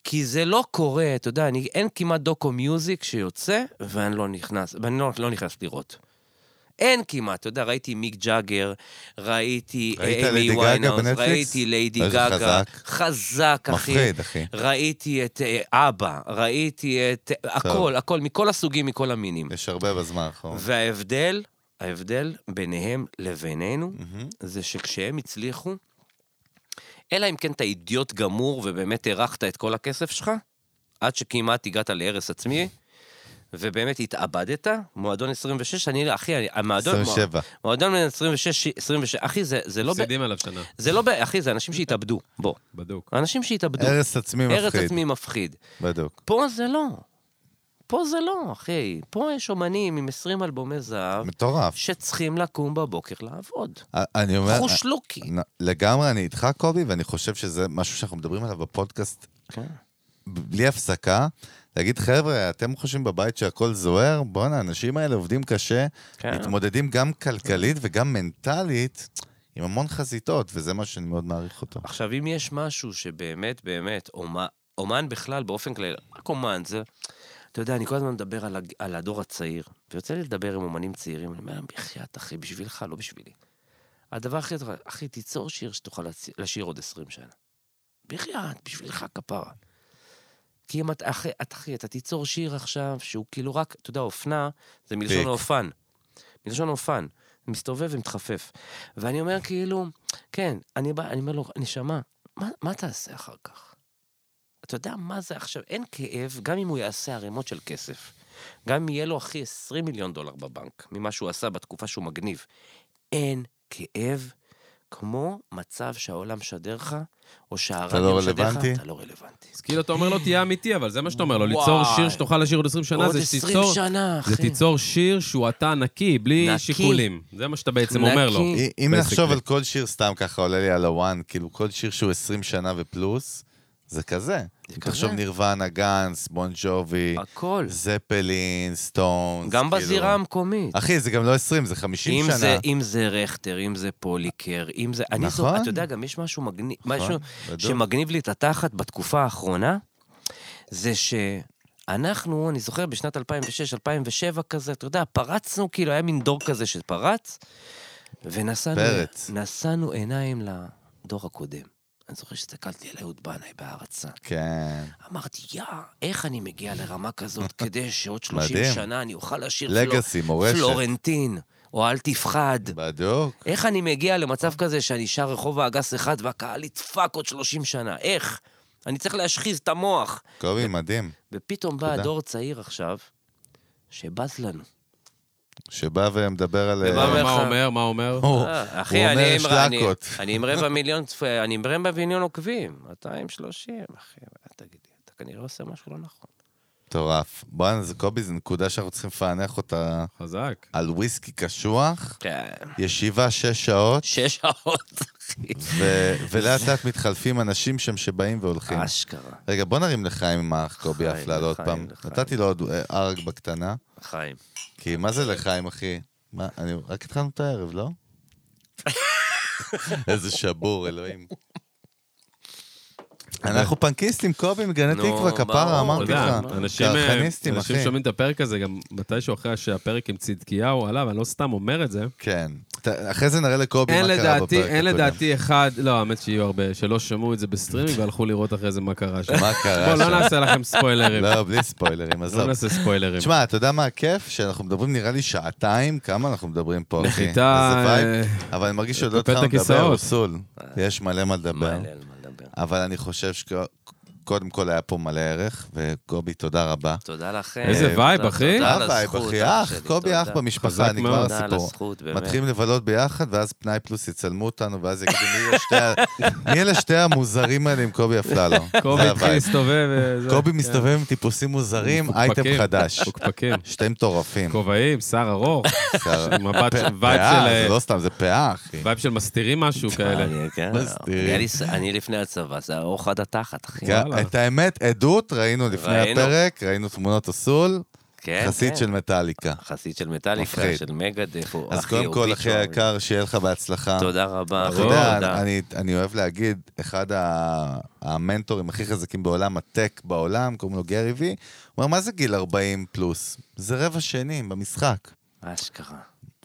כי זה לא קורה, אתה יודע, אני, אין כמעט דוקו מיוזיק שיוצא, ואני לא נכנס, ואני לא, לא נכנס לראות. אין כמעט, אתה יודע, ראיתי מיק ג'אגר, ראיתי ראית אמי ליידי גגה ויינאוס, בנטפליקס? ראיתי ליידי איזה גגה, חזק. חזק, אחי. מפחיד, אחי. ראיתי את אה, אבא, ראיתי את... אה, הכל, הכל, מכל הסוגים, מכל המינים. יש הרבה בזמן האחרון. וההבדל, ההבדל ביניהם לבינינו, זה שכשהם הצליחו, אלא אם כן אתה אידיוט גמור ובאמת הארכת את כל הכסף שלך, עד שכמעט הגעת להרס עצמי, ובאמת התאבדת, מועדון 26, אני, אחי, אני, המועדון... 27. מועדון בן 26, 26, אחי, זה, זה לא... ב, מפסידים עליו שנה, זה לא ב... אחי, זה אנשים שהתאבדו, בוא. בדוק. אנשים שהתאבדו. הרס עצמי הרס מפחיד. עצמי מפחיד. בדיוק. פה זה לא. פה זה לא, אחי. פה יש אומנים עם 20 אלבומי זהב, מטורף. שצריכים לקום בבוקר לעבוד. א- אני אומר... חוש לוקי. נ- לגמרי, אני איתך, קובי, ואני חושב שזה משהו שאנחנו מדברים עליו בפודקאסט כן. ב- בלי הפסקה. להגיד, חבר'ה, אתם חושבים בבית שהכל זוהר? בואנה, האנשים האלה עובדים קשה, כן. מתמודדים גם כלכלית וגם מנטלית עם המון חזיתות, וזה משהו שאני מאוד מעריך אותו. עכשיו, אם יש משהו שבאמת, באמת, אומה- אומן בכלל, באופן כללי, רק אומן, זה... אתה יודע, אני כל הזמן מדבר על, הג- על הדור הצעיר, ויוצא לי לדבר עם אומנים צעירים, אני אומר, בחייאת, אחי, בשבילך, לא בשבילי. הדבר הכי טוב, אחי, תיצור שיר שתוכל להצ- לשיר עוד 20 שנה. בחייאת, בשבילך כפרה. כי אם אתה, אחי, אתה, אחי, אתה תיצור שיר עכשיו, שהוא כאילו רק, אתה יודע, אופנה, זה מלשון פיק. האופן. מלשון האופן. מסתובב ומתחפף. ואני אומר, כאילו, כן, אני בא, אני אומר לו, נשמה, מה, מה תעשה אחר כך? אתה יודע מה זה עכשיו? אין כאב, גם אם הוא יעשה ערימות של כסף. גם אם יהיה לו, אחי, 20 מיליון דולר בבנק, ממה שהוא עשה בתקופה שהוא מגניב. אין כאב כמו מצב שהעולם משדר לך, או אתה שהרדיו לא משדר לך, רלוונטי? אתה לא רלוונטי. אז כאילו אתה אומר לו תהיה אמיתי, אבל זה מה שאתה אומר לו, וואי. ליצור שיר שתוכל לשיר עוד 20 שנה, עוד זה 20 שתיצור... שנה, אחי. זה תיצור שיר שהוא אתה נקי, בלי נקי. שיקולים. זה מה שאתה בעצם אומר לו. נקי. אם- אם basically. נחשוב על כל שיר, סתם ככה עולה לי על הוואן, כאילו כל שיר שהוא 20 שנה ופלוס, זה כזה. אם כזה. תחשוב נירוונה, גנץ, בון ג'ובי, הכל. זפלין, סטונס, גם כאילו. בזירה המקומית. אחי, זה גם לא 20, זה 50 אם שנה. זה, אם זה רכטר, אם זה פוליקר, אם זה... אני זו, נכון. אתה יודע, גם יש משהו מגניב, נכון, משהו בדיוק. שמגניב לי את התחת בתקופה האחרונה, זה שאנחנו, אני זוכר בשנת 2006-2007 כזה, אתה יודע, פרצנו, כאילו, היה מין דור כזה שפרץ, ונשאנו פרץ. נשאנו עיניים לדור הקודם. אני זוכר שהסתכלתי על אהוד בנאי בהערצה. כן. אמרתי, יא, איך אני מגיע לרמה כזאת כדי שעוד 30 מדהים. שנה אני אוכל לשיר לגאסי, מורשת. פלורנטין, או אל תפחד. בדיוק. איך אני מגיע למצב כזה שאני שר רחוב האגס אחד והקהל ידפק עוד 30 שנה? איך? אני צריך להשחיז את המוח. קובי, מדהים. ופתאום בא תודה. הדור צעיר עכשיו, שבז לנו. שבא ומדבר על... ובא אה, מה לך- הוא אומר? מה הוא אומר? הוא אה, הוא אחי, אומר, אני "יש עם- אני- להקות." אני עם רבע מיליון צפ- אני עם רבע מיליון עוקבים. 230, אחי, מה תגיד לי, אתה כנראה עושה משהו לא נכון. מטורף. בואנה, זה קובי, זו נקודה שאנחנו צריכים לפענח אותה חזק. על וויסקי קשוח, כן. ישיבה שש שעות, שש שעות, אחי. ו- ולאט לאט מתחלפים אנשים שם שבאים והולכים. אשכרה. רגע, בוא נרים לחיים עם האח קובי אה, לחיים, אפללו עוד לחיים, פעם. לחיים. נתתי לו עוד אה, ארג בקטנה, חיים. כי מה זה לחיים, אחי? מה, אני... רק התחלנו את הערב, לא? איזה שבור, אלוהים. אנחנו פנקיסטים, קובי, מגני נו, תקווה, כפרה, ברור, אתה אמרתי לך. יודע, מה? אנשים אה, קרחניסטים, אנשים אחי. שומעים את הפרק הזה, גם מתישהו אחרי שהפרק עם צדקיהו עלה, ואני לא סתם אומר את זה. כן. ת- אחרי זה נראה לקובי אין מה קרה בפרק לדעתי, הקודם. אין לדעתי אחד, לא, האמת שיהיו הרבה, שלא שמעו את זה בסטרימינג והלכו לראות אחרי זה מה קרה שם. מה בואו, קרה לא שם? נעשה לכם ספוילרים. אה, לא, בלי ספוילרים, לא עזוב. נעשה ספוילרים. תשמע, אתה יודע מה הכיף? שאנחנו מדברים נראה לי שעתיים, כמה אנחנו מדברים פה, אחי. נחיתה, איזה וייב. אה, אבל אני מרגיש שעוד לא טפל את התחלנו לדבר, הכיסאות. אוסול. יש מלא מה לדבר. מה אלה על מה לדבר? אבל אני חושב שכ- קודם כל היה פה מלא ערך, וגובי, תודה רבה. תודה לכם. איזה וייב, תודה- אחי. תודה על אה, וייב, הזכות, אחי, אח, שלי, קובי תודה. אח במשפחה, חזק נגמר מאוד. תודה על הסיפור. הזכות, באמת. מתחילים לבלות ביחד, ואז פנאי פלוס יצלמו אותנו, ואז יגידו, "מי אלה שתי ה- מי אלה שתי המוזרים האלה עם קובי אפללו? קובי זה התחיל הווייב. להסתובב. וזה- קובי כן. מסתובב עם טיפוסים מוזרים, מפוקפקים, אייטם חדש. מפוקפקים. שתי מטורפים. כובעים, שיער ארוך, שיער- מבט, וייב פאה, אה, זה של... אה, לא סתם, זה פאה, אחי. וייב של מסתירים משהו כאלה. אני- כן, מסתירים. היה לי ס- אני לפני הצבא, זה ארוך עד התחת, אחי. כן, וואלה. את האמת, עדות ראינו לפני ראינו. הפרק, ראינו תמונות אסול, כן, חסיד כן. של מטאליקה. חסיד של מטאליקה, מפחיד. של מגדף, הוא אז אחי, קודם הוא כל, ביצ'ו, אחי היקר, שיהיה לך בהצלחה. תודה רבה, אחי, אתה יודע, תודה. אני- אני אוהב להגיד, אחד ה- המנטורים הכי חזקים בעולם הטק בעולם, קוראים לו גרי וי, הוא אומר, מה זה גיל 40 פלוס? זה רבע שני במשחק. אשכרה.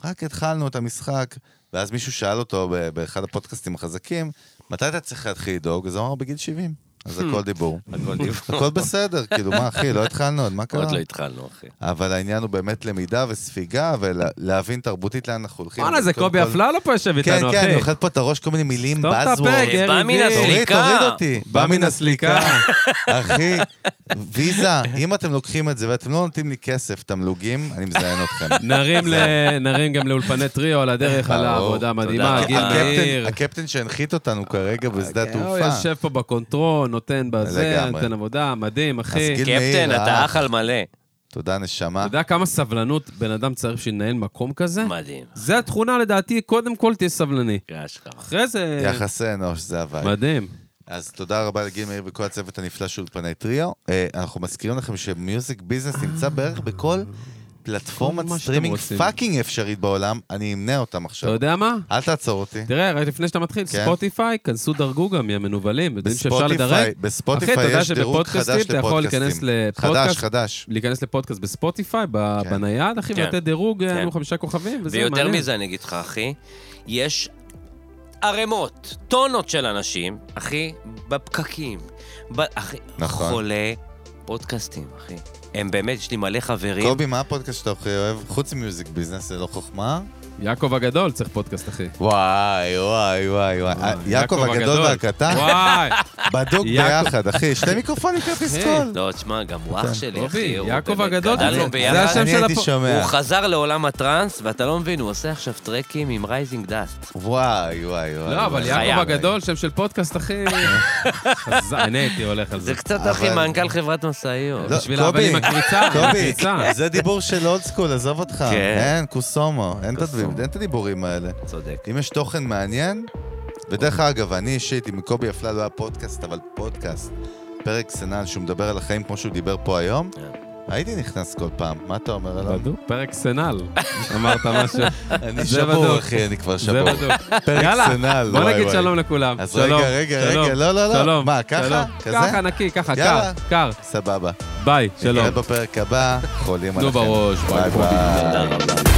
רק התחלנו את המשחק, ואז מישהו שאל אותו ב- באחד הפודקאסטים החזקים, מתי אתה צריך להתחיל לדאוג? אז הוא אמר, בגיל 70. אז הכל דיבור. Hmm. הכל דיבור. הכל בסדר, כאילו, מה, אחי, לא התחלנו, עוד מה קרה? עוד לא התחלנו, אחי. אבל העניין הוא באמת למידה וספיגה, ולהבין תרבותית לאן אנחנו הולכים. וואלה, זה קודם קובי כל- אפללו פה יושב כן, איתנו, כן, אני אחי. אוכל פה את הראש כל מיני מילים, סתום את הפה, buzzword. גרי אה, בא מן וי. הסליק. תוריד, סליקה. תוריד אותי. בא מן הסליקה. אחי, ויזה, אם אתם לוקחים את זה ואתם לא נותנים לי כסף, תמלוגים, אני מזיין אתכם. נרים ל- נרים גם לאולפני טריו על הדרך, על ברור. אה, העבודה המדהימה, תודה. גיל הקפטן- מאיר. הקפטן שהנחית אותנו כרגע בשדה כן, הוא התעופה. יושב פה בקונטרול, נותן בזה, לגמרי. נותן עבודה, מדהים, אחי. אז גיל קפטן, מאיר, אתה אה. אח על מלא. תודה, נשמה. אתה יודע כמה סבלנות בן אדם צריך בשביל לנהל מקום כזה? מדהים. זה התכונה, לדעתי, קודם כל תהיה סבלני. אשכרה. אחרי זה... יחסי אנוש, זה הווייב. מדהים. אז תודה רבה לגיל מאיר וכל הצוות הנפלא של אולפני טריו. אה, אנחנו מזכירים לכם שמיוזיק ביזנס נמצא בערך בכל אה, כל מה פלטפורמת שאתם סטרימינג רוצים. פאקינג אפשרית בעולם, אני אמנה אותם אתה עכשיו. יודע מה? אל תעצור אותי. תראה, רק לפני שאתה מתחיל, כן. ספוטיפיי, כנסו דרגו גם, יא מנוולים, יודעים שאפשר לדרג. אחי, אתה בספוטיפיי יודע יש דירוג חדש שבפודקאסטים לפודקאסטים. אתה יכול להיכנס חדש, לפודקאסט, חדש. להיכנס לפודקאסט בספוטיפיי, ב- כן. בנייד, אחי, כן. ולתת דירוג, כן. היינו חמישה כוכבים, וזה מעניין. ויותר מזה אני אגיד לך, אחי, יש ערימות, טונות של אנשים, אחי, בפקקים. ב... אחי, נכון. חולה פודקאסטים, אחי. הם באמת, יש לי מלא חברים. קובי, מה הפודקאסט שאתה הכי אוהב? חוץ ממיוזיק ביזנס, זה לא חוכמה? יעקב הגדול צריך פודקאסט, אחי. וואי, וואי, וואי, וואי. אה, יעקב הגדול והקטן, אה, וואי. בדוק יעקב- ביחד, אחי. שני מיקרופונים כיף לסקול. לא, תשמע, גם הוא אח שלי, כן, קובי, אחי. הוא יעקב באמת- הגדול, גדלנו זה- אני זה ביחד. השם של הייתי הפו- שומע. הוא חזר לעולם הטראנס, ואתה לא מבין, הוא עושה עכשיו טרקים עם רייזינג דאסט. וואי, וואי, וואי. לא, אבל וואי. חייב. יעקב הגדול, שם של פודקאסט, אחי. חזק, אני הייתי הולך על זה. זה קצת, אבל- אחי, מנכ"ל חברת משאיות. לא, בשביל קובי, האבל עם הקריצה, עם קובי, הקריצה. זה דיבור של אולד סקול, עזוב אותך. כן. אין, קוסומו. אין את קוסומו. הדברים- אין את הדיבורים האלה. צודק. אם יש תוכן מעניין, ודרך אגב, אני אישית, עם קובי אפללו היה פודקאסט, אבל פודקאסט, פרק סנן שהוא מדבר על החיים כמו שהוא דיבר פה היום, כן. הייתי נכנס כל פעם, מה אתה אומר עליו? בדוק, פרק סנל, אמרת משהו. אני זה שבור, בדוק. אחי, אני כבר זה שבור. בדוק. לא פרק יאללה, סנן, בוא וואי, נגיד וואי. שלום לכולם. אז שלום, רגע, רגע, שלום, רגע, לא, לא, לא. שלום. מה, ככה? שלום. כזה? ככה נקי, ככה, קר, יאללה. קר. סבבה. ביי, שלום. נתראה בפרק הבא, חולים נו עליכם. בראש, ביי ביי, ביי. תודה רבה.